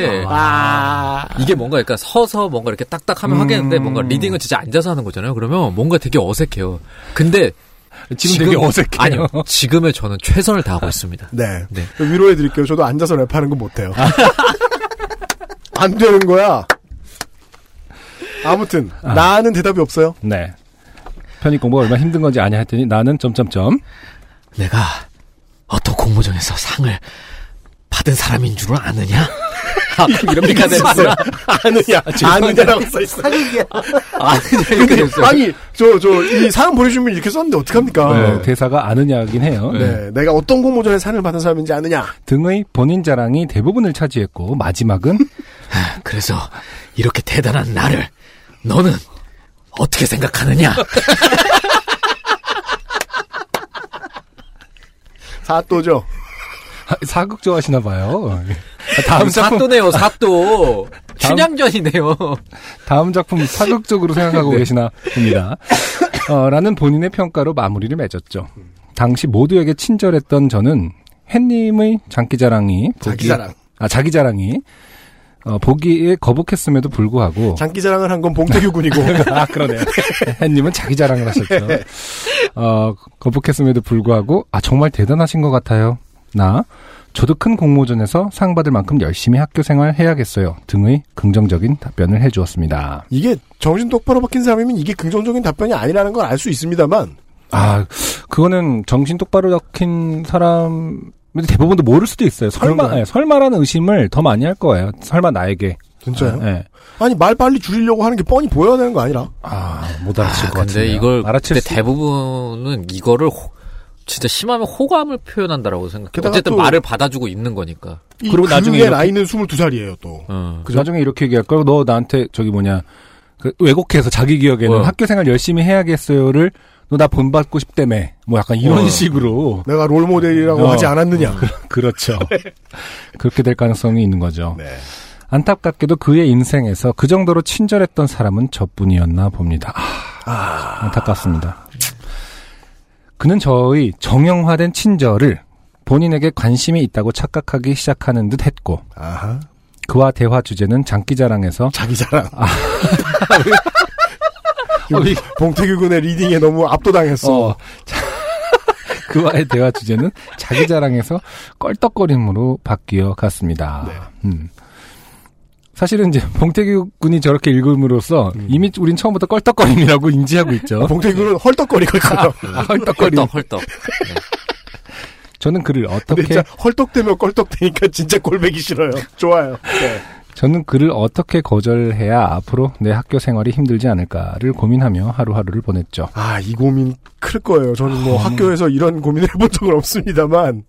이게 뭔가 그러니까 서서 뭔가 이렇게 딱딱하면 하겠는데 음. 뭔가 리딩을 진짜 앉아서 하는 거잖아요. 그러면 뭔가 되게 어색해요. 근데 지금 되게 어색해요. 아니요. 지금의 저는 최선을 다하고 있습니다. 네. 네. 위로해드릴게요. 저도 앉아서 랩하는 건 못해요. <laughs> 안 되는 거야. 아무튼, 나는 대답이 없어요. 네 편입 공부가 얼마나 힘든 건지 아냐 했더니 나는 점점점 내가 어떤 공모전에서 상을 받은 사람인 줄은 아느냐? 아, 이렇게까지 됐어요. <laughs> 아느냐. 네. 아느냐라고 써있어. 아, 이렇게 됐어요. 아니, 저, 저, 이 사연 보내주면 이렇게 썼는데 어떡합니까? 어, 대사가 아느냐긴 해요 네. 내가 어떤 공모전에 상을 받은 사람인지 아느냐. 등의 본인 자랑이 대부분을 차지했고 마지막은 <laughs> 그래서 이렇게 대단한 나를 너는 어떻게 생각하느냐? 사또죠. 사극 좋아하시나 봐요 네. 다음 다음 작품 아, <laughs> 사또네요, 사또. 춘향전이네요. 다음 작품 사극적으로 네. 생각하고 계시나 봅니다. 어, 라는 본인의 평가로 마무리를 맺었죠. 당시 모두에게 친절했던 저는 햇님의 장기자랑이 자기 보기- 자랑. 아 자기 자랑이 어, 보기에 거북했음에도 불구하고 장기 자랑을 한 건 봉태규 군이고. <laughs> <laughs> 아 그러네요. 네. 햇님은 자기 자랑을 하셨죠. 어, 거북했음에도 불구하고 아 정말 대단하신 것 같아요. 나 저도 큰 공모전에서 상 받을 만큼 열심히 학교 생활 해야겠어요 등의 긍정적인 답변을 해주었습니다. 이게 정신 똑바로 박힌 사람이면 이게 긍정적인 답변이 아니라는 걸 알 수 있습니다만. 아, 그거는 정신 똑바로 잡힌 사람, 근데 대부분도 모를 수도 있어요. 설마, 그런가요? 예, 설마라는 의심을 더 많이 할 거예요. 설마 나에게. 진짜요? 예. 아니, 말 빨리 줄이려고 하는 게 뻔히 보여야 되는 거 아니라. 아, 못 알아챌 것 같은데. 근데 이걸 알아챌 근데 수 대부분은 이거를 호- 진짜 심하면 호감을 표현한다라고 생각해. 게다가 어쨌든 또- 말을 받아주고 있는 거니까. 이 그리고 그의 나중에 이렇게- 나이는 22살이에요, 또. 어. 그 나중에 이렇게 얘기할 걸, 너 나한테 저기 뭐냐, 그 왜곡해서 자기 기억에는 어. 학교 생활 열심히 해야겠어요를 너 나 본받고 싶다며. 뭐 약간 이런 어. 식으로. 내가 롤 모델이라고 어. 하지 않았느냐. 그렇죠. 그렇게 될 가능성이 있는 거죠. 네. 안타깝게도 그의 인생에서 그 정도로 친절했던 사람은 저뿐이었나 봅니다. 아, 안타깝습니다. 그는 저의 정형화된 친절을 본인에게 관심이 있다고 착각하기 시작하는 듯 했고, 아하. 그와 대화 주제는 장기자랑에서 자기 자랑. 아. <laughs> 우리 봉태규 군의 리딩에 너무 압도당했어. 어, 자- <laughs> 그와의 대화 주제는 자기 자랑에서 껄떡거림으로 바뀌어 갔습니다. 음. 사실은 이제 봉태규 군이 저렇게 읽음으로써 이미 우린 처음부터 껄떡거림이라고 인지하고 있죠. 봉태규 군은 헐떡거리고 있어요. 아, 껄떡거림. 헐떡 헐떡. 저는 그를 근데 어떻게 진짜 헐떡대며 껄떡대니까 진짜 꼴배기 싫어요. 좋아요. 네. 저는 그를 어떻게 거절해야 앞으로 내 학교 생활이 힘들지 않을까를 고민하며 하루하루를 보냈죠. 아, 이 고민 클 거예요. 저는 아. 뭐 학교에서 이런 고민을 해본 적은 없습니다만.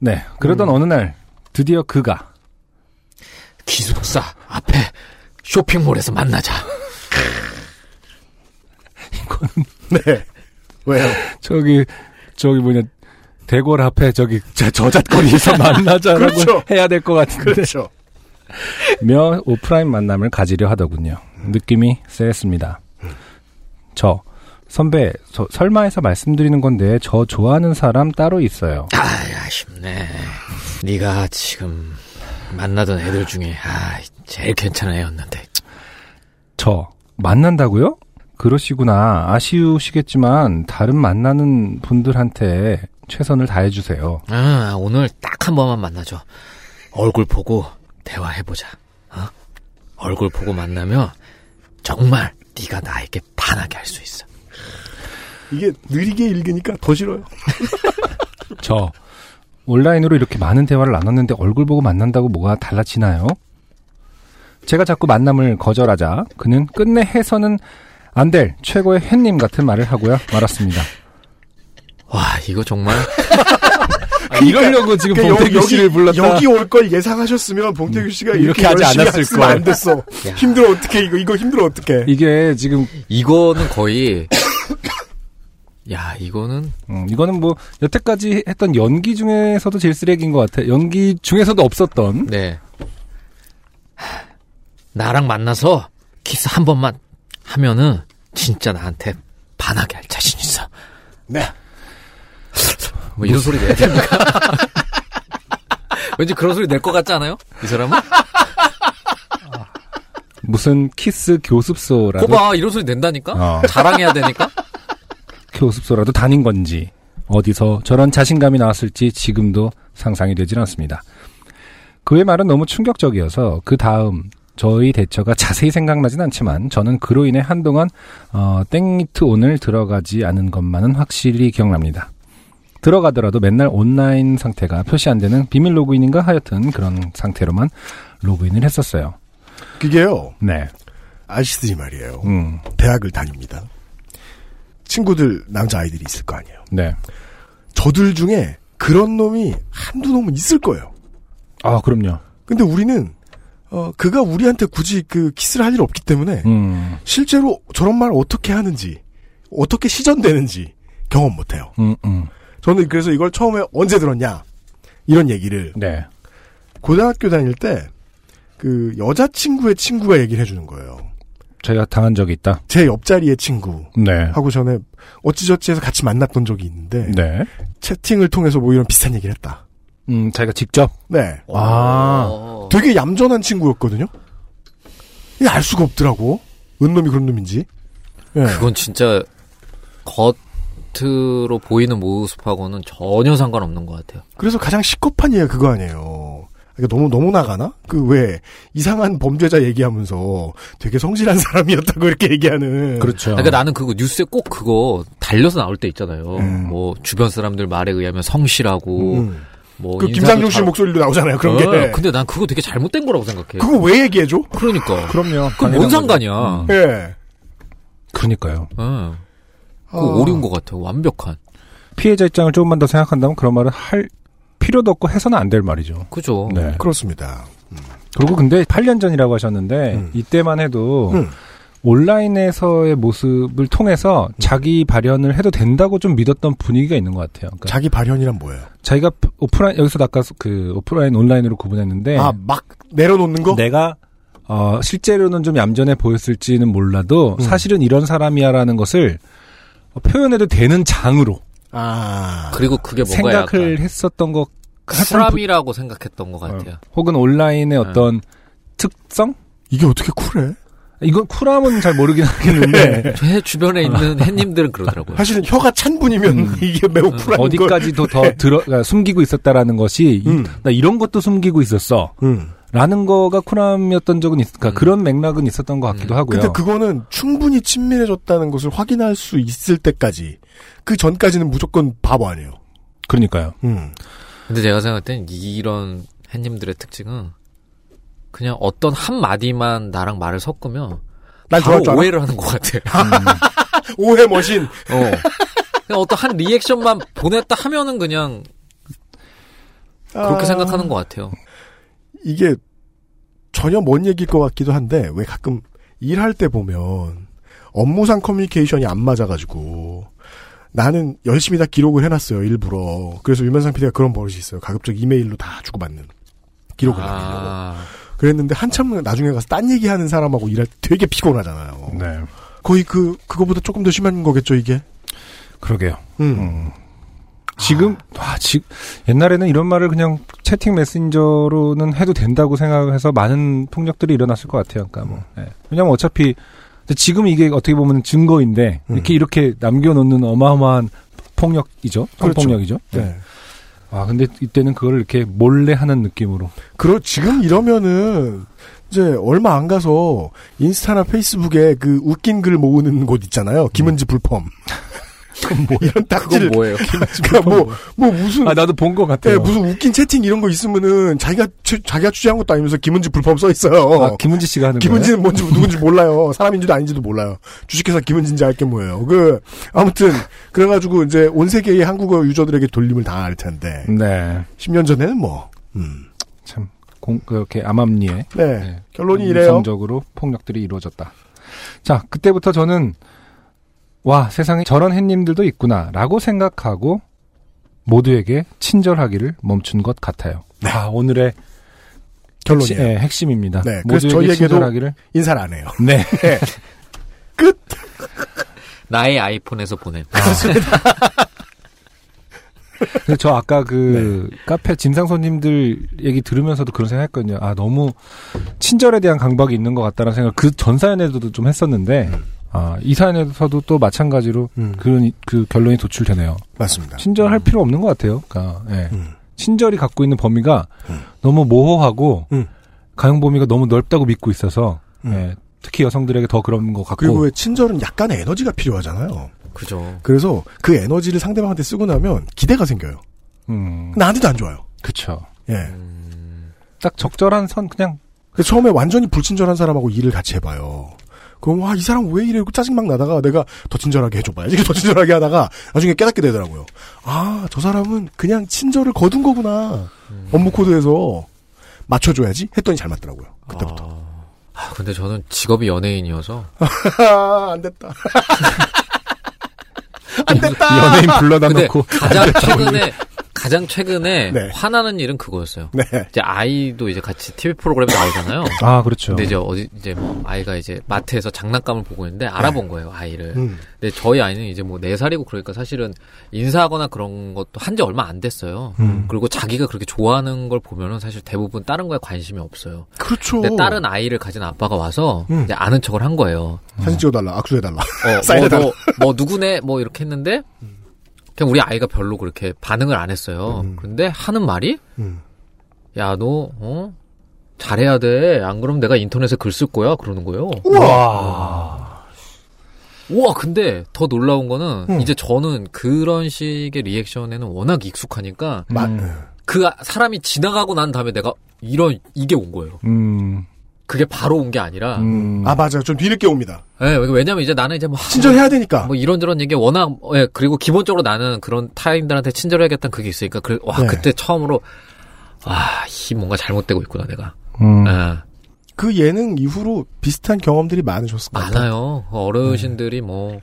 네. 그러던 어느 날 드디어 그가 기숙사 앞에 쇼핑몰에서 만나자. 네. 왜요? 저기 저기 뭐냐 대궐 앞에 저기 저- <laughs> 저잣거리에서 만나자라고 그렇죠. 해야 될 것 같은데 그렇죠. 며 오프라인 만남을 가지려 하더군요. 느낌이 쎄했습니다. 저 선배 저 설마해서 말씀드리는 건데 저 좋아하는 사람 따로 있어요. 아, 아쉽네. 네가 지금 만나던 애들 중에 아, 제일 괜찮은 애였는데. 저 만난다고요? 그러시구나 아쉬우시겠지만 다른 만나는 분들한테 최선을 다해 주세요. 아, 오늘 딱 한 번만 만나죠. 얼굴 보고 대화해보자. 어? 얼굴 보고 만나면 정말 네가 나에게 반하게 할 수 있어. 네. 이게 느리게 읽으니까 더 싫어요. 저 온라인으로 이렇게 많은 대화를 나눴는데 얼굴 보고 만난다고 뭐가 달라지나요? 제가 자꾸 만남을 거절하자 그는 끝내 해서는 안 될 최고의 햇님 같은 말을 하고요 말았습니다. 와 이거 정말 아, 이러려고 지금 그러니까 봉태규 여기- 씨를 불렀다. 음, 여기 올 걸 예상하셨으면 봉태규 씨가 이렇게 이렇게, 하지 열심히 않았을 했으면 거야. 안 됐어. 야. 힘들어 어떻게 이거 이거 힘들어 어떻게? 이게 지금 이거는 <coughs> 거의 야 이거는 음, 이거는 뭐 여태까지 했던 연기 중에서도 제일 쓰레기인 것 같아. 연기 중에서도 없었던 네. 하, 나랑 만나서 키스 한 번만 하면은 진짜 나한테 반하게 할 자신 있어. 네. 뭐 이런 소리 내야 됩니까? <laughs> 왠지 그런 소리 낼 것 같지 않아요? 이 사람은? 무슨 키스 교습소라도 거봐 이런 소리 낸다니까? 어. 자랑해야 되니까? 교습소라도 다닌 건지 어디서 저런 자신감이 나왔을지 지금도 상상이 되질 않습니다. 그의 말은 너무 충격적이어서 그 다음 저희 대처가 자세히 생각나진 않지만 저는 그로 인해 한동안 어, 땡니트 온을 들어가지 않은 것만은 확실히 기억납니다. 들어가더라도 맨날 온라인 상태가 표시 안 되는 비밀 로그인인가 하여튼 그런 상태로만 로그인을 했었어요. 그게요. 네. 아저씨들이 말이에요. 음. 대학을 다닙니다. 친구들 남자 아이들이 있을 거 아니에요. 네. 저들 중에 그런 놈이 한두 놈은 있을 거예요. 아, 그럼요. 근데 우리는 어, 그가 우리한테 굳이 그 키스를 할 일 없기 때문에 음. 실제로 저런 말 어떻게 하는지 어떻게 시전되는지 경험 못해요. 음, 음. 저는 그래서 이걸 처음에 언제 들었냐 이런 얘기를 네. 고등학교 다닐 때 그 여자친구의 친구가 얘기를 해주는 거예요. 제가 당한 적이 있다. 제 옆자리의 친구 네. 하고 전에 어찌저찌해서 같이 만났던 적이 있는데 네. 채팅을 통해서 뭐 이런 비슷한 얘기를 했다. 음, 자기가 직접. 네, 아, 어. 되게 얌전한 친구였거든요. 이게 알 수가 없더라고. 은놈이 그런 놈인지. 예. 그건 진짜 겉으로 보이는 모습하고는 전혀 상관없는 것 같아요. 그래서 가장 시겁한 얘기가 그거 아니에요. 그러니까 너무 너무 나가나? 그 왜 이상한 범죄자 얘기하면서 되게 성실한 사람이었다고 이렇게 얘기하는. 그렇죠. 그러니까 나는 그거 뉴스에 꼭 그거 달려서 나올 때 있잖아요. 음. 뭐 주변 사람들 말에 의하면 성실하고 음. 뭐 그 인사도 김상중 씨 잘- 목소리도 나오잖아요. 그런 게. 네. 어, 근데 난 그거 되게 잘못된 거라고 생각해. 그거 왜 얘기해줘? 그러니까. 그럼요. 그건 뭔 상관이야. 예. 그러니까요. 음. 어. 그거 오류인 것 같아. 완벽한. 피해자 입장을 조금만 더 생각한다면 그런 말을 할 필요도 없고 해서는 안 될 말이죠. 그죠. 네. 그렇습니다. 그리고 근데 8년 전이라고 하셨는데 음. 이때만 어, 해도 음. 그러니까. 온라인에서의 모습을 통해서 자기 발현을 해도 된다고 좀 믿었던 분위기가 있는 것 같아요. 그러니까 자기 발현이란 뭐예요? 자기가 오프라인 여기서 아까 그 오프라인 온라인으로 네. 구분했는데 아, 막 내려놓는 거? 내가 어, 실제로는 좀 얌전해 보였을지는 몰라도 음. 사실은 이런 사람이야라는 것을 어, 표현해도 되는 장으로 아. 그리고 그게 뭔가 생각을 약간 했었던 것 같은 사람이라고 생각했던 것 같아요. 어. 혹은 온라인의 어떤 특성? 이게 어떻게 쿨해? 네. 이건 쿨함은 잘 모르긴 하겠는데 <laughs> 제 아. 주변에 있는 햇님들은 그러더라고요. 사실은 혀가 찬 분이면 음. <laughs> 이게 매우 쿨한 <laughs> 걸. 어디까지도 더 들어 그러니까 숨기고 있었다라는 것이 이- 음. 나 이런 것도 숨기고 있었어. 음. 라는 거가 쿨함이었던 적은 있, 그러니까 음. 그런 맥락은 있었던 것 같기도 하고요. 근데 그거는 충분히 친밀해졌다는 것을 확인할 수 있을 때까지 그 전까지는 무조건 바보 아니에요. 러니까요 음. 근데 제가 생각할 땐 이런 햇님들의 특징은 그냥 어떤 한 마디만 나랑 말을 섞으면 난 바로 좋아할 줄 알아. 오해를 하는 것 같아요. 오해 머신. 어. 그냥 어떤 한 리액션만 보냈다 하면은 그냥 그렇게 아, 생각하는 것 같아요. 이게 전혀 먼 얘기일 것 같기도 한데 왜 가끔 일할 때 보면 업무상 커뮤니케이션이 안 맞아가지고 나는 열심히 다 기록을 해놨어요 일부러 그래서 유면상 PD가 그런 버릇이 있어요 가급적 이메일로 다 주고받는 기록을 남기려고 아, 그랬는데 한참 나중에 가서 딴 얘기하는 사람하고 일할 때 되게 피곤하잖아요 네. 거의 그 그거보다 조금 더 심한 거겠죠 이게 그러게요. 음. 음. 지금 와, 지, 옛날에는 이런 말을 그냥 채팅 메신저로는 해도 된다고 생각해서 많은 폭력들이 일어났을 것 같아요. 그러니까 뭐 예. 왜냐면 어차피 근데 지금 이게 어떻게 보면 증거인데 음. 이렇게 이렇게 남겨놓는 어마어마한 폭력이죠. 그렇죠. 폭력이죠. 네. 아 근데 이때는 그걸 이렇게 몰래 하는 느낌으로. 그러 지금 이러면은 이제 얼마 안 가서 인스타나 페이스북에 그 웃긴 글 모으는 곳 있잖아요. 김은지 불펌. 이런 딱지를 그건 뭐예요? 그러니까 뭐, 뭐 무슨 아 나도 본 것 같아요. 예, 무슨 웃긴 채팅 이런 거 있으면은 자기가 취- 자기가 취재한 것도 아니면서 김은지 불법 써 있어요. <laughs> 아, 김은지 씨가 하는 김은지는 뭔지 누군지 몰라요. 사람인지도 아닌지도 몰라요. 주식회사 김은지인지 알게 뭐예요. 그 아무튼 그래가지고 이제 온 세계의 한국어 유저들에게 돌림을 당할 텐데. 네. 10년 전에는 뭐. 참 공, 그렇게 암암리에 네. 음, 결론이 이래요. 성적으로 폭력들이 이루어졌다. 자 그때부터 저는 와 세상에 저런 햇님들도 있구나라고 생각하고 모두에게 친절하기를 멈춘 것 같아요. 아 오늘의 네. 결론이에요. 핵심, 예, 핵심입니다. 네. 모두에게 그래서 저희에게도 친절하기를 인사를 안 해요. 네. 나의 아이폰에서 보낸. <laughs> 그래서 저 아까 그 네. 카페 진상 손님들 얘기 들으면서도 그런 생각했거든요. 아 너무 친절에 대한 강박이 있는 것 같다는 생각. 그 전 사연에도 좀 했었는데 음. 아 이 사연에서도 또 마찬가지로 그런 이- 그 결론이 도출되네요. 맞습니다. 친절할 필요 없는 것 같아요. 그러니까 예. 음. 친절이 갖고 있는 범위가 너무 모호하고 음. 가용 범위가 너무 넓다고 믿고 있어서 예, 특히 여성들에게 더 그런 것 같고 그리고 왜 친절은 약간의 에너지가 필요하잖아요. 그죠. 그래서 그 에너지를 상대방한테 쓰고 나면 기대가 생겨요. 음, 나한테도 안 좋아요. 그쵸. 예. 딱 적절한 선 그냥 그 처음에 완전히 불친절한 사람하고 일을 같이 해봐요. 그럼 와 이 사람 왜 이래? 고 짜증 막 나다가 내가 더 친절하게 해줘봐야지. 더 친절하게 하다가 나중에 깨닫게 되더라고요. 아 저 사람은 그냥 친절을 거둔 거구나. 업무 코드에서 맞춰줘야지 했더니 잘 맞더라고요. 그때부터 아, 근데 저는 직업이 연예인이어서 아, 안 됐다. 안 됐다. 연예인 불러다 근데 놓고 <laughs> 가장 최근에 가장 최근에 아, 네. 화나는 일은 그거였어요. 네. 이제 아이도 이제 같이 TV 프로그램에 나오잖아요. 아 그렇죠. 근데 이제 어디 이제 뭐 아이가 이제 마트에서 장난감을 보고 있는데 알아본 거예요 아이를. 음. 근데 저희 아이는 이제 뭐 네 살이고 그러니까 사실은 인사하거나 그런 것도 한 지 얼마 안 됐어요. 음. 그리고 자기가 그렇게 좋아하는 걸 보면은 사실 대부분 다른 거에 관심이 없어요. 그렇죠. 근데 다른 아이를 가진 아빠가 와서 음. 이제 아는 척을 한 거예요. 사진 찍어달라. 악수해달라. 어, <laughs> 뭐, 사인해달라. 너, 뭐 누구네 뭐 이렇게 했는데 그냥 우리 아이가 별로 그렇게 반응을 안 했어요. 그런데 하는 말이 음. 야 너 어? 잘해야 돼. 안 그러면 내가 인터넷에 글 쓸 거야. 그러는 거예요. 음. 우와. 우와 근데 더 놀라운 거는 음. 이제 저는 그런 식의 리액션에는 워낙 익숙하니까 마- 그 아- 사람이 지나가고 난 다음에 내가 이런 이게 온 거예요. 음. 그게 바로 온 게 아니라 음. 아 맞아요. 좀 뒤늦게 옵니다. 예, 왜냐면 이제 나는 이제 뭐 친절해야 되니까. 뭐 이런저런 얘기 워낙 예 그리고 기본적으로 나는 그런 타인들한테 친절해야겠다는 그게 있으니까 그래 와 네. 그때 처음으로 아, 와이 뭔가 잘못되고 있구나 내가 음. 예, 그 예능 이후로 비슷한 경험들이 많으셨을 것 같아요. 많아요 어르신들이 뭐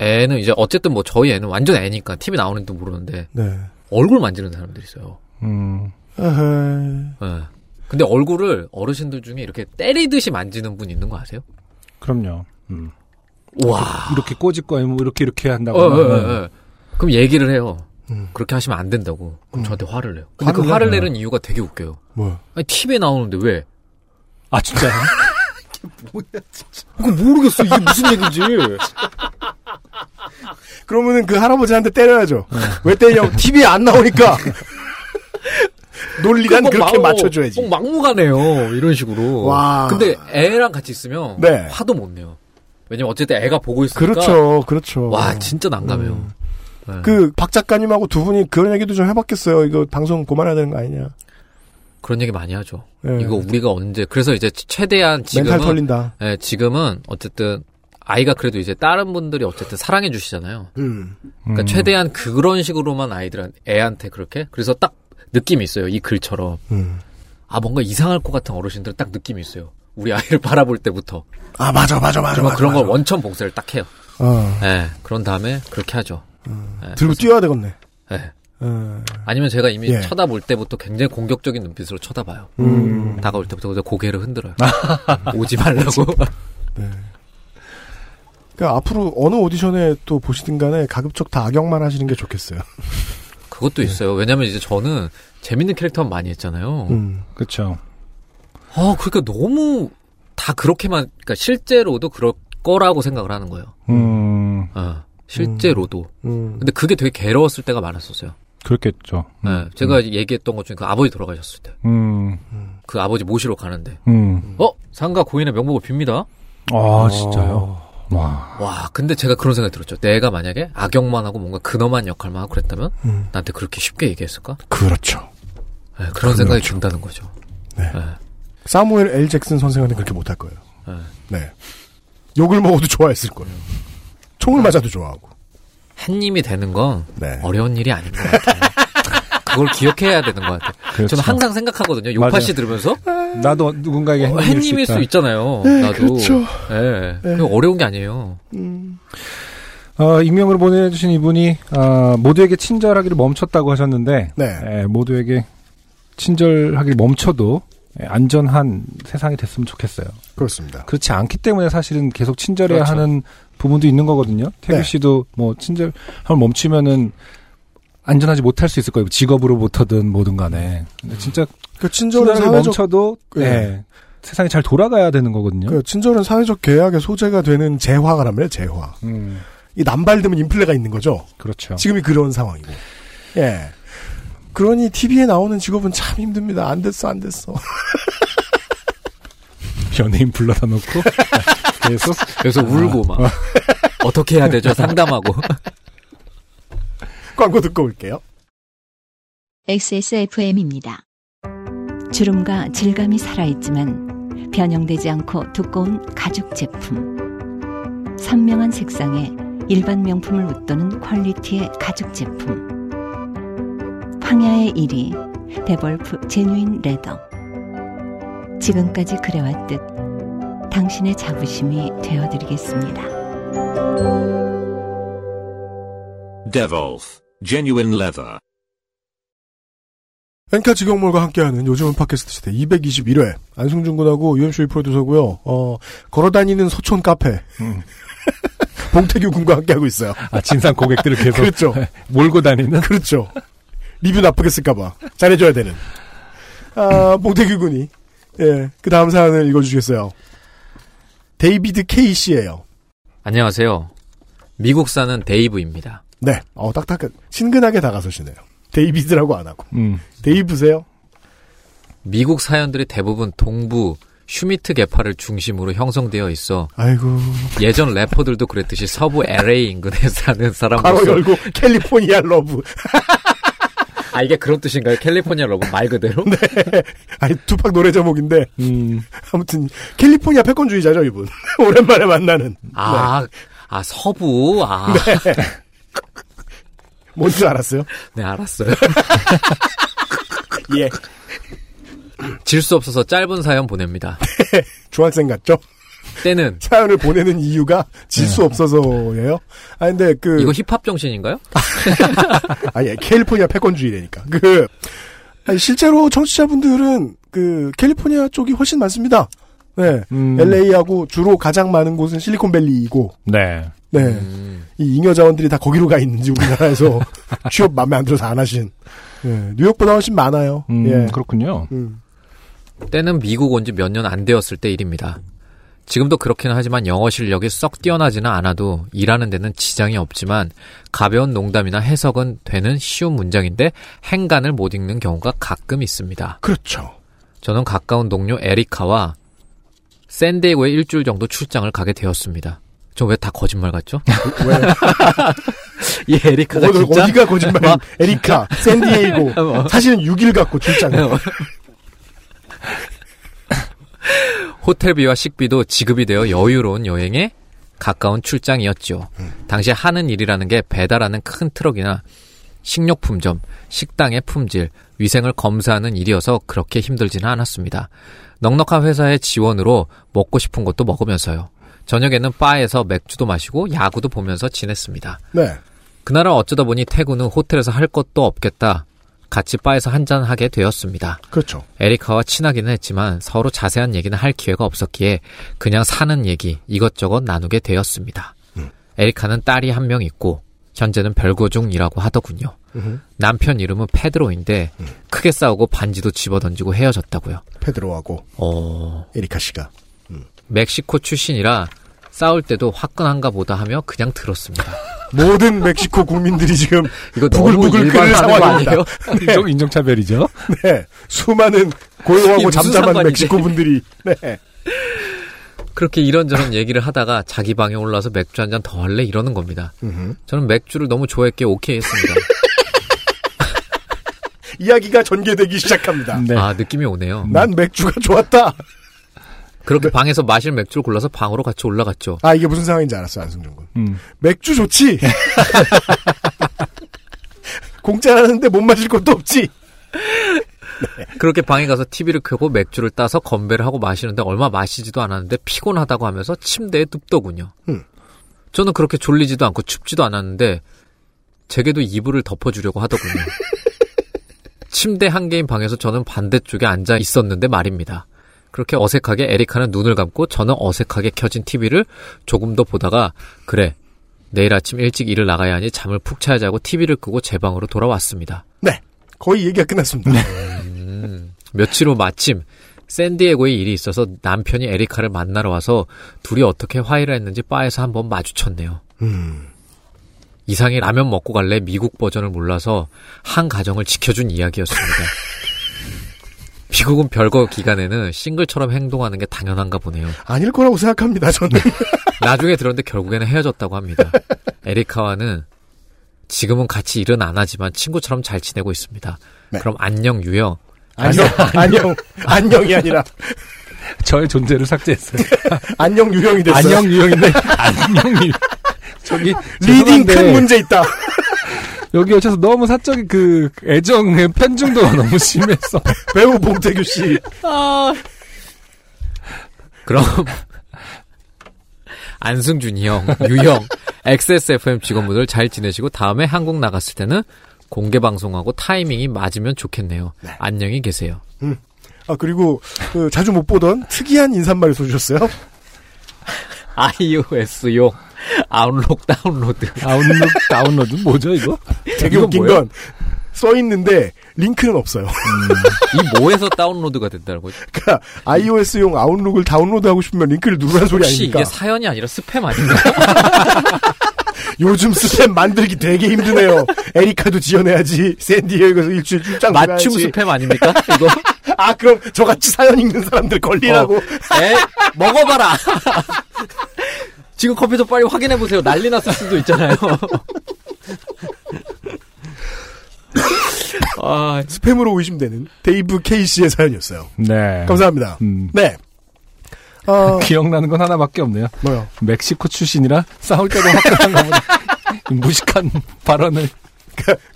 애는 이제 어쨌든 뭐 저희 애는 완전 애니까 TV 나오는지도 모르는데 네. 얼굴 만지는 사람들이 있어요 음. 에헤이. 예. 근데 얼굴을 어르신들 중에 이렇게 때리듯이 만지는 분 있는 거 아세요? 그럼요. 음. 와 이렇게 꼬집고 뭐 이렇게 이렇게 한다고. 어, 어, 어, 어. 그럼 얘기를 해요. 그렇게 하시면 안 된다고. 그럼 저한테 음. 화를 내요. 근데 그 화를 내는 이유가 되게 웃겨요. 뭐야? 아니, TV에 나오는데 왜? 아 진짜. <laughs> 이거 그 모르겠어. 이게 무슨 얘기인지. <laughs> 그러면은 그 할아버지한테 때려야죠. 왜 때려? TV에 안 나오니까. 논리란 그렇게 맞춰줘야지. 꼭 막무가내요. 이런 식으로. 와. 근데 애랑 같이 있으면 네. 화도 못 내요. 왜냐면 어쨌든 애가 보고 있으니까. 그렇죠, 그렇죠. 와, 진짜 난감해요. 네. 그 박 작가님하고 두 분이 그런 얘기도 좀 해봤겠어요. 이거 방송 그만해야 되는 거 아니냐? 그런 얘기 많이 하죠. 예. 이거 우리가 언제 그래서 이제 최대한 지금은 멘탈 털린다. 예, 지금은 어쨌든 아이가 그래도 이제 다른 분들이 어쨌든 사랑해 주시잖아요. 음. 그러니까 최대한 그런 식으로만 아이들한 애한테 그렇게 그래서 딱 느낌이 있어요 이 글처럼 음. 아 뭔가 이상할 것 같은 어르신들은 딱 느낌이 있어요 우리 아이를 바라볼 때부터 아 맞아, 맞아, 맞아. 그런 맞아, 뭐 그런 맞아. 걸 원천 봉쇄를 딱 해요 어. 예 그런 다음에 그렇게 하죠 예, 들고 뛰어야 되겠네. 예. 어. 아니면 제가 이미 예. 쳐다볼 때부터 굉장히 공격적인 눈빛으로 쳐다봐요 다가올 때부터 그냥 고개를 흔들어요 음. 아. <laughs> 오지 말라고 그러니까 앞으로 어느 오디션에 또 보시든 간에 가급적 다 악역만 하시는 게 좋겠어요. 그것도 있어요 왜냐면 이제 저는 재밌는 캐릭터만 많이 했잖아요 음. 그렇죠. 아, 그러니까 너무 다 그렇게만, 그러니까 실제로도 그럴 거라고 생각을 하는 거예요. 음. 어, 실제로도. 음. 근데 그게 되게 괴로웠을 때가 많았었어요. 음. 예, 그렇겠죠. 네, 제가 얘기했던 것 중에 그 아버지 돌아가셨을 때. 음. 그 아버지 모시러 가는데 음. 어 상가 고인의 명복을 빕니다. 아, 진짜요? 어. 와. 와 근데 제가 그런 생각이 들었죠. 내가 만약에 악역만 하고 뭔가 근엄한 역할만 하고 그랬다면 음. 나한테 그렇게 쉽게 얘기했을까? 그렇죠. 네, 그런 생각이 든다는 거죠. 사무엘 L 잭슨 선생한테 그렇게 못할 거예요. 네. 네. 욕을 먹어도 좋아했을 거예요. 총을 맞아도 좋아하고. 한 님이 되는 건 네. 어려운 일이 아닌 것 같아요. <laughs> 그걸 기억해야 되는 것 같아요. 그렇죠. 저는 항상 생각하거든요. 맞아요. 요파 씨 들으면서 나도 누군가에게 어, 햇님일 햇님일 수 수 있다. 있잖아요. 네, 나도 그렇죠. 예, 네. 그거 어려운 게 아니에요. 어, 익명으로 보내주신 이분이 아, 모두에게 친절하기를 멈췄다고 하셨는데 네, 예, 모두에게 친절하기를 멈춰도 예, 안전한 세상이 됐으면 좋겠어요. 그렇습니다. 그렇지 않기 때문에 사실은 계속 친절해야 그렇죠. 하는 부분도 있는 거거든요. 태규 네. 씨도 뭐 친절 한번 멈추면은 안전하지 못할 수 있을 거예요. 직업으로부터든 뭐든 간에. 근데 진짜 그 친절한 친절하게 사회적- 멈춰도 예. 예, 세상이 잘 돌아가야 되는 거거든요. 그 친절은 사회적 계약의 소재가 되는 재화가라며 재화. 음. 이 남발되면 인플레가 있는 거죠. 그렇죠. 지금이 그런 상황이고. 예. 그러니 TV에 나오는 직업은 참 힘듭니다. 안 됐어, 안 됐어. <laughs> 연예인 불러다 놓고 <laughs> <laughs> 계속 그래서 울고 막 아. 어떻게 해야 되죠? 상담하고 <laughs> 광고 듣고 올게요. XSFM입니다. 주름과 질감이 살아있지만 변형되지 않고 두꺼운 가죽 제품. 선명한 색상에 일반 명품을 웃도는 퀄리티의 가죽 제품. 황야의 1위 데볼프 제뉴인 레더. 지금까지 그래왔듯 당신의 자부심이 되어드리겠습니다. Devolf. Genuine leather. 엔카 직영몰과 함께하는 요즘은 팟캐스트 시대 221회. 안승준 군하고 UMC 프로듀서고요. 어, 걸어다니는 서촌 카페. 음. <laughs> 봉태규 군과 함께하고 있어요. 아, 진상 고객들을 계속 그렇죠. 몰고 다니는? 그렇죠. 리뷰 나쁘게 쓸까봐. 잘해줘야 되는. 아, 봉태규 군이. 예, 그 다음 사연을 읽어주시겠어요. 데이비드 케이 씨예요 안녕하세요. 미국 사는 데이브입니다. 네. 어, 딱딱한. 친근하게 다가서시네요. 데이비드라고 안 하고. 데이브세요? 미국 사연들이 대부분 동부 슈미트 계파를 중심으로 형성되어 있어 아이고. 예전 래퍼들도 그랬듯이 서부 LA 인근에 사는 괄호 사람으로서 열고 캘리포니아 러브. 아 이게 그런 뜻인가요? 캘리포니아 러브 말 그대로? 네. 아니 투팍 노래 제목인데 음. 아무튼 캘리포니아 패권주의자죠 이분 <laughs> 오랜만에 만나는 아, 아 서부 아. 네. 뭔지 <laughs> 알았어요? 네 알았어요. 예. 질 수 없어서 짧은 사연 보냅니다. 중학생 같죠? 때는 사연을 보내는 이유가 질 수 없어서예요. 아 근데 그 네. 이거 힙합 정신인가요? 아니 캘리포니아 패권주의라니까 그 아니, 실제로 청취자분들은 그 캘리포니아 쪽이 훨씬 많습니다. 네, 음. 음. LA하고 주로 가장 많은 곳은 실리콘밸리이고 네. 네. 음. 이 잉여 자원들이 다 거기로 가 있는지 우리나라에서 <laughs> 취업 마음에 안 들어서 안 하신. 예, 뉴욕보다 훨씬 많아요. 음, 예. 그렇군요. 음. 때는 미국 온 지 몇 년 안 되었을 때 일입니다. 지금도 그렇긴 하지만 영어 실력이 썩 뛰어나지는 않아도 일하는 데는 지장이 없지만 가벼운 농담이나 해석은 되는 쉬운 문장인데 행간을 못 읽는 경우가 가끔 있습니다. 그렇죠. 저는 가까운 동료 에리카와 샌디에고에 일주일 정도 출장을 가게 되었습니다. 저 왜 다 거짓말 <laughs> 같죠? 왜? 이 예, 에리카가 어디- 진짜 어디가 거짓말? 막- <laughs> 에리카, 샌디에이고. 뭐. 사실은 6일 갖고 출장. 어. 호텔비와 식비도 지급이 되어 여유로운 여행에 가까운 출장이었죠. 당시 하는 일이라는 게 배달하는 큰 트럭이나 식료품점, 식당의 품질, 위생을 검사하는 일이어서 그렇게 힘들지는 않았습니다. 넉넉한 회사의 지원으로 먹고 싶은 것도 먹으면서요. 저녁에는 바에서 맥주도 마시고 야구도 보면서 지냈습니다. 네. 그날은 어쩌다 보니 태구는 호텔에서 할 것도 없겠다. 같이 바에서 한잔 하게 되었습니다. 그렇죠. 에리카와 친하기는 했지만 서로 자세한 얘기는 할 기회가 없었기에 그냥 사는 얘기 이것저것 나누게 되었습니다. 에리카는 딸이 한 명 있고 현재는 별거 중이라고 하더군요. 남편 이름은 페드로인데 크게 싸우고 반지도 집어던지고 헤어졌다고요. 페드로하고 어... 에리카 씨가 멕시코 출신이라 싸울 때도 화끈한가 보다 하며 그냥 들었습니다. 모든 멕시코 국민들이 지금 이거 너무 부글부글 끓는 일반화된 거 상황입니다. 아니에요? 네. 이거 인종차별이죠. 네. 수많은 고요하고 이게 무슨 잠잠한 상관이지? 멕시코 분들이 네. 그렇게 이런저런 얘기를 하다가 자기 방에 올라와서 맥주 한 잔 더 할래 이러는 겁니다. 저는 맥주를 너무 좋아했기에 오케이 했습니다. 이야기가 전개되기 음. 시작합니다. 아 느낌이 <laughs> 오네요. 난 맥주가 좋았다. 그렇게 방에서 마실 맥주를 골라서 방으로 같이 올라갔죠. 아 이게 무슨 상황인지 알았어 안승준 군. 맥주 좋지. <laughs> 공짜라는데 못 마실 것도 없지. 그렇게 방에 가서 TV를 켜고 맥주를 따서 건배를 하고 마시는데 얼마 마시지도 않았는데 피곤하다고 하면서 침대에 눕더군요. 음. 저는 그렇게 졸리지도 않고 춥지도 않았는데 제게도 이불을 덮어주려고 하더군요. 침대 한 개인 방에서 저는 반대쪽에 앉아 있었는데 말입니다. 그렇게 어색하게 에리카는 눈을 감고 저는 어색하게 켜진 TV를 조금 더 보다가 그래 내일 아침 일찍 일을 나가야 하니 잠을 푹 자야지 하고 TV를 끄고 제 방으로 돌아왔습니다. 네. 거의 얘기가 끝났습니다. 음, 며칠 후 마침 샌디에고에 일이 있어서 남편이 에리카를 만나러 와서 둘이 어떻게 화해를 했는지 바에서 한번 마주쳤네요. 음. 이상이 라면 먹고 갈래 미국 버전을 몰라서 한 가정을 지켜준 이야기였습니다. 미국은 별거 기간에는 싱글처럼 행동하는 게 당연한가 보네요. 아닐 거라고 생각합니다. 저는 <laughs> 나중에 들었는데 결국에는 헤어졌다고 합니다. 에리카와는 지금은 같이 일은 안 하지만 친구처럼 잘 지내고 있습니다. 그럼 안녕 유영. 안녕 <laughs> 안녕 안녕이 아니라 저의 존재를 삭제했어요. 안녕 유형이 됐어요. 안녕 <laughs> 유형인데 안녕 유. 저기 리딩 큰 문제 있다. 여기 어째서 너무 사적인 그 애정의 편중도가 너무 심해서 <laughs> 배우 봉태규 씨. 그럼 <laughs> 안승준이 형, 유형, XSFM 직원분들 잘 지내시고 다음에 한국 나갔을 때는 공개 방송하고 타이밍이 맞으면 좋겠네요. 안녕히 계세요. 아 그리고 그, 자주 못 보던 특이한 인사말을 써주셨어요. iOS용 아웃록 다운로드. 아웃룩 다운로드 뭐죠 이거? 되게 이거 웃긴 뭐예요? 건 써 있는데 링크는 없어요. <laughs> 이 뭐에서 다운로드가 된다는 거죠? 그러니까 iOS용 아웃룩을 다운로드하고 싶으면 링크를 누르라는 소리 혹시 아닙니까? 이게 사연이 아니라 그러니까 스팸 아닌가? 요즘 스팸 만들기 되게 힘드네요. 에리카도 지어내야지. 샌디에이고에서 일주일 출장 <laughs> 맞춤 가야지. 스팸 아닙니까? 이거 아 그럼 저같이 사연 읽는 사람들 걸리라고. 에 먹어봐라. <laughs> 지금 커피 좀 빨리 확인해 보세요. 난리 났을 수도 있잖아요. <laughs> 아, 스팸으로 의심되는 데이브 케이씨의 사연이었어요. 네. 감사합니다. 음. 네. 어, 기억나는 건 하나밖에 없네요. 뭐요? 멕시코 출신이라 싸울 때도 화끈한 <laughs> 거보다 무식한 발언을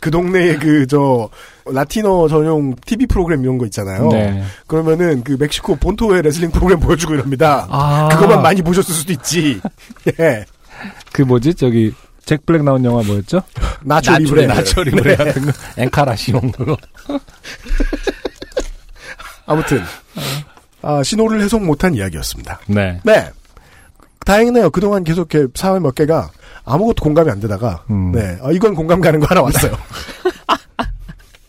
그 동네에 그, 저, 라티너 전용 TV 프로그램 이런 거 있잖아요. 네. 그러면은 그 멕시코 본토의 레슬링 프로그램 보여주고 이럽니다. 아. 그것만 많이 보셨을 수도 있지. 예. 그 뭐지 저기 잭 블랙 나온 영화 뭐였죠? 나초 리브레. 나초리브레 같은 거 엔카라시온 그거 아무튼. 아, 신호를 해석 못한 이야기였습니다. 네 네. 다행이네요. 그동안 계속 이렇게 사회 몇 개가 아무것도 공감이 안 되다가, 음. 네. 아, 이건 공감 가는 거 <laughs> 하나 왔어요.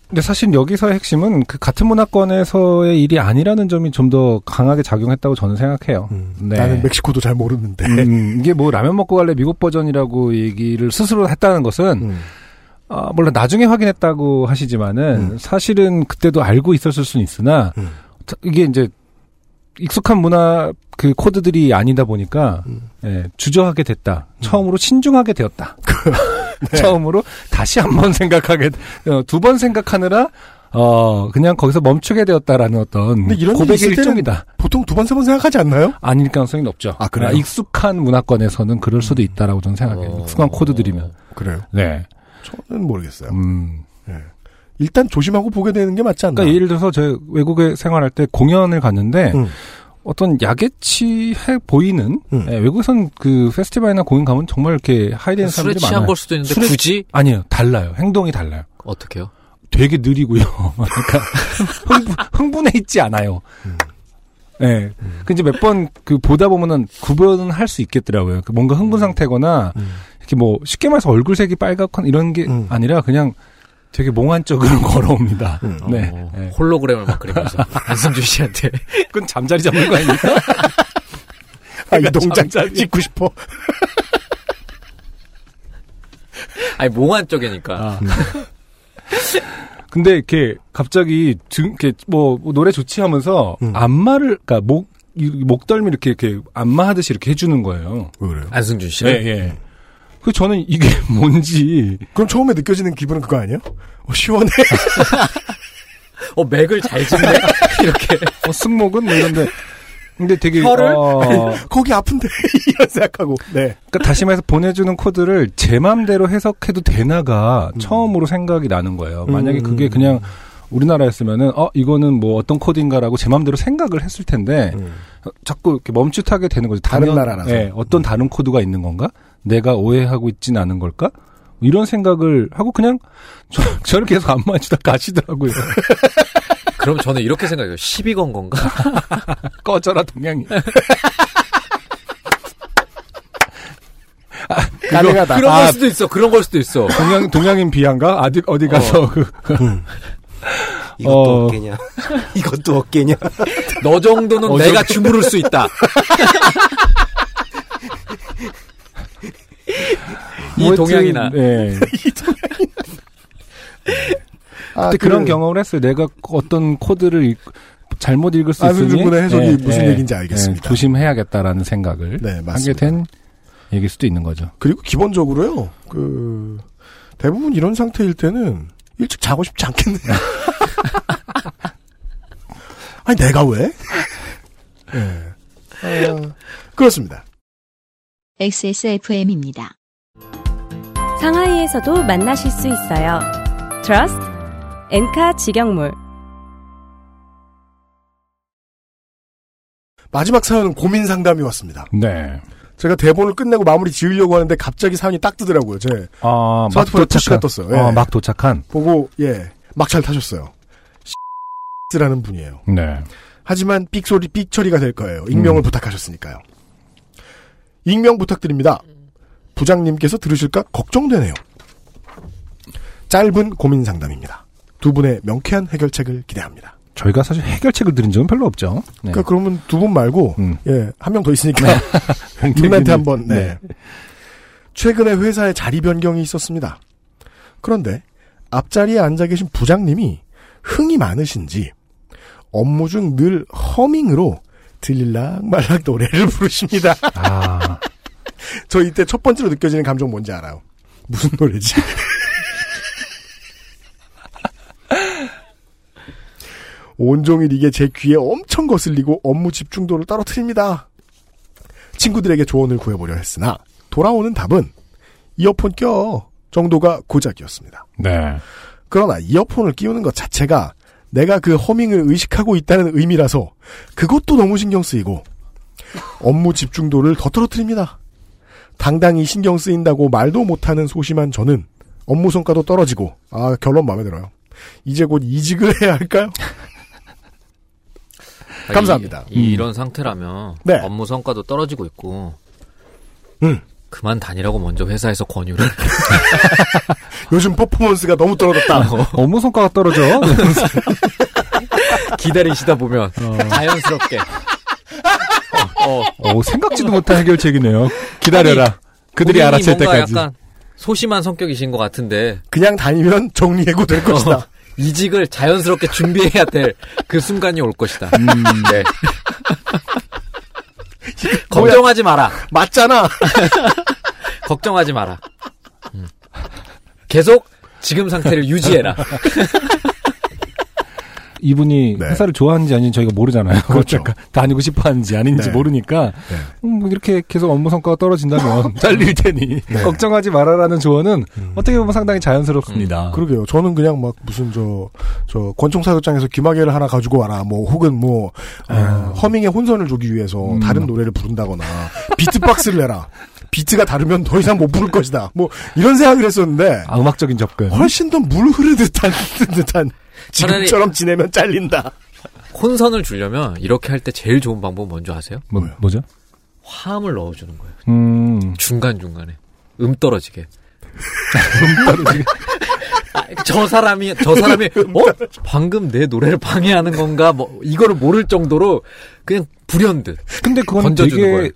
근데 사실 여기서의 핵심은 그 같은 문화권에서의 일이 아니라는 점이 좀 더 강하게 작용했다고 저는 생각해요. 네. 음. 나는 멕시코도 잘 모르는데. 음, 이게 뭐 라면 먹고 갈래 미국 버전이라고 얘기를 스스로 했다는 것은 음. 아, 물론 나중에 확인했다고 하시지만은 사실은 그때도 알고 있었을 수는 있으나 음. 자, 이게 이제 익숙한 문화 그 코드들이 아니다 보니까 음. 예, 주저하게 됐다. 처음으로 신중하게 <laughs> 되었다. 네. 처음으로 다시 한번 생각하게 어, 두 번 생각하느라 어 그냥 거기서 멈추게 되었다라는 어떤 근데 이런 일이 고백의 있을 때는 일종이다. 보통 두 번, 세 번 생각하지 않나요? 아닐 가능성이 높죠. 그러니까 아, 그래요? 익숙한 문화권에서는 그럴 수도 있다라고 저는 생각해요. 어. 익숙한 코드들이면. 그래요. 네. 저는 모르겠어요. 음. 일단 조심하고 보게 되는 게 맞지 않나. 그러니까 예를 들어서 저 외국에 생활할 때 공연을 갔는데 음. 어떤 야개치해 보이는 음. 예, 외국에선 그 페스티벌이나 공연 가면 정말 이렇게 하이된 술에 사람들이 취한 많아요. 걸 수도 있는데 술에- 굳이 아니에요. 달라요. 행동이 달라요. 어떻게요? 되게 느리고요. <laughs> 그러니까 흥분, 해 있지 않아요. 예. 그 이제 몇 번 그 보다 보면은 구분은 할 수 있겠더라고요. 그 뭔가 흥분 상태거나 이렇게 뭐 쉽게 말해서 얼굴색이 빨갛거나 이런 게 음. 아니라 그냥 되게 몽환적으로 <laughs> 걸어옵니다. 네. 어, 예. 홀로그램을 막 <laughs> 그리면서 안승준 씨한테 그건 잠자리 잡는 거 아닙니까? <laughs> 아, 이 동작 찍고 싶어. 아니 몽환 쪽이니까. 근데 이렇게 갑자기 등 이렇게 뭐 노래 좋지 하면서 안마를 그러니까 목 이- 목덜미 이렇게 이렇게 안마하듯이 이렇게 해주는 거예요. 왜 그래요? 안승준 예, 예. 그 저는 이게 <laughs> 뭔지 그럼 처음에 느껴지는 기분은 그거 아니에요? 어, 시원해. <laughs> 어 맥을 잘 짚네. <laughs> 이렇게 어, 승목은 뭐 이런데 근데 되게 혀를? 어, 거기 아픈데 <laughs> 이런 생각하고. 네. 그러니까 다시 말해서 보내주는 코드를 제 마음대로 해석해도 되나가 처음으로 생각이 나는 거예요. 만약에 음. 그게 그냥 우리나라였으면은 어 이거는 뭐 어떤 코드인가라고 제 마음대로 생각을 했을 텐데 어, 자꾸 이렇게 멈칫하게 되는 거죠. 다른 당연- 나라라서. 예, 어떤 다른 코드가 있는 건가? 내가 오해하고 있진 않은 걸까? 이런 생각을 하고 그냥 저, 저를 계속 안 맞추다 <laughs> 가시더라고요. 그럼 저는 이렇게 생각해요. 시비 건 건가? 꺼져라 동양이. 까내가다. 그런 아. 걸 수도 있어. 그런 걸 수도 있어. 동양 동양인 비한가? 어디 어디 가서 그 이것도 어. 어... 깨냐 <laughs> 이것도 어깨냐? 너 정도는 내가 주무를 수 있다. 이 뭐든, 동양이나 예. 아, 그때 그런 경험을 했어요. 내가 어떤 코드를 읽- 잘못 읽을 수 있으니 안승준 군의 해석이 예, 아, 무슨 예, 얘기인지 알겠습니다. 예, 조심해야겠다라는 생각을 네, 하게 맞습니다. 된 얘기일 수도 있는 거죠. 그리고 기본적으로요. 그 대부분 이런 상태일 때는 일찍 자고 싶지 않겠네. <laughs> 아니 내가 왜? 예. 아, 그렇습니다. XSFM입니다. 상하이에서도 만나실 수 있어요. Trust 엔카 직영몰 마지막 사연은 고민 상담이 왔습니다. 네. 제가 대본을 끝내고 마무리 지으려고 하는데 갑자기 사연이 딱 뜨더라고요. 제 아, 막 스마트폰에 푸시가 도착한. 떴어요. 예. 어, 막 도착한. 보고 예 막 잘 타셨어요. <laughs> 라는 분이에요. 네. 하지만 삑소리 삑처리가 될 거예요. 익명을 음. 부탁하셨으니까요. 익명 부탁드립니다. 부장님께서 들으실까 걱정되네요. 짧은 고민 상담입니다. 두 분의 명쾌한 해결책을 기대합니다. 저희가 사실 해결책을 드린 적은 별로 없죠. 네. 그러니까 그러면 두 분 말고 음. 예, 한 명 더 있으니까 <laughs> 님한테 한번 네. 최근에 회사에 자리 변경이 있었습니다. 그런데 앞자리에 앉아 계신 부장님이 흥이 많으신지 업무 중 늘 허밍으로 들릴락 말락 노래를 부르십니다. 아, <laughs> 저 이때 첫 번째로 느껴지는 감정 뭔지 알아요. 무슨 노래지? <laughs> 온종일 이게 제 귀에 엄청 거슬리고 업무 집중도를 떨어뜨립니다. 친구들에게 조언을 구해보려 했으나 돌아오는 답은 이어폰 껴 정도가 고작이었습니다. 네. 그러나 이어폰을 끼우는 것 자체가 내가 그 허밍을 의식하고 있다는 의미라서 그것도 너무 신경 쓰이고 업무 집중도를 더 떨어뜨립니다. 당당히 신경 쓰인다고 말도 못하는 소심한 저는 업무 성과도 떨어지고 아 결론 마음에 들어요. 이제 곧 이직을 해야 할까요? 감사합니다. 음. 이, 런 상태라면 네. 업무 성과도 떨어지고 있고. 음. 그만 다니라고 먼저 회사에서 권유를. <laughs> 요즘 퍼포먼스가 너무 떨어졌다. <laughs> 업무 성과가 떨어져. 기다리시다 보면 자연스럽게 어, 어, <laughs> 어, 생각지도 못한 해결책이네요. 기다려라. 아니, 그들이 본인이 알아챌 뭔가 때까지. 약간 소심한 성격이신 것 같은데 그냥 다니면 정리해고 될 어, 것이다. 이직을 자연스럽게 준비해야 될 그 순간이 올 것이다. 음. <laughs> 네. 걱정하지 마라. 맞잖아. <laughs> 걱정하지 마라. 음. 계속 지금 상태를 유지해라. 이분이 네. 회사를 좋아하는지 아닌지 저희가 모르잖아요. <laughs> 그렇죠. 그러니까 다니고 싶어 하는지 아닌지 네. 모르니까 음, 뭐 이렇게 계속 업무 성과가 <laughs> 떨어진다면 잘릴 테니 네. 걱정하지 말아라는 조언은 음. 어떻게 보면 상당히 자연스럽습니다. <laughs> 그러게요. 저는 그냥 막 무슨 저, 저, 권총사격장에서 귀마개를 하나 가지고 와라. 뭐, 혹은 뭐, 어, 아. 허밍의 혼선을 주기 위해서 음. 다른 노래를 부른다거나, 비트박스를 내라. 비트가 다르면 더 이상 못 부를 것이다. 뭐, 이런 생각을 했었는데, 아, 음악적인 접근. 훨씬 더 물 흐르듯한, <laughs> 듯한, 지금처럼 지내면 잘린다. 혼선을 주려면 이렇게 할 때 제일 좋은 방법은 뭔지 아세요? 뭐, 뭐요? 뭐죠? 화음을 넣어주는 거예요. 음, 중간중간에. 음 떨어지게. 음 저 사람이 저 사람이 어 방금 내 노래를 방해하는 건가 뭐 이거를 모를 정도로 그냥 불현듯 근데 그건 건져주는 되게 거예요.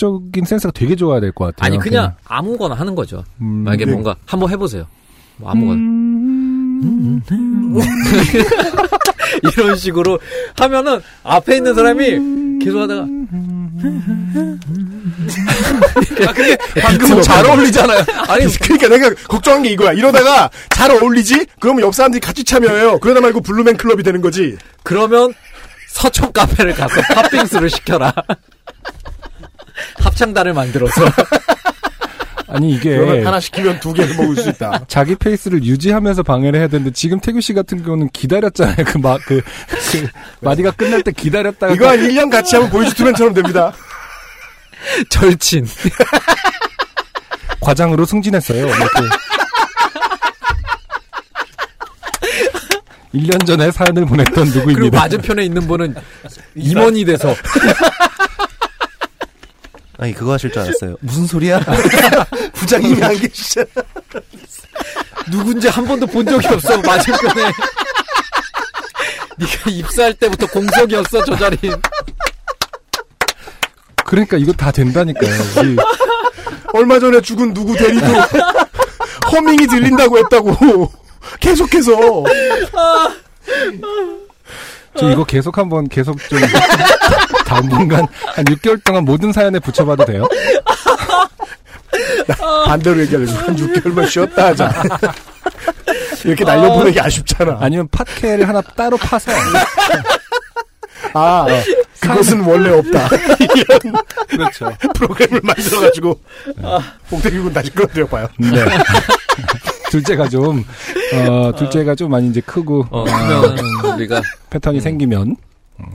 음악적인 센스가 되게 좋아야 될 것 같아요. 아니 그냥 아무거나 하는 거죠. 음, 만약에 네. 뭔가 한번 해보세요. 뭐 아무거나 음. <laughs> 이런 식으로 하면은 앞에 있는 사람이 계속하다가 아, 근데 그거 방금 잘 뭐야? 어울리잖아요. 아니, <laughs> 그러니까 내가 걱정한 게 이거야. 이러다가 잘 어울리지? 그러면 옆 사람들이 같이 참여해요. 그러다 말고 블루맨 클럽이 되는 거지. 그러면 서촌 카페를 가서 팥빙수를 시켜라. 합창단을 <laughs> 만들어서 아니 이게 그러면 예. 하나 시키면 두 개를 먹을 수 있다. 자기 페이스를 유지하면서 방해를 해야 되는데 지금 태규 씨 같은 경우는 기다렸잖아요. 그 막 그 마디가 끝날 때 기다렸다가 네. 이거 한 1년 같이 하면 보이즈 투맨처럼 됩니다. 절친 과장으로 승진했어요. 뭐 <laughs> 이렇게. 1년 전에 사연을 보냈던 그리고 누구입니다. 맞은편에 있는 분은 임원이 돼서 아니 그거 하실 줄 알았어요. 무슨 <laughs> 소리야? 부장님이 안 계시잖아. 누군지 한 번도 본 적이 없어 맞은편에 <laughs> 네가 입사할 때부터 공석이었어 저 자리 그러니까 이거 다 된다니까요. 우리 얼마 전에 죽은 누구 <laughs> 대리도 허밍이 들린다고 했다고. 계속해서. 저 이거 계속 한번 계속 좀 <laughs> 당분간 한 6개월 동안 모든 사연에 붙여봐도 돼요? 반대로 얘기하려고. 한 6개월만 쉬었다 하자. 이렇게 날려보내기 아쉽잖아. 아니면 팟캐를 하나 따로 파서 아, 어. 그것은 원래 <laughs> 없다. 이런 그렇죠. 프로그램을 만들어가지고 아. 봉태규군 다시 끌어들여봐요. 네. <laughs> 둘째가 좀 어, 둘째가 좀 많이 이제 크고 어, 음. 어, 그러면 좀 우리가 패턴이 생기면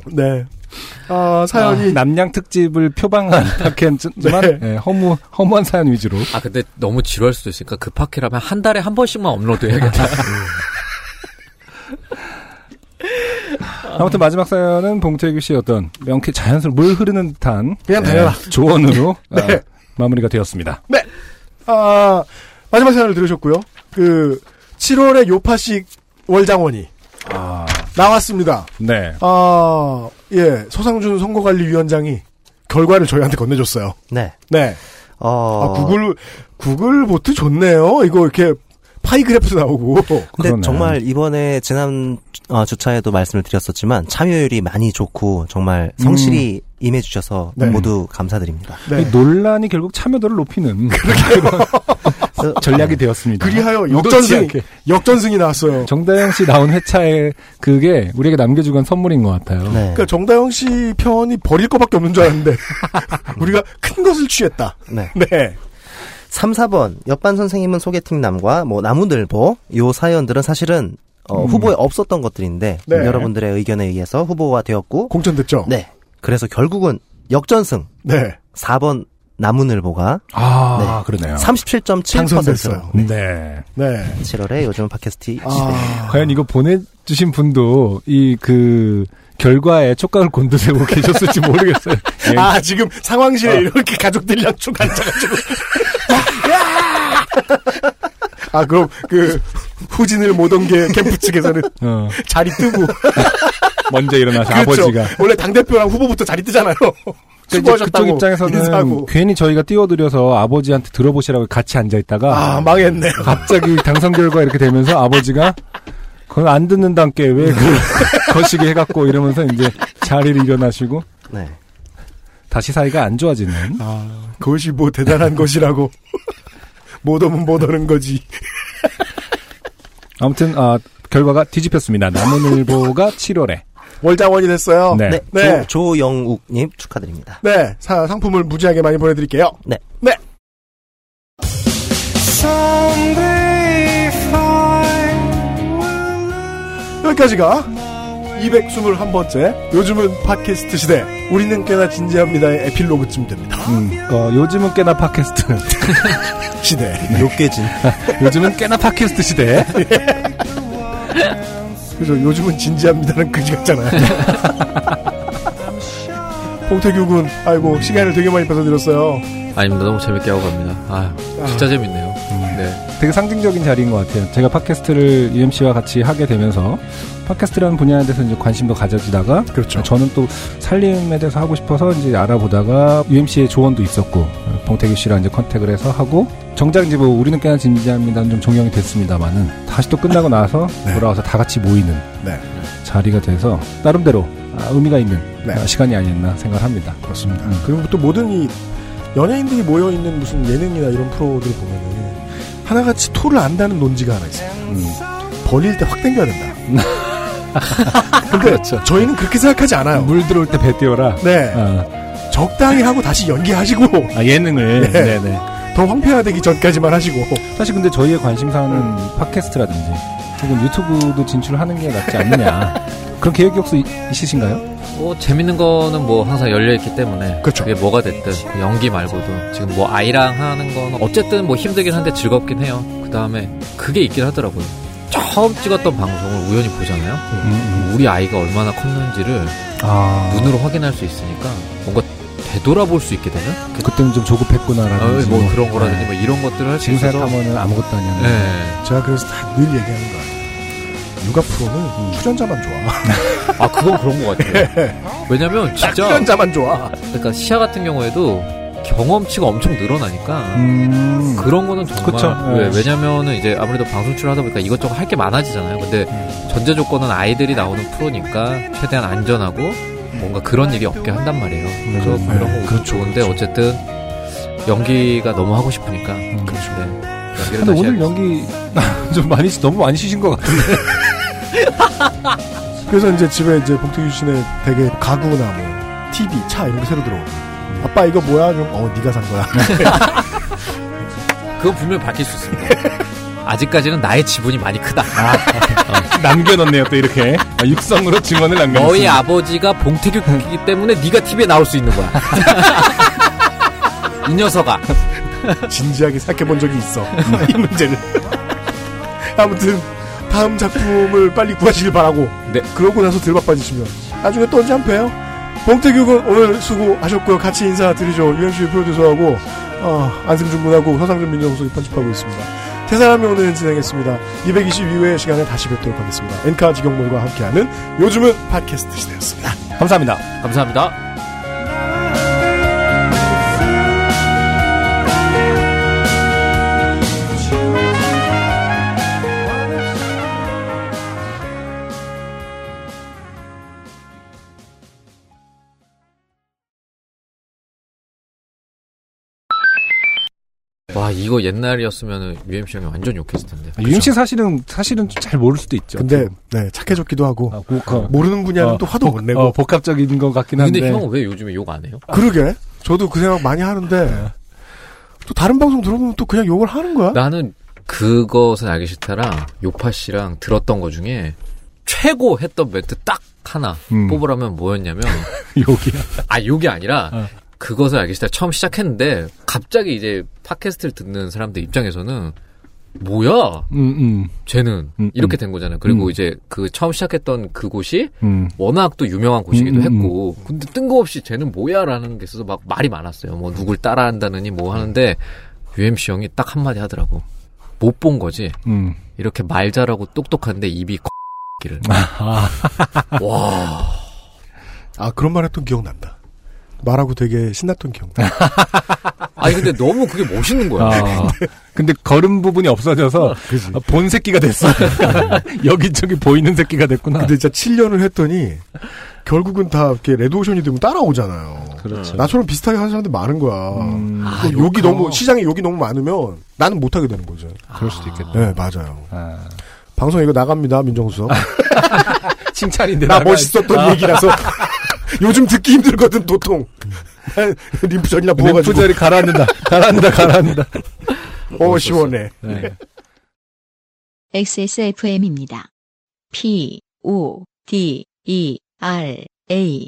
네. 아, 아, 사연이 남양 특집을 표방한 팟캐지만 네. 예, 허무 허무한 사연 위주로 아 근데 너무 지루할 수도 있으니까 급하게라면 한 달에 한 번씩만 <laughs> 업로드해야겠다 아무튼 마지막 사연은 봉태규 씨의 어떤 명쾌 자연스러운 물 흐르는 듯한 네, 그냥 네. 달려라. <laughs> 조언으로 아, 마무리가 되었습니다. 네. 아, 마지막 사연을 들으셨고요. 그 7월에 요파식 월장원이 아. 나왔습니다. 네. 아, 예. 소상준 선거관리위원장이 결과를 저희한테 건네줬어요. 네. 네. 어. 아, 구글 구글 보트 좋네요. 이거 이렇게 파이 그래프도 <laughs> 나오고. 근데 그러네. 정말 이번에 지난 어, 주차에도 말씀을 드렸었지만 참여율이 많이 좋고 정말 성실히 임해주셔서 음. 네. 모두 감사드립니다. 네. 이 논란이 결국 참여도를 <laughs> 높이는 그런 그래서 <laughs> 전략이 되었습니다. 그리하여 의도치 아, 역전승 않게. 역전승이 나왔어요. 정다영 씨 나온 회차에 그게 우리에게 남겨주건 선물인 것 같아요. 네. 그러니까 정다영 씨 편이 버릴 것밖에 없는 줄 <laughs> 알았는데 우리가 큰 것을 취했다. 네. 네. 3, 4번 옆반 선생님은 소개팅 남과 뭐 나무늘보 요 사연들은 사실은 어, 후보에 없었던 것들인데 음. 네. 여러분들의 의견에 의해서 후보가 되었고 공천됐죠. 네. 그래서 결국은 역전승 네. 4번 나무늘보가 아 그러네요. 37.7%로 당선됐어요. 아. 네. 对， 7월에 요즘은 팟캐스트 啊。 과연 이거 보내주신 분도 이 그 결과에 촉각을 곤두세우고 <laughs> 계셨을지 모르겠어요. 예. 아 지금 상황실에 이렇게 가족들이랑 쭉 앉아가지고 <laughs> 야! 아 그럼 그 후진을 못 온 게 캠프 측에서는 어, 자리 <laughs> 뜨고 먼저 일어나서 그렇죠. 아버지가. 원래 당 대표랑 후보부터 자리 뜨잖아요. 그러니까 이제 수고하셨다고 그쪽 입장에서는 인사하고 괜히 저희가 띄워드려서 아버지한테 들어보시라고 같이 앉아있다가 아 망했네. 갑자기 당선 결과 이렇게 되면서 아버지가 그건 안 듣는단께 왜 <laughs> 그, 거시기 해갖고 이러면서 이제 자리를 일어나시고 네. 다시 사이가 안 좋아지는 아 그것이 뭐 대단한 <laughs> 것이라고 못 오면 못 오는 거지. 아무튼 아, 결과가 뒤집혔습니다. 남은일보가 7월에 월장원이 됐어요. 네. 네. 네. 조, 조영욱님 축하드립니다. 네, 사- 상품을 무지하게 많이 보내드릴게요. 네. 네. 여기까지가 221번째 요즘은 팟캐스트 시대 우리는 꽤나 진지합니다의 에필로그쯤 됩니다. <laughs> 음, 어, 요즘은 꽤나 팟캐스트 <laughs> 시대. 욕계진. 요즘은 꽤나 팟캐스트 시대 그래서 요즘은 진지합니다는 <laughs> 그지 같잖아요. 홍태규 군, 아이고 시간을 되게 많이 뺏어드렸어요. 아. 아닙니다 너무 재밌게 하고 갑니다 아 진짜 재밌네요 네 되게 상징적인 자리인 것 같아요. 제가 팟캐스트를 UMC와 같이 하게 되면서 팟캐스트라는 분야에 대해서 이제 관심도 가져지다가 그렇죠. 저는 또 살림에 대해서 하고 싶어서 이제 알아보다가 UMC의 조언도 있었고 어, 봉태규 씨랑 이제 컨택을 해서 하고 정작 이제 뭐 우리는 꽤나 진지합니다는 좀 종영이 됐습니다만은 다시 또 끝나고 <laughs> 나서 돌아와서 다 같이 모이는 네. 자리가 돼서 나름대로 아, 의미가 있는 네. 아, 시간이 아니었나 생각합니다. 음, 그렇습니다. 그리고 뭐 또 모든 이 연예인들이 모여 있는 무슨 예능이나 이런 프로들 보면은 하나같이 토를 안다는 논지가 하나 있어요. 버릴 때 확 당겨야 된다. 근데 저희는 그렇게 생각하지 않아요. 물 아. 들어올 때 배 띄워라. 네. 적당히 하고 다시 연기하시고. <laughs> 아, 예능을. 네. 네네. 더 황폐화되기 전까지만 하시고. 사실 근데 저희의 관심사는 팟캐스트라든지 혹은 유튜브도 진출하는 게 낫지 <laughs> 않느냐. 그런 계획이 혹시 있- 음, 있으신가요? 뭐 재밌는 거는 뭐 항상 열려 있기 때문에 그게 뭐가 됐든 그 연기 말고도 지금 뭐 아이랑 하는 거는 어쨌든 뭐 힘들긴 한데 즐겁긴 해요. 그 다음에 그게 있긴 하더라고요. 처음 찍었던 방송을 우연히 보잖아요. 음. 우리 아이가 얼마나 컸는지를 아. 눈으로 확인할 수 있으니까 뭔가 되돌아볼 수 있게 되는 그때는 좀 조급했구나라든지. 어, 뭐 그런 거라든지 뭐 이런 것들을 할수 지금 있어서. 생각하면 아무것도 아니야. 네. 제가 그래서 다 늘 얘기하는 거 같아요. 육아 프로는 출연자만 좋아. 아 그건 그런 것 같아요. 왜냐면 <laughs> 진짜 출연자만 좋아. 그러니까 시야 같은 경우에도 경험치가 엄청 늘어나니까 그런 거는 정말 그쵸. 왜, 네. 왜냐면은 이제 아무래도 방송 출연하다 보니까 이것저것 할 게 많아지잖아요. 근데 전제 조건은 아이들이 나오는 프로니까 최대한 안전하고 뭔가 그런 일이 없게 한단 말이에요. 그래서 네. 음. 그렇죠. 그런 거 좋은데 어쨌든 연기가 너무 하고 싶으니까 그렇죠. 근데 뭐 오늘 연기 <laughs> 좀 많이 쉬- 너무 많이 쉬신 것 같은데. 그래서 이제 집에 이제 봉태규 씨네 되게 가구나 뭐 TV, 차 이런 게 새로 들어오고 아빠 이거 뭐야? 그럼 어 네가 산 거야. 그건 분명히 밝힐 수 있습니다. <laughs> 아, 아직까지는 나의 지분이 많이 크다. 남겨놓네요, 또 이렇게. 아, 육성으로 증언을 남겨놓습니다. 너희 아버지가 봉태규이기 때문에 네가 TV에 나올 수 있는 <laughs> 거야. 이 녀석아. 진지하게 생각해 본 적이 있어. <laughs> 이 문제는. 아무튼 다음 작품을 빨리 구하시길 바라고. 네. 그러고 나서 들바빠지시면 나중에 또 언제 한번 봬요. 봉태규 군 오늘 수고하셨고요. 같이 인사드리죠. UMC 프로듀서하고 어, 안승준 군하고 서상준 민정수석이 편집하고 있습니다. 태사람이 오늘 진행했습니다. 222회 시간에 다시 뵙도록 하겠습니다. 엔카 지경몰과 함께하는 요즘은 팟캐스트 시대였습니다. 감사합니다. 감사합니다. 와 이거 옛날이었으면 UMC 형이 완전 욕했을 텐데. 아, 유임씨 사실은, 사실은 좀 잘 모를 수도 있죠. 근데 네 착해졌기도 하고 모르는 분야는 또 화도 복- 못 내고 아. 어, 복합적인 것 같긴 한데. <laughs> 근데 형은 왜 요즘에 욕 안 해요? 그러게. 저도 그 생각 많이 네. 하는데 또 다른 방송 들어보면 또 그냥 욕을 하는 거야. 나는 그것은 알기 싫다랑 요파 씨랑 들었던 거 중에 최고 했던 멘트 딱 하나 음. 뽑으라면 뭐였냐면 욕이야. 아 욕이 아니라 어. 그것을 알기 싫다 처음 시작했는데 갑자기 이제 팟캐스트를 듣는 사람들 입장에서는 뭐야 음, 음. 쟤는 음, 이렇게 음. 된 거잖아요. 그리고 음. 이제 그 처음 시작했던 그곳이 음. 워낙 또 유명한 곳이기도 음, 음, 했고 근데 뜬금없이 쟤는 뭐야라는 게 있어서 막 말이 많았어요. 뭐 누굴 따라한다느니 뭐 하는데 UMC 형이 딱 한마디 하더라고. 못 본 거지. 음. 이렇게 말 잘하고 똑똑한데 입이 <laughs> X기를. 와. 아 그런 말 했던 기억 난다. 말하고 되게 신났던 기억. 나. 아니 근데 너무 그게 멋있는 거야. <laughs> 아, 근데 걸음 부분이 없어져서 아, 본 새끼가 됐어. <laughs> 여기저기 보이는 새끼가 됐구나. 아, 근데 진짜 7년을 했더니 결국은 다 이렇게 레드오션이 되면 따라오잖아요. 그렇죠. 나처럼 비슷하게 하는 사람들 많은 거야. 아, 그럼 욕이 욕하고. 아, 너무 시장에 욕이 너무 많으면 나는 못 하게 되는 거죠. 그럴 수도 있겠다. 네 맞아요. 방송 이거 나갑니다 민정수석. 칭찬인데 나 아, 나가- 멋있었던 아. 얘기라서 <laughs> 요즘 듣기 힘들거든 도통 음. <laughs> 림프절이나 부어가지고 림프절이 가라앉는다 가라앉는다 가라앉는다 어 시원해 XSFM입니다. P, O, D, E, R, A.